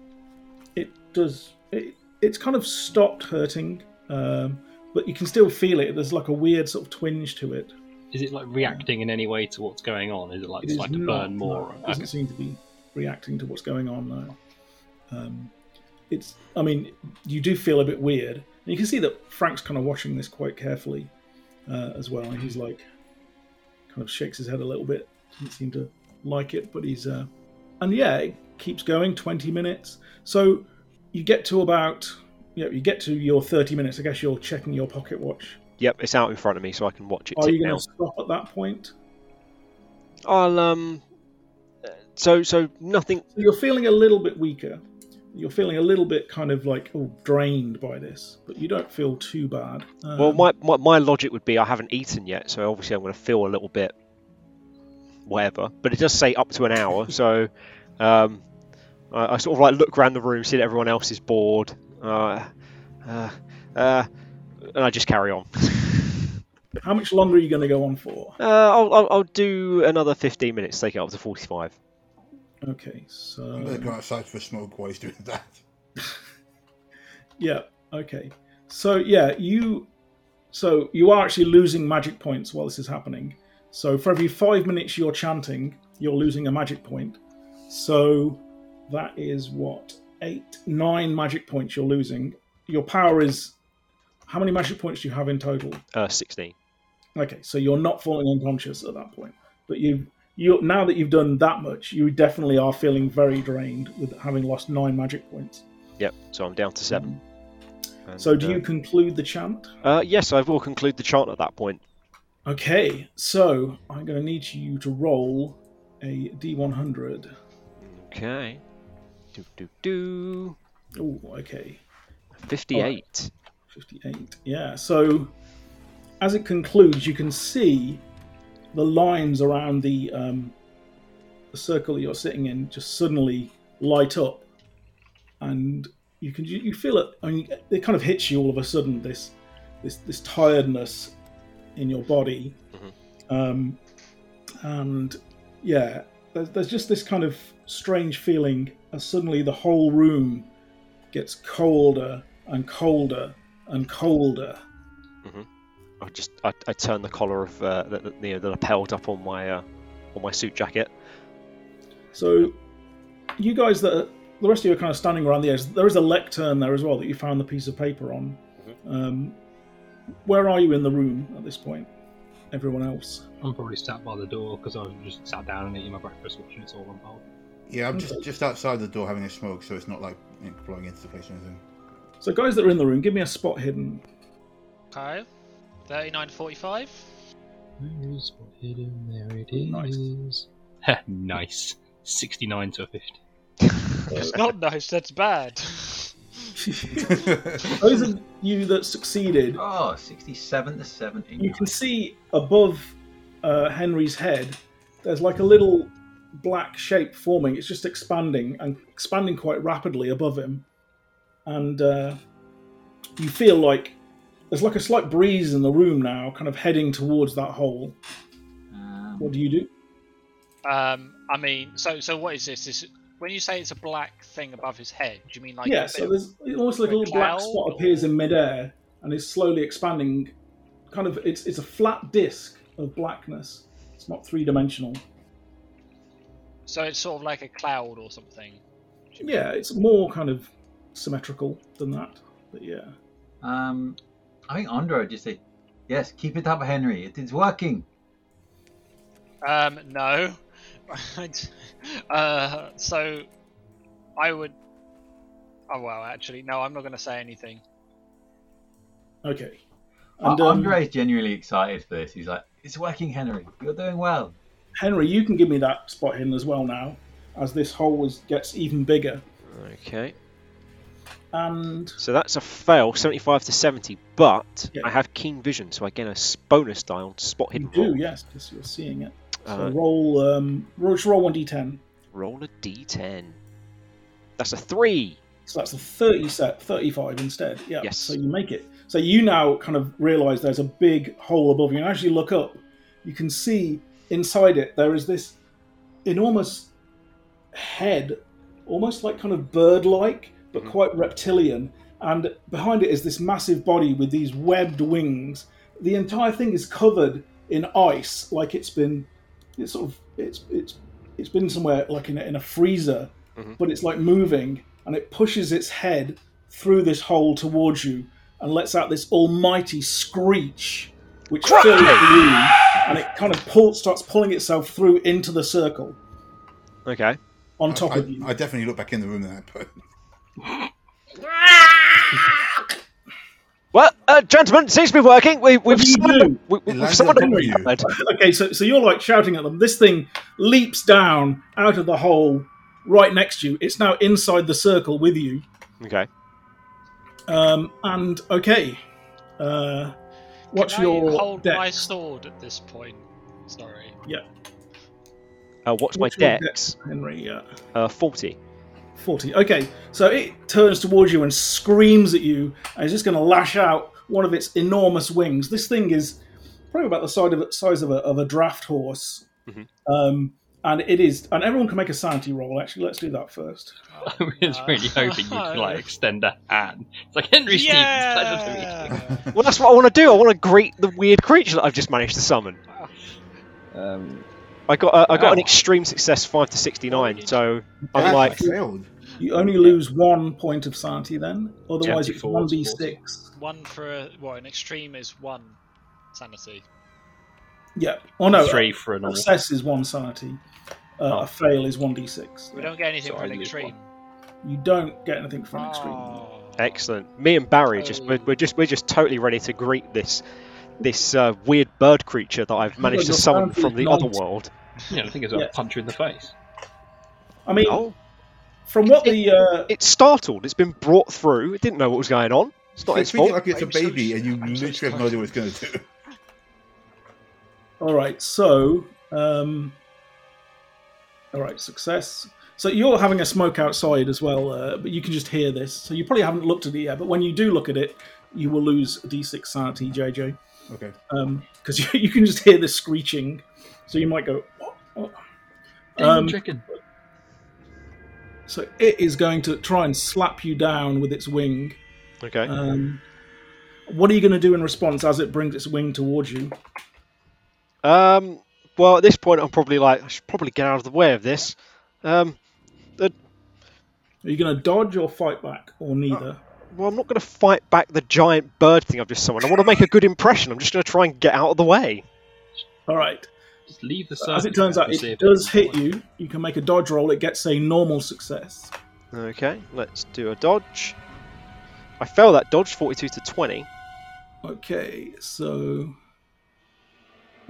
Speaker 2: It does. It, it's kind of stopped hurting, um, but you can still feel it. There's like a weird sort of twinge to it.
Speaker 6: Is it like reacting in any way to what's going on? Is it like
Speaker 2: It is
Speaker 6: like to
Speaker 2: not-
Speaker 6: burn more?
Speaker 2: no, it
Speaker 6: Okay.
Speaker 2: doesn't seem to be reacting to what's going on now. Um, it's. I mean, you do feel a bit weird, and you can see that Frank's kind of watching this quite carefully uh, as well. And he's like, kind of shakes his head a little bit. Doesn't seem to like it, but he's. Uh, and yeah, it keeps going. Twenty minutes. So you get to about. You know, you get to your thirty minutes. I guess you're checking your pocket watch.
Speaker 1: Yep, it's out in front of me, so I can watch it.
Speaker 2: Are
Speaker 1: tick
Speaker 2: you going
Speaker 1: down.
Speaker 2: to stop at that point?
Speaker 1: I'll um. uh, So so nothing.
Speaker 2: So you're feeling a little bit weaker. You're feeling a little bit kind of like oh, drained by this, but you don't feel too bad. Um,
Speaker 1: Well, my, my my logic would be I haven't eaten yet, so obviously I'm going to feel a little bit whatever. But it does say up to an hour, so um, I, I sort of like look around the room, see that everyone else is bored, uh, uh, uh, and I just carry on.
Speaker 2: How much longer are you going to go on for?
Speaker 1: Uh, I'll, I'll, I'll do another 15 minutes, take it up to 45.
Speaker 2: Okay, so.
Speaker 3: I'm gonna Uh, go outside for a smoke while he's doing that.
Speaker 2: Yeah. Okay. So yeah, you. So you are actually losing magic points while this is happening. So for every five minutes you're chanting, you're losing a magic point. So that is what eight, nine magic points you're losing. Your power is. How many magic points do you have in total?
Speaker 1: Uh, 16.
Speaker 2: Okay, so you're not falling unconscious at that point, but you you now that you've done that much, you definitely are feeling very drained with having lost nine magic points.
Speaker 1: Yep, so I'm down to 7. And,
Speaker 2: So do
Speaker 1: uh,
Speaker 2: you conclude the chant?
Speaker 1: Uh, yes, I will conclude the chant at that point.
Speaker 2: Okay, so I'm going to need you to roll a d100.
Speaker 1: Okay. Do, do, do.
Speaker 2: Oh, okay,
Speaker 1: 58.
Speaker 2: 58. Yeah, so as it concludes, you can see the lines around the, um, the circle that you're sitting in just suddenly light up, and you can you, you feel it. I mean, it kind of hits you all of a sudden. This this this tiredness in your body, um, and yeah, there's, there's just this kind of strange feeling as suddenly the whole room gets colder and colder and colder.
Speaker 1: I just I, I turn the collar of uh, the, the, you know, the lapelled up on my uh, on my suit jacket.
Speaker 2: So, you guys that are, the rest of you are kind of standing around the edge. There is a lectern there as well that you found the piece of paper on. Um, where are you in the room at this point? Everyone else.
Speaker 6: I'm probably sat by the door because I've just sat down and eating my breakfast, watching it's all unfold.
Speaker 3: Yeah, I'm just just outside the door having a smoke, so it's not like you know, blowing into the place or anything.
Speaker 2: So, guys that are in the room, give me a spot hidden.
Speaker 4: Okay. 39.45.
Speaker 6: There's one hidden, there it
Speaker 2: Nice.
Speaker 6: is. Heh, nice. 69 to a 50.
Speaker 4: It's not nice, that's bad.
Speaker 2: Those of you that succeeded,
Speaker 5: Oh, 67 to 70.
Speaker 2: you can see above uh, Henry's head, there's like a little black shape forming. It's just expanding and expanding quite rapidly above him, and uh, you feel like there's like a slight breeze in the room now, kind of heading towards that hole.
Speaker 5: Um,
Speaker 2: What do you do?
Speaker 4: Um, I mean, so so what is this? Is when you say it's a black thing above his head, do you mean like?
Speaker 2: yeah,
Speaker 4: a
Speaker 2: so
Speaker 4: bit-
Speaker 2: there's almost like a
Speaker 4: a
Speaker 2: little black
Speaker 4: cloud
Speaker 2: spot
Speaker 4: or-
Speaker 2: appears in midair and is slowly expanding. Kind of, it's it's a flat disc of blackness. It's not three dimensional.
Speaker 4: so it's sort of like a cloud or something.
Speaker 2: Yeah, it's more kind of symmetrical than that. But yeah.
Speaker 5: um, I think Andro just said, yes, keep it up, Henry. It is working.
Speaker 4: Um, no. uh, so I would. Oh well, actually, no. I'm not going to say anything.
Speaker 2: Okay.
Speaker 5: And,
Speaker 2: And um,
Speaker 5: Uh, Andre is genuinely excited for this. He's like, it's working, Henry. You're doing well.
Speaker 2: Henry, you can give me that spot hidden as well now, as this hole is, gets even bigger.
Speaker 1: Okay.
Speaker 2: And
Speaker 1: So that's a fail, 75 to 70, but
Speaker 2: Yeah.
Speaker 1: I have keen vision, so I get a s- bonus die on spot
Speaker 2: you
Speaker 1: hidden
Speaker 2: do,
Speaker 1: roll.
Speaker 2: yes, because you're seeing it. So
Speaker 1: Uh,
Speaker 2: roll, um, roll, just roll one d10.
Speaker 1: roll a d10. That's a 3.
Speaker 2: So that's a 30 set, 35 instead. Yeah.
Speaker 1: Yes.
Speaker 2: So you make it. So you now kind of realize there's a big hole above you. And as you look up, you can see inside it there is this enormous head, almost like kind of bird like, but
Speaker 1: Mhm.
Speaker 2: quite reptilian. And behind it is this massive body with these webbed wings. The entire thing is covered in ice, like it's been, it's sort of, it's, it's, it's been somewhere like in a, in a freezer
Speaker 3: Mm-hmm.
Speaker 2: but it's like moving and it pushes its head through this hole towards you and lets out this almighty screech which fills the room and it kind of pull, starts pulling itself through into the circle
Speaker 1: Okay.
Speaker 2: on
Speaker 3: I-
Speaker 2: top
Speaker 3: I,
Speaker 2: of you.
Speaker 3: I definitely look back in the room at that point.
Speaker 1: Well, uh, gentlemen, seems to be working. We, we've
Speaker 2: do you
Speaker 1: summoned,
Speaker 2: do?
Speaker 1: we,
Speaker 3: It
Speaker 1: we've
Speaker 3: lands
Speaker 1: summoned
Speaker 3: on
Speaker 1: a
Speaker 3: you.
Speaker 1: bird.
Speaker 2: okay, so, so you're like shouting at them. This thing leaps down out of the hole right next to you. It's now inside the circle with you.
Speaker 1: Okay.
Speaker 2: Um, and okay, uh, what's
Speaker 4: Can
Speaker 2: your
Speaker 4: I hold
Speaker 2: dex?
Speaker 4: my sword at this point? Sorry.
Speaker 1: Uh, what's my
Speaker 2: What's your
Speaker 1: dex?
Speaker 2: Henry? Yeah.
Speaker 1: Uh, 40.
Speaker 2: 40. Okay, so it turns towards you and screams at you and is just going to lash out one of its enormous wings. This thing is probably about the side of, size of a, of a draft horse.
Speaker 1: Mhm.
Speaker 6: Mm-hmm.
Speaker 2: Um, and it is, and everyone can make a sanity roll. Actually, let's do that first.
Speaker 6: I was
Speaker 2: Uh,
Speaker 6: really hoping you could like extend a hand. It's like Henry Stevens, pleasure to meet you.
Speaker 4: Yeah.
Speaker 1: Well, that's what I want to do. I want to greet the weird creature that I've just managed to summon.
Speaker 6: Um,
Speaker 1: I got uh, I got an
Speaker 6: Ow.
Speaker 1: extreme success, five to sixty nine. So
Speaker 3: That
Speaker 1: I'm like,
Speaker 3: failed.
Speaker 2: You only lose one point of sanity then. Otherwise, it's
Speaker 6: 24 to
Speaker 2: 1d6.
Speaker 4: One for a, well, an extreme is one sanity.
Speaker 2: Yeah. Oh no.
Speaker 6: three for an
Speaker 2: A
Speaker 6: all.
Speaker 2: success is one sanity. Uh,
Speaker 6: Oh.
Speaker 2: A fail is 1d6.
Speaker 4: We don't get anything
Speaker 6: So
Speaker 4: for
Speaker 6: I
Speaker 4: an
Speaker 6: lose
Speaker 4: extreme.
Speaker 2: You don't get anything from extreme.
Speaker 4: Oh.
Speaker 1: excellent. Me and Barry just we're, we're just we're just totally ready to greet this this uh, weird bird creature that I've managed to
Speaker 2: your
Speaker 1: summon
Speaker 2: sanity
Speaker 1: from
Speaker 2: is
Speaker 1: the other
Speaker 2: 90.
Speaker 1: world.
Speaker 6: You know, the thing is, I'll
Speaker 2: Yeah.
Speaker 6: punch you in the face.
Speaker 2: I mean,
Speaker 1: Oh,
Speaker 2: from what the uh,
Speaker 1: it's startled. It's been brought through. It didn't know what was going on. It's not
Speaker 3: They
Speaker 1: its
Speaker 3: treat it
Speaker 1: fault.
Speaker 3: like it's a
Speaker 4: I'm so
Speaker 3: baby,
Speaker 4: s-
Speaker 3: and you
Speaker 4: I'm so
Speaker 3: literally have no idea what it's going to do.
Speaker 2: All right, so um, all right, success. So you're having a smoke outside as well, uh, but you can just hear this. So you probably haven't looked at it yet, but when you do look at it, you will lose a d6 sanity, JJ,
Speaker 3: Okay.
Speaker 2: because you, you can just hear this screeching. So you might go. "What? What?" Um,
Speaker 6: chicken.
Speaker 2: so it is going to try and slap you down with its wing.
Speaker 1: Okay.
Speaker 2: Um, what are you going to do in response as it brings its wing towards you?
Speaker 1: Um, well, at this point, I'm probably like, I should probably get out of the way of this. Um,
Speaker 2: Are you going to dodge or fight back or neither?
Speaker 1: well, I'm not going to fight back the giant bird thing I've just summoned. I want to make a good impression. I'm just going to try and get out of the way.
Speaker 2: All right.
Speaker 6: Just leave the
Speaker 2: As
Speaker 6: circle
Speaker 2: it turns out,
Speaker 6: and Oh. see
Speaker 2: it
Speaker 6: if
Speaker 2: does
Speaker 6: can
Speaker 2: hit you. You can make a dodge roll. It gets a normal success.
Speaker 1: Okay, let's do a dodge. I fail that dodge, 42 to 20.
Speaker 2: Okay, so.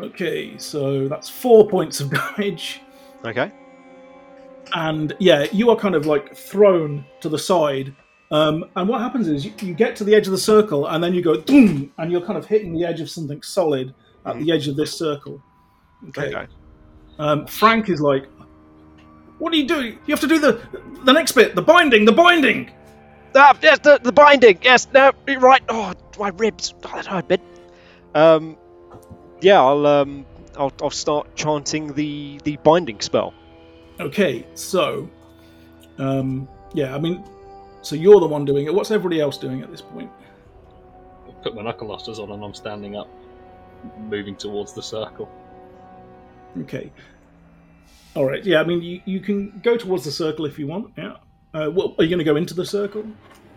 Speaker 2: Okay, so that's four points of damage.
Speaker 1: Okay.
Speaker 2: And yeah, you are kind of like thrown to the side. Um, and what happens is you, you get to the edge of the circle, and then you go, boom, and you're kind of hitting the edge of something solid
Speaker 6: Hmm.
Speaker 2: at the edge of this circle.
Speaker 1: Okay.
Speaker 2: Um, Frank is like, "What are you doing? You have to do the the next bit, the binding, the binding."
Speaker 1: Ah, yes, the, the binding. Yes, no, you're right. Oh, my ribs. Oh, that hurt a bit. Um, yeah, I'll um, I'll, I'll start chanting the the binding spell.
Speaker 2: Okay, so, um, yeah, I mean, so you're the one doing it. What's everybody else doing at this point?
Speaker 6: Put my knuckle lusters on, and I'm standing up, moving towards the circle.
Speaker 2: Okay, all right, yeah, I mean, you, you can go towards the circle if you want. Yeah, uh, what, are you going to go into the circle?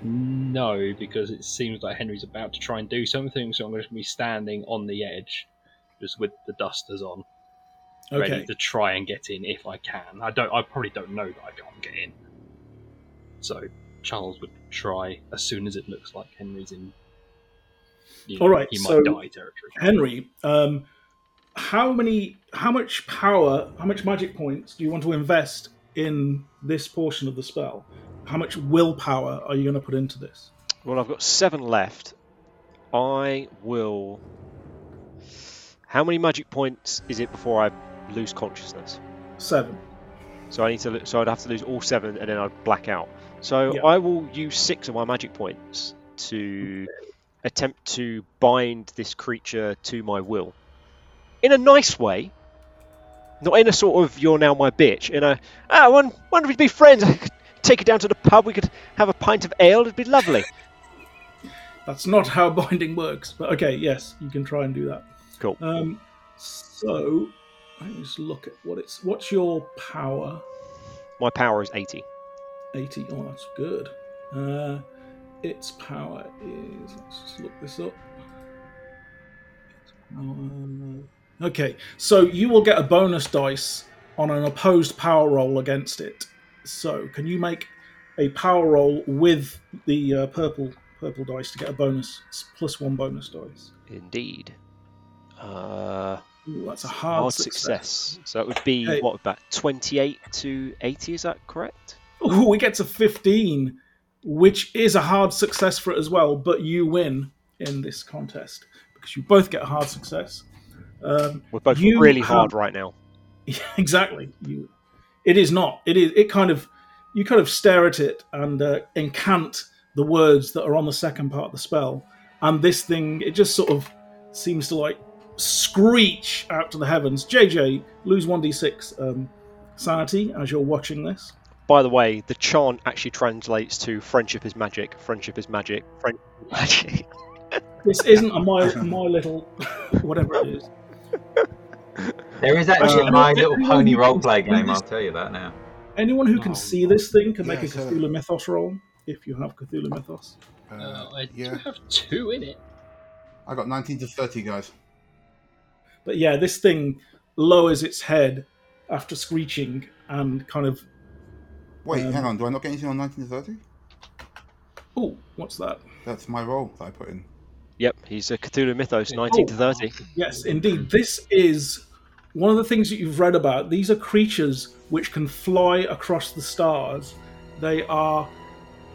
Speaker 6: No, because it seems like Henry's about to try and do something, so I'm going to be standing on the edge, just with the dusters on,
Speaker 2: Okay,
Speaker 6: ready to try and get in if I can. I don't. I probably don't know that I can't get in. So Charles would try as soon as it looks like Henry's in. You
Speaker 2: All right,
Speaker 6: he might
Speaker 2: so-
Speaker 6: die territory.
Speaker 2: Henry, um, how many, how much power, how much magic points do you want to invest in this portion of the spell? How much willpower are you going to put into this?
Speaker 1: Well, I've got seven left. I will. How many magic points is it before I lose consciousness?
Speaker 2: Seven.
Speaker 1: So I need to. lo- So I'd have to lose all seven, and then I'd black out. So
Speaker 2: Yeah.
Speaker 1: I will use six of my magic points to attempt to bind this creature to my will, in a nice way. Not in a sort of "you're now my bitch." In a "ah, one wonder if we'd be friends." I could take it down to the pub. We could have a pint of ale. It'd be lovely.
Speaker 2: That's not how binding works, but okay, yes, you can try and do that.
Speaker 1: Cool.
Speaker 2: Um, so, let me just look at what it's. What's your power?
Speaker 1: My power is eighty.
Speaker 2: 80. Oh, that's good. Uh, its power is. Let's just look this up. Um, okay, so you will get a bonus dice on an opposed power roll against it. So, can you make a power roll with the uh, purple purple dice to get a bonus plus one bonus dice?
Speaker 1: Indeed. Uh,
Speaker 2: Ooh, that's a
Speaker 1: hard,
Speaker 2: hard,
Speaker 1: success. So that would be
Speaker 2: Okay.
Speaker 1: what about twenty-eight to eighty? Is that correct?
Speaker 2: Ooh, we get to 15, which is a hard success for it as well, but you win in this contest because you both get a hard success. Um,
Speaker 1: We're both
Speaker 2: You
Speaker 1: really
Speaker 2: have-
Speaker 1: hard right now.
Speaker 2: exactly. You, it is not. It is. It kind of. you kind of stare at it and uh, incant the words that are on the second part of the spell, and this thing it just sort of seems to like screech out to the heavens. JJ, lose one d six um, sanity as you're watching this.
Speaker 1: By the way, the chant actually translates to "friendship is magic, friendship is magic, friendship is magic."
Speaker 2: This isn't a my my little whatever it is.
Speaker 5: There is actually
Speaker 2: Actually,
Speaker 5: a My
Speaker 2: no,
Speaker 5: Little
Speaker 2: everyone
Speaker 5: Pony
Speaker 2: who can
Speaker 5: roleplay
Speaker 2: do
Speaker 5: game.
Speaker 2: this-
Speaker 5: I'll tell you that now.
Speaker 2: Anyone who can
Speaker 3: Oh.
Speaker 2: see this thing can make
Speaker 3: Yeah,
Speaker 2: a
Speaker 3: so-
Speaker 2: Cthulhu Mythos roll if you have Cthulhu Mythos.
Speaker 3: Uh,
Speaker 6: Uh, I do
Speaker 3: yeah,
Speaker 6: have two in it.
Speaker 3: I got 19 to 30, guys.
Speaker 2: But yeah, this thing lowers its head after screeching and kind of
Speaker 3: Wait,
Speaker 2: Um,
Speaker 3: hang on. Do I not get anything on 19 to 30?
Speaker 2: oh, what's that?
Speaker 3: That's my roll that I put in.
Speaker 1: Yep, he's a Cthulhu Mythos, 19 to 30.
Speaker 2: Yes, indeed. This is one of the things that you've read about. These are creatures which can fly across the stars. They are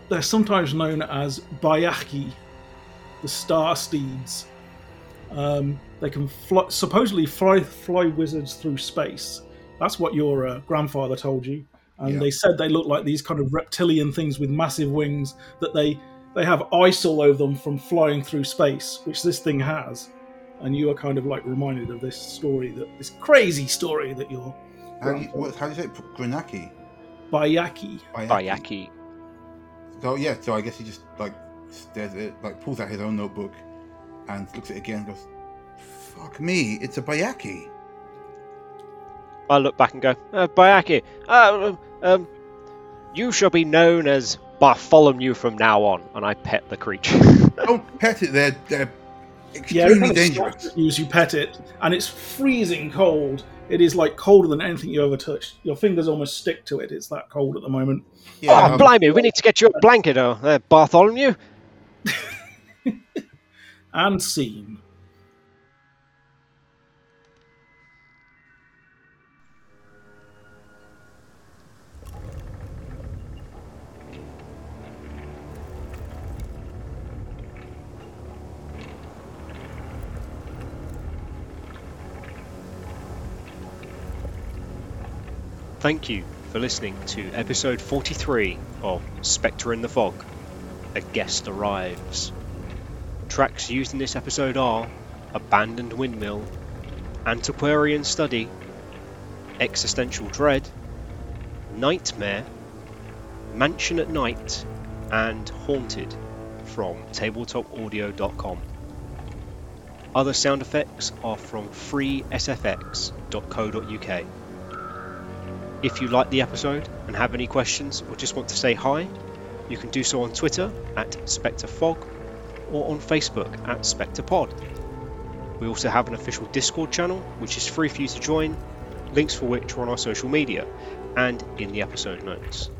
Speaker 2: they're sometimes known as Bayaki, the star steeds. Um, they can fly, supposedly fly fly wizards through space. That's what your uh, grandfather told you. And
Speaker 3: Yeah.
Speaker 2: they said they look like these kind of reptilian things with massive wings that they they have ice all over them from flying through space, which this thing has and you are kind of like reminded of this story that this crazy story that you're
Speaker 3: How do you, what, how do you say it? Granaki?
Speaker 2: Bayaki.
Speaker 1: Bayaki.
Speaker 3: So yeah, so I guess he just like stares at it, like pulls out his own notebook and looks at it again and goes, "Fuck me, it's a bayaki."
Speaker 1: I look back and go, uh, Bayaki, uh, um, you shall be known as Bartholomew from now on. And I pet the creature.
Speaker 3: Don't pet it; they're they're
Speaker 2: Yeah, it
Speaker 3: extremely
Speaker 2: kind of
Speaker 3: dangerous.
Speaker 2: slaps you as you pet it, and it's freezing cold. It is like colder than anything you ever touched. Your fingers almost stick to it. It's that cold at the moment.
Speaker 3: Yeah,
Speaker 1: oh,
Speaker 3: um,
Speaker 1: blimey, we need to get you a blanket, oh, uh, Bartholomew.
Speaker 2: And scene.
Speaker 1: Thank you for listening to episode 43 of Spectre in the Fog A Guest Arrives. Tracks used in this episode are Abandoned Windmill, Antiquarian Study, Existential Dread, Nightmare, Mansion at Night, and Haunted from tabletopaudio.com. Other sound effects are from freesfx.co.uk. If you like the episode and have any questions or just want to say hi, you can do so on Twitter at SpectreFog or on Facebook at SpectrePod. We also have an official Discord channel which is free for you to join, links for which are on our social media and in the episode notes.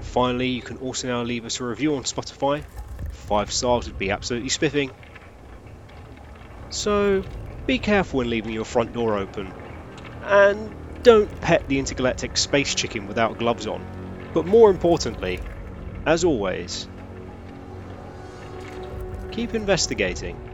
Speaker 1: Finally, you can also now leave us a review on Spotify. Five stars would be absolutely spiffing. So, be careful when leaving your front door open. And don't pet the intergalactic space chicken without gloves on. But more importantly, as always, keep investigating.